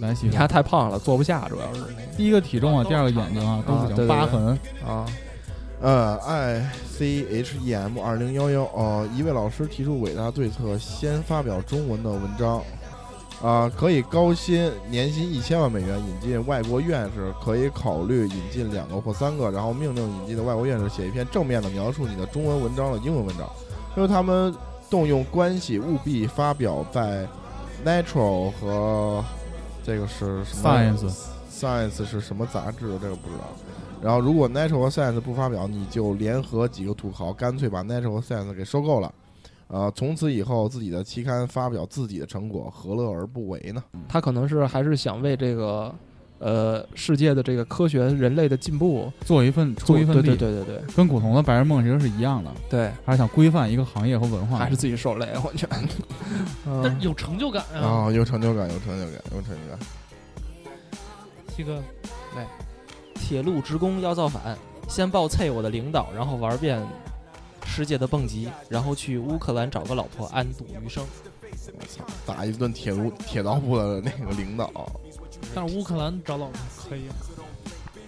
来，西你还太胖了，坐不下，主要是第一个体重啊，第二个眼睛啊都不啊行，对对对疤痕。啊，呃，I C H E M 二零幺幺，呃，一位老师提出伟大对策，先发表中文的文章，啊、可以高薪，年薪一千万美元引进外国院士，可以考虑引进两个或三个，然后命令引进的外国院士写一篇正面的描述你的中文文章的英文文章，因为他们动用关系，务必发表在 Natural 和这个是什么 Science Science 是什么杂志？这个不知道。然后，如果 Natural 和 Science 不发表，你就联合几个土豪，干脆把 Natural 和 Science 给收购了。呃，从此以后，自己的期刊发表自己的成果，何乐而不为呢？他可能是还是想为这个呃世界的这个科学人类的进步做一份做出一份对力，对对对对跟古潼的白日梦其实是一样的，对，还是想规范一个行业和文化。还是自己受累，我觉得。但嗯有成就感啊，啊，有成就感，有成就感，有成就感。西哥，铁路职工要造反，先暴揍我的领导，然后玩遍世界的蹦极，然后去乌克兰找个老婆安度余生。我操，打一顿铁路铁道部的那个领导，但是乌克兰找老婆可以，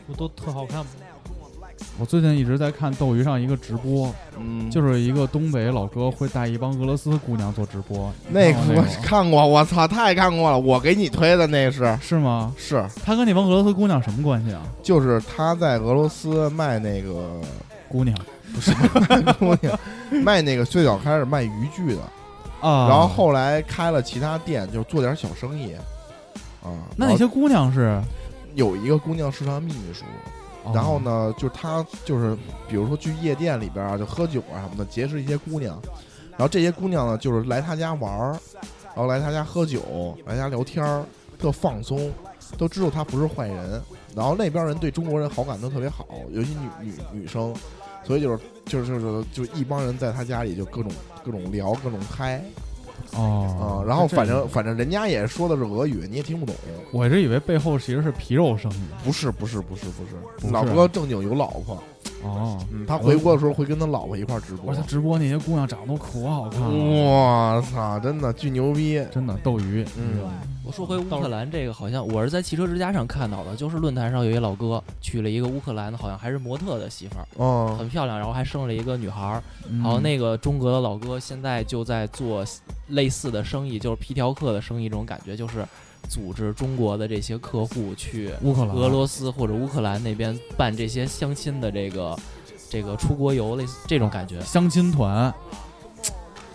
不都特好看吗？我最近一直在看斗鱼上一个直播，嗯，就是一个东北老哥会带一帮俄罗斯姑娘做直播。那你个看过我看过，我那个操，太看过了，我给你推的那是是吗？是，他跟那帮俄罗斯姑娘什么关系啊？就是他在俄罗斯卖那个姑娘姑娘，卖那个最早开始卖渔具的，啊，然后后来开了其他店，就是做点小生意。啊，那然那后些姑娘是，有一个姑娘是他秘书，然后呢？呢，就是他就是比如说去夜店里边啊，就喝酒啊什么的，结识一些姑娘，然后这些姑娘呢，就是来他家玩儿，然后来他家喝酒，来他家聊天儿，特放松，都知道他不是坏人。然后那边人对中国人好感都特别好，尤其女女女生，所以就是就是就是就是一帮人在他家里就各种各种聊，各种嗨啊、哦，然后这反正反正人家也说的是俄语，你也听不懂。我这以为背后其实是皮肉生意不是不是不是不是，不老是啊哥正经有老婆。哦。嗯，他回国的时候会跟他老婆一块儿直播我。他直播那些姑娘长得都可好看了，我操，真的巨牛逼！真的斗鱼，嗯，我说回乌克兰这个，好像我是在汽车之家上看到的，就是论坛上有一老哥娶了一个乌克兰的，好像还是模特的媳妇儿，哦，很漂亮，然后还生了一个女孩儿。嗯然后那个中国的老哥现在就在做类似的生意，就是皮条客的生意，这种感觉就是组织中国的这些客户去乌克兰俄罗斯或者乌克兰那边办这些相亲的这个这个出国游，类似这种感觉。相亲团，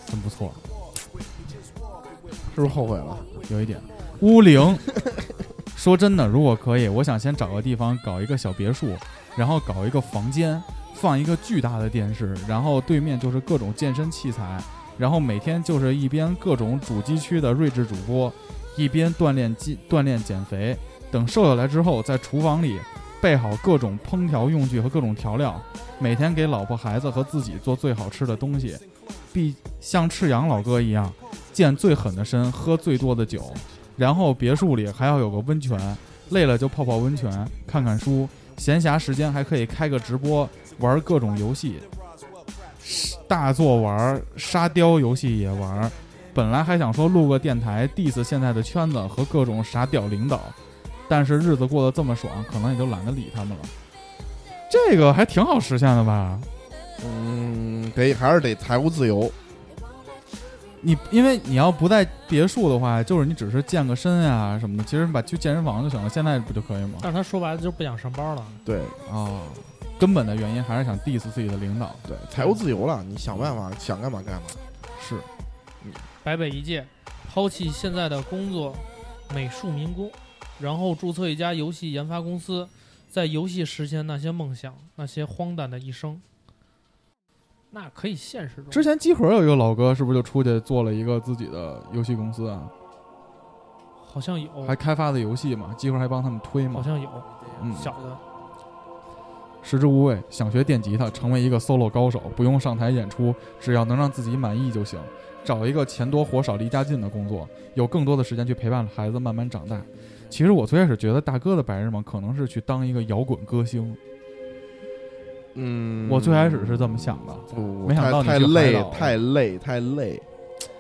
真不错，是不是后悔了？有一点乌灵。说真的，如果可以，我想先找个地方搞一个小别墅，然后搞一个房间，放一个巨大的电视，然后对面就是各种健身器材，然后每天就是一边各种主机区的睿智主播，一边锻炼肌锻炼减肥。等瘦下来之后，在厨房里备好各种烹调用具和各种调料，每天给老婆孩子和自己做最好吃的东西，必像赤阳老哥一样，健最狠的身，喝最多的酒，然后别墅里还要有个温泉，累了就泡泡温泉，看看书，闲暇时间还可以开个直播，玩各种游戏，大作玩、沙雕游戏也玩。本来还想说录个电台 diss 现在的圈子和各种傻屌领导，但是日子过得这么爽，可能也就懒得理他们了。这个还挺好实现的吧？嗯，得还是得财务自由。你因为你要不在别墅的话，就是你只是健个身呀、什么的，其实你把去健身房就行了，现在不就可以吗？但是他说白了就是不想上班了。对哦，根本的原因还是想 diss 自己的领导。对，财务自由了，你想办法想干嘛干嘛。是，白北一届，抛弃现在的工作，美术民工，然后注册一家游戏研发公司，在游戏实现那些梦想，那些荒诞的一生。那可以现实之中，前集合有一个老哥，是不是就出去做了一个自己的游戏公司啊？好像有，还开发的游戏嘛，集合还帮他们推嗯好嘛。像有嗯，小的。食之无味，想学电吉他，成为一个 solo 高手，不用上台演出，只要能让自己满意就行。找一个钱多活少、离家近的工作，有更多的时间去陪伴孩子慢慢长大。其实我最开始觉得大哥的白日梦可能是去当一个摇滚歌星，嗯我最开始是这么想的。不，没想到你太太去海累岛，太累，太累，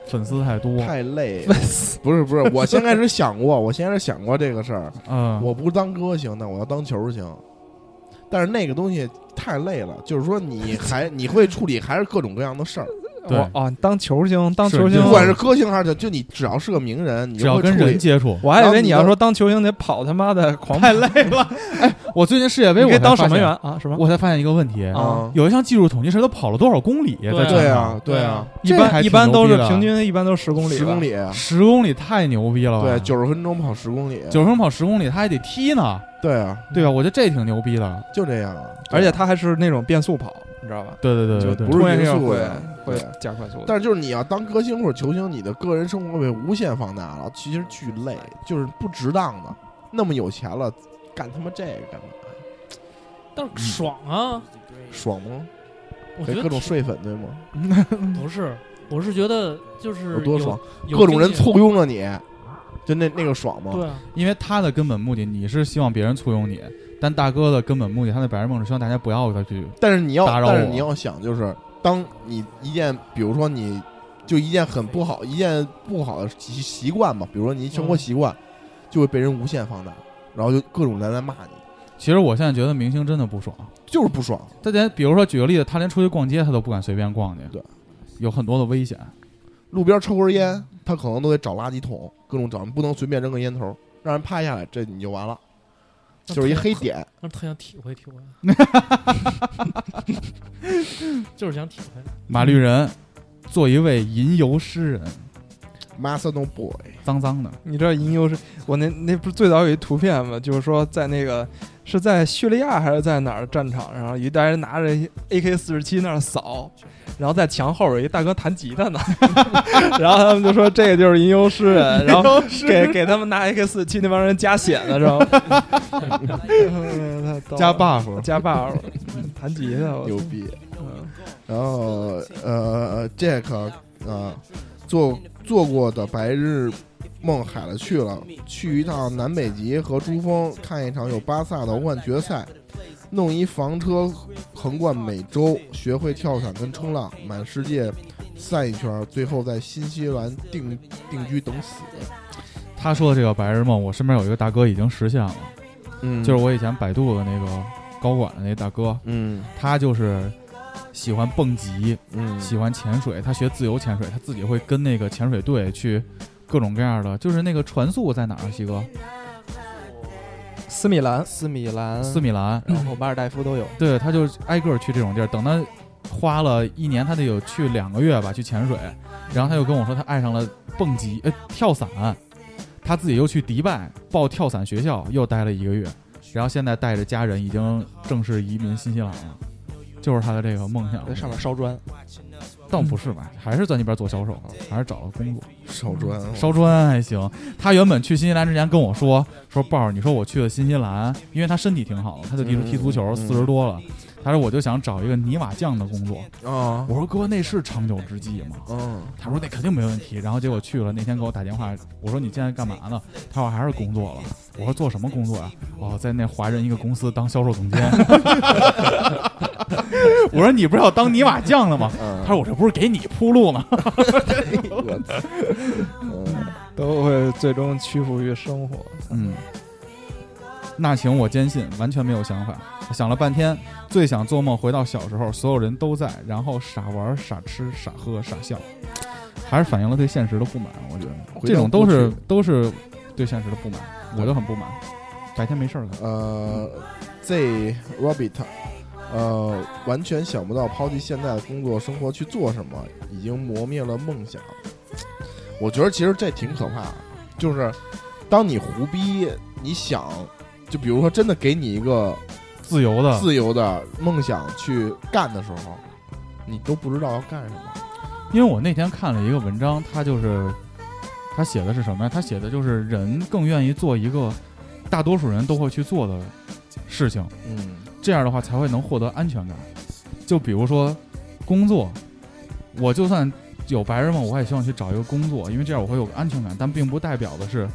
粉丝太多，太 累了。不是不是，我先开始想过，我先开始想过这个事儿。嗯，我不当歌行，那我要当球行。但是那个东西太累了，就是说你还你会处理还是各种各样的事儿，对我啊，当球星，当球是星不就，管是歌星还是就你只要是个名人，你只就要会处跟人理。接触，我还以为你然要后你说当球星得跑他妈的狂派累，我最近世界杯你我可以才当发守门现员，啊？什么？我才发现一个问题啊有一项技术统计是他跑了多少公里在对场上，对啊，对啊，一这还般一挺般牛都逼是的平均，一般都是十公里，十公，里，十公里太牛逼啊了吧？啊对，九十分钟跑十公里，九十分跑十公里，他还得踢呢，对啊，对吧？我觉得这挺牛逼的。就这样啊。而且他还是那种变速跑，你知道吧？对对对对就对，不是突然这样匀速会的会对加快速度。但是就是你要当歌星或者球星，你的个人生活被无限放大了，其实巨累，就是不值当的。那么有钱了，干他妈这个干嘛？但是爽啊！爽吗？我觉嗯给得各种睡粉对吗？不是，我是觉得就是有多爽，有，有各种人经济簇拥着你，就那那个爽吗？对啊，因为他的根本目的，你是希望别人簇拥你，但大哥的根本目的，他的白日梦是希望大家不要他去。但是你要打，扰我但是你要想，就是当你一件，比如说你就一件很不好，一件不好的习习惯嘛，比如说你生活习惯，嗯就会被人无限放大，然后就各种人来骂你，其实我现在觉得明星真的不爽，就是不爽。他连比如说举个例子，他连出去逛街他都不敢随便逛去，对，有很多的危险。路边抽根烟，他可能都得找垃圾桶，各种找，不能随便扔个烟头，让人趴下来，这你就完了，那就是一特黑点。那特想体会体 会，就是想体会。马律人，做一位吟游诗人， Master Boy，脏脏的，你知道吟游是，我那那不是最早有一图片吗？就是说在那个是在叙利亚还是在哪儿的战场上，有一大人拿着 AK 四十七那儿扫，然后在墙后边有一大哥弹吉他呢， 然后他们就说这个就是吟游诗人，然后给给他们拿 AK 四十七那帮人加血呢，知道 吗？加 buff，加 buff，弹吉他，我牛逼。啊然后呃，Jack 呃，做做过的白日梦海了去了，去一趟南北极和珠峰看一场有巴萨的欧冠决赛，弄一房车横贯美洲，学会跳伞跟冲浪，满世界散一圈，最后在新西兰定定居等死。他说的这个白日梦，我身边有一个大哥已经实现了，嗯就是我以前百度的那个高管的那大哥，嗯他就是喜欢蹦极，嗯喜欢潜水，他学自由潜水，他自己会跟那个潜水队去各种各样的，就是那个船速在哪儿啊？西哥，斯米兰，斯米兰，斯米嗯兰，然后马尔代夫都有。对，他就挨个儿去这种地儿。等他花了一年，他得有去两个月吧，去潜水。然后他又跟我说，他爱上了蹦极，呃，跳伞。他自己又去迪拜报跳伞学校，又待了一个月。然后现在带着家人已经正式移民新西兰了，就是他的这个梦想。在上面烧砖，倒不是吧，还是在那边做销售，还是找了工作。烧砖啊，烧砖还行。他原本去新西兰之前跟我说说豹儿，你说我去了新西兰，因为他身体挺好的，他就一直踢足球，嗯四十多了。他说我就想找一个泥瓦匠的工作。啊我说哥，那是长久之计吗？嗯他说那肯定没问题。然后结果去了，那天给我打电话，我说你现在干嘛呢？他说还是工作了。我说做什么工作呀、哦，在那华人一个公司当销售总 监。我说你不是要当泥瓦匠了吗？嗯，他说我这不是给你铺路吗？我操，嗯都会最终屈服于生活。嗯，那行，我坚信，完全没有想法。想了半天，最想做梦回到小时候，所有人都在，然后傻玩、傻吃、傻喝、傻笑，还是反映了对现实的不满。我觉得回到这种都是过去都是对现实的不满，我就很不满。白天没事儿干，呃，Z Rabbit，呃，完全想不到抛弃现在的工作生活去做什么，已经磨灭了梦想。我觉得其实这挺可怕的，就是当你胡逼，你想，就比如说真的给你一个自由的，自由的梦想去干的时候，你都不知道要干什么。因为我那天看了一个文章，他就是他写的是什么呀？他写的就是人更愿意做一个大多数人都会去做的事情。嗯，这样的话才会能获得安全感。就比如说工作，我就算有白日梦，我也希望去找一个工作，因为这样我会有个安全感。但并不代表的是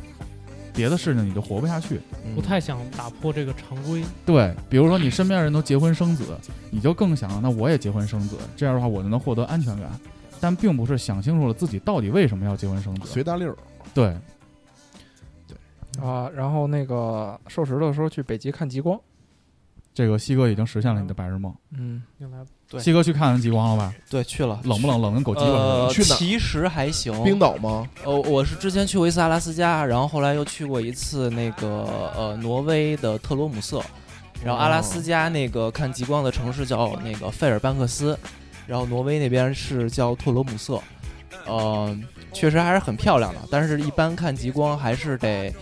别的事情你就活不下去。嗯不太想打破这个常规。对，比如说你身边的人都结婚生子，你就更想那我也结婚生子，这样的话我就能获得安全感。但并不是想清楚了自己到底为什么要结婚生子。随大溜儿。对，啊。然后那个授时的时候去北极看极光，这个西哥已经实现了你的白日梦。嗯，明白。对西哥去看极光了吧？对，去了。冷不冷？冷跟狗鸡巴似的。呃，去哪儿其实还行。冰岛吗？呃，我是之前去过一次阿拉斯加，然后后来又去过一次那个呃挪威的特罗姆瑟，然后阿拉斯加那个看极光的城市叫那个费尔班克斯，然后挪威那边是叫特罗姆瑟，呃，确实还是很漂亮的，但是一般看极光还是得。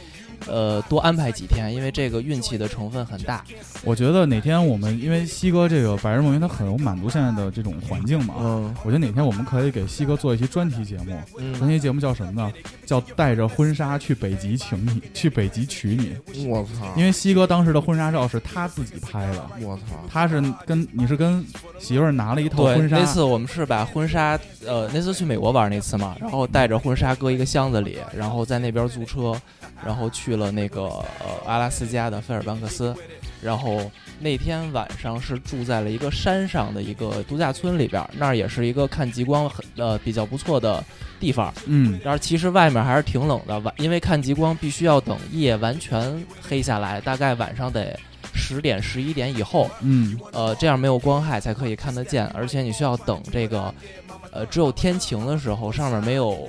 呃，多安排几天，因为这个运气的成分很大。我觉得哪天我们因为西哥这个白日梦，因为他很有满足现在的这种环境嘛，嗯，我觉得哪天我们可以给西哥做一期专题节目。专嗯，题节目叫什么呢？叫带着婚纱去北极请你，去北极娶你。我操！因为西哥当时的婚纱照是他自己拍的，我操！他是跟你是跟媳妇儿拿了一套对，婚纱那，次我们是把婚纱，呃，那次去美国玩那次嘛，然后带着婚纱搁一个箱子里，然后在那边租车，然后去了那个呃阿拉斯加的费尔班克斯，然后那天晚上是住在了一个山上的一个度假村里边，那儿也是一个看极光很呃比较不错的地方。嗯，然后其实外面还是挺冷的，晚因为看极光必须要等夜完全黑下来，大概晚上得十点十一点以后，嗯，呃，这样没有光害才可以看得见，而且你需要等这个，呃，只有天晴的时候，上面没有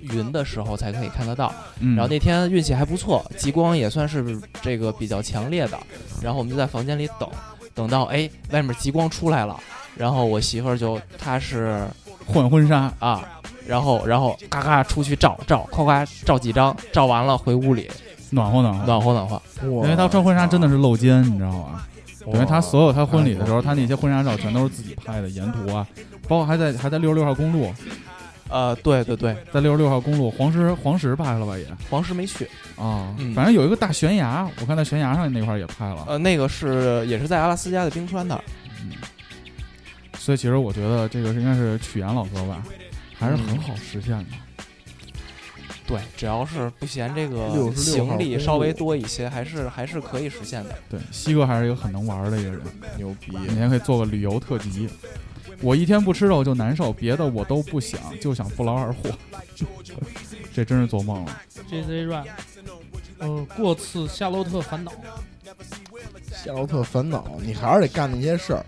云的时候才可以看得到。嗯，然后那天运气还不错，极光也算是这个比较强烈的。然后我们就在房间里等，等到哎外面极光出来了，然后我媳妇儿就她是换婚纱，啊，然后然后嘎嘎出去照照，夸夸照几张，照完了回屋里暖和暖和，暖和暖和。因因为他穿婚纱真的是露肩，你知道吗？等于他所有他婚礼的时候，哇他那些婚纱照全都是自己拍的，沿途啊，包括还在还在六十六号公路，呃，对对对，在六十六号公路黄石黄石拍了吧也黄石没去，啊嗯，反正有一个大悬崖，我看在悬崖上那块儿也拍了，嗯呃，那个是也是在阿拉斯加的冰川那儿。所以其实我觉得这个是应该是曲岩老哥吧，还是很好实现的。对，只要是不嫌这个66行李号稍微多一些，还是还是可以实现的。对，西哥还是一个很能玩的一个人，牛逼！哪天可以做个旅游特辑。我一天不吃肉就难受，别的我都不想，就想不劳而获。 这真是做梦了。 J Z Rap，呃，过次夏洛特烦恼，夏洛特烦恼，你还是得干那些事儿。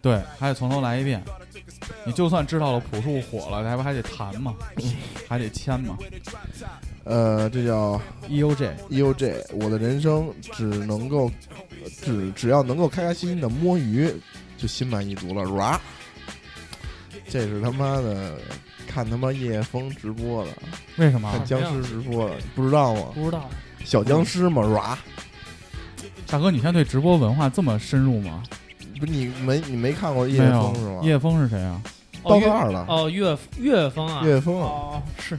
对，还得从头来一遍。你就算知道了朴树火了，还不还得谈嘛， 还得签？E 嘛。呃，这叫 EOJ， EOJ，我，E 的人生只能够，只只要能够开开心心的摸鱼，就心满意足了。ra，这是他妈的看他妈叶枫直播的，为什么啊看僵尸直播的，你不知道吗？不知道小僵尸嘛，ra，大哥，你现在对直播文化这么深入吗？不是你没你没看过叶没枫有是吗？叶枫是谁啊？哦到岳这儿了，哦岳岳峰啊，叶枫啊，哦是，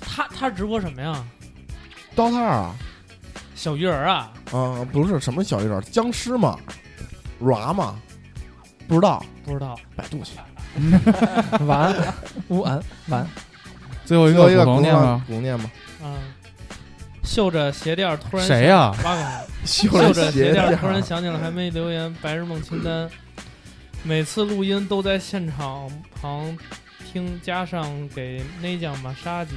他他直播什么呀？到这儿啊小鱼儿啊，啊，不是什么小一点儿，僵尸嘛，ra 嘛，不知道，不知道百度去。晚安，午安，晚安。最后一最个后一普个通古啊念吧。古念吧，嗯，嗅着鞋垫儿突然谁啊呀、挖过来了袖就着鞋垫垫儿儿突然想起了还没留言白日梦清单，每次录音都在现场旁听，加上给内酱马杀鸡。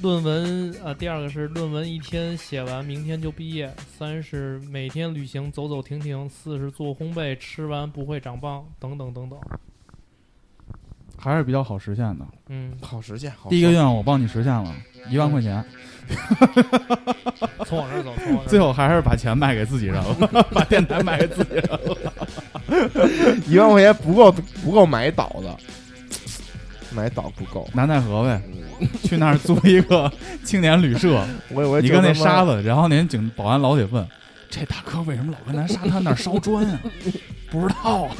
论文啊，第二个是论文一天写完，明天就毕业。三是每天旅行走走停停。四是做烘焙，吃完不会长胖，等等等等。还是比较好实现的。嗯，好实现，好第一个愿望我帮你实现了，一万块钱。 嗯从我这儿走，从我这最儿走。后还是把钱卖给自己人了， 把电台卖给 自己人了。一万块钱不够不够买岛的，买岛不够。南戴河呗，去那儿租一 个青年旅社，我我你跟那沙子子，然后那警保安老得问，这大哥为什么老跟咱沙滩那儿烧砖啊？不知 道啊。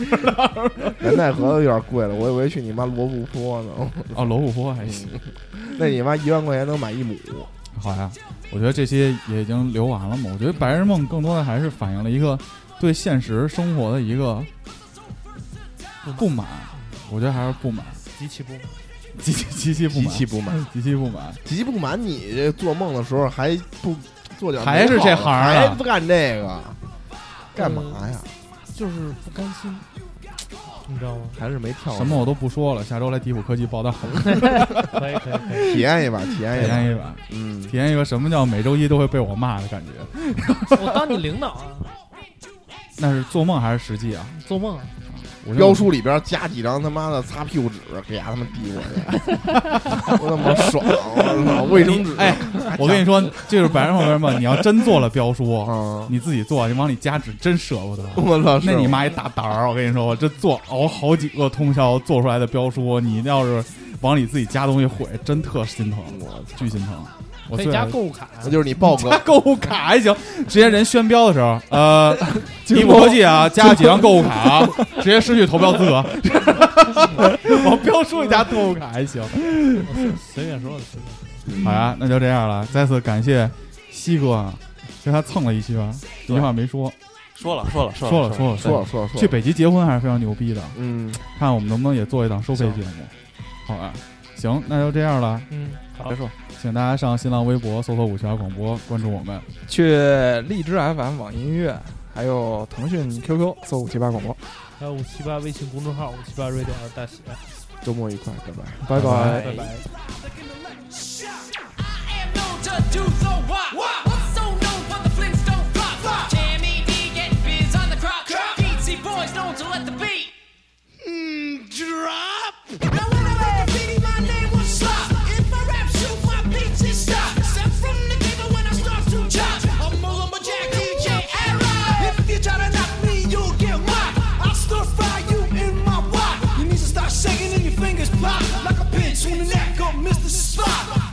南戴河都有点贵了，我以为去你妈罗布泊呢。 哦，罗布泊还行，那你妈一万块钱能买一亩？好呀。我觉得这些也已经留完了嘛。我觉得白日梦更多的还是反映了一个对现实生活的一个不满，我觉得还是不满，极其不满。极其极其不极满，其不满，极其不满。极其不满。你这做梦的时候还不做点，还是这行啊还不干这个，干嘛呀？就是不甘心，你知道吗？还是没跳什么我都不说了，下周来迪普科技报道，可以可以可嗯以，体验一把，体体验一把，验一把，嗯，体验一个什么叫每周一都会被我骂的感觉。 我当你领导啊，那是做梦还是实际啊？做梦啊，我妖书里边加几张他妈的擦屁股纸，给伢他们递过去，我他妈爽！我操，卫生纸，哎，我跟你说，这是白人后边嘛。你要真做了标书，啊，你自己做，你往里加纸，真舍不得。我操，那啊是你妈一大胆儿，我跟你说，我这做熬好几个通宵做出来的标书，你要是往里自己加东西毁，真特心疼，我巨心疼。我可最以加爱购物卡，啊那就是你报个 加购物卡还行，直接人宣标的时候， 呃，一国际啊，加几张购物卡啊，直接失去投标资 格。我标书里加购物卡还行。随便说的，随便说好呀，那就这样了。再次感谢西哥，啊，给他蹭了一期吧，一句话没说，说了说了说说了了说说了了说了说了，去北极结婚还是非常牛逼的，嗯，看我们能不能也做一档收费节目。好吧，行，那就这样了。嗯，好别，说，请大家上新浪微博搜索“五七八广播”，关注我们。去荔枝 FM、网易音乐，还有腾讯 QQ 搜五七八广播，还有五七八微信公众号五七八瑞典大写，周末愉快，拜拜。拜拜哎拜拜。 am no judge, you so what? What's so known for the Flintstone flop? Jamie D get biz on the crop. DC boys known to let the beat. Drop. Now when I make a graffiti, my name will slop. If I rap, shoot my beats and stop. Step from the table when I start to chop. I'm all on my jack, DJ Arrow. If you try to knock me, you'll get mocked. I'll stir fry you in my wok. Your knees will start shaking and your fingers pop like a pinch on the neck of Mr. Spock.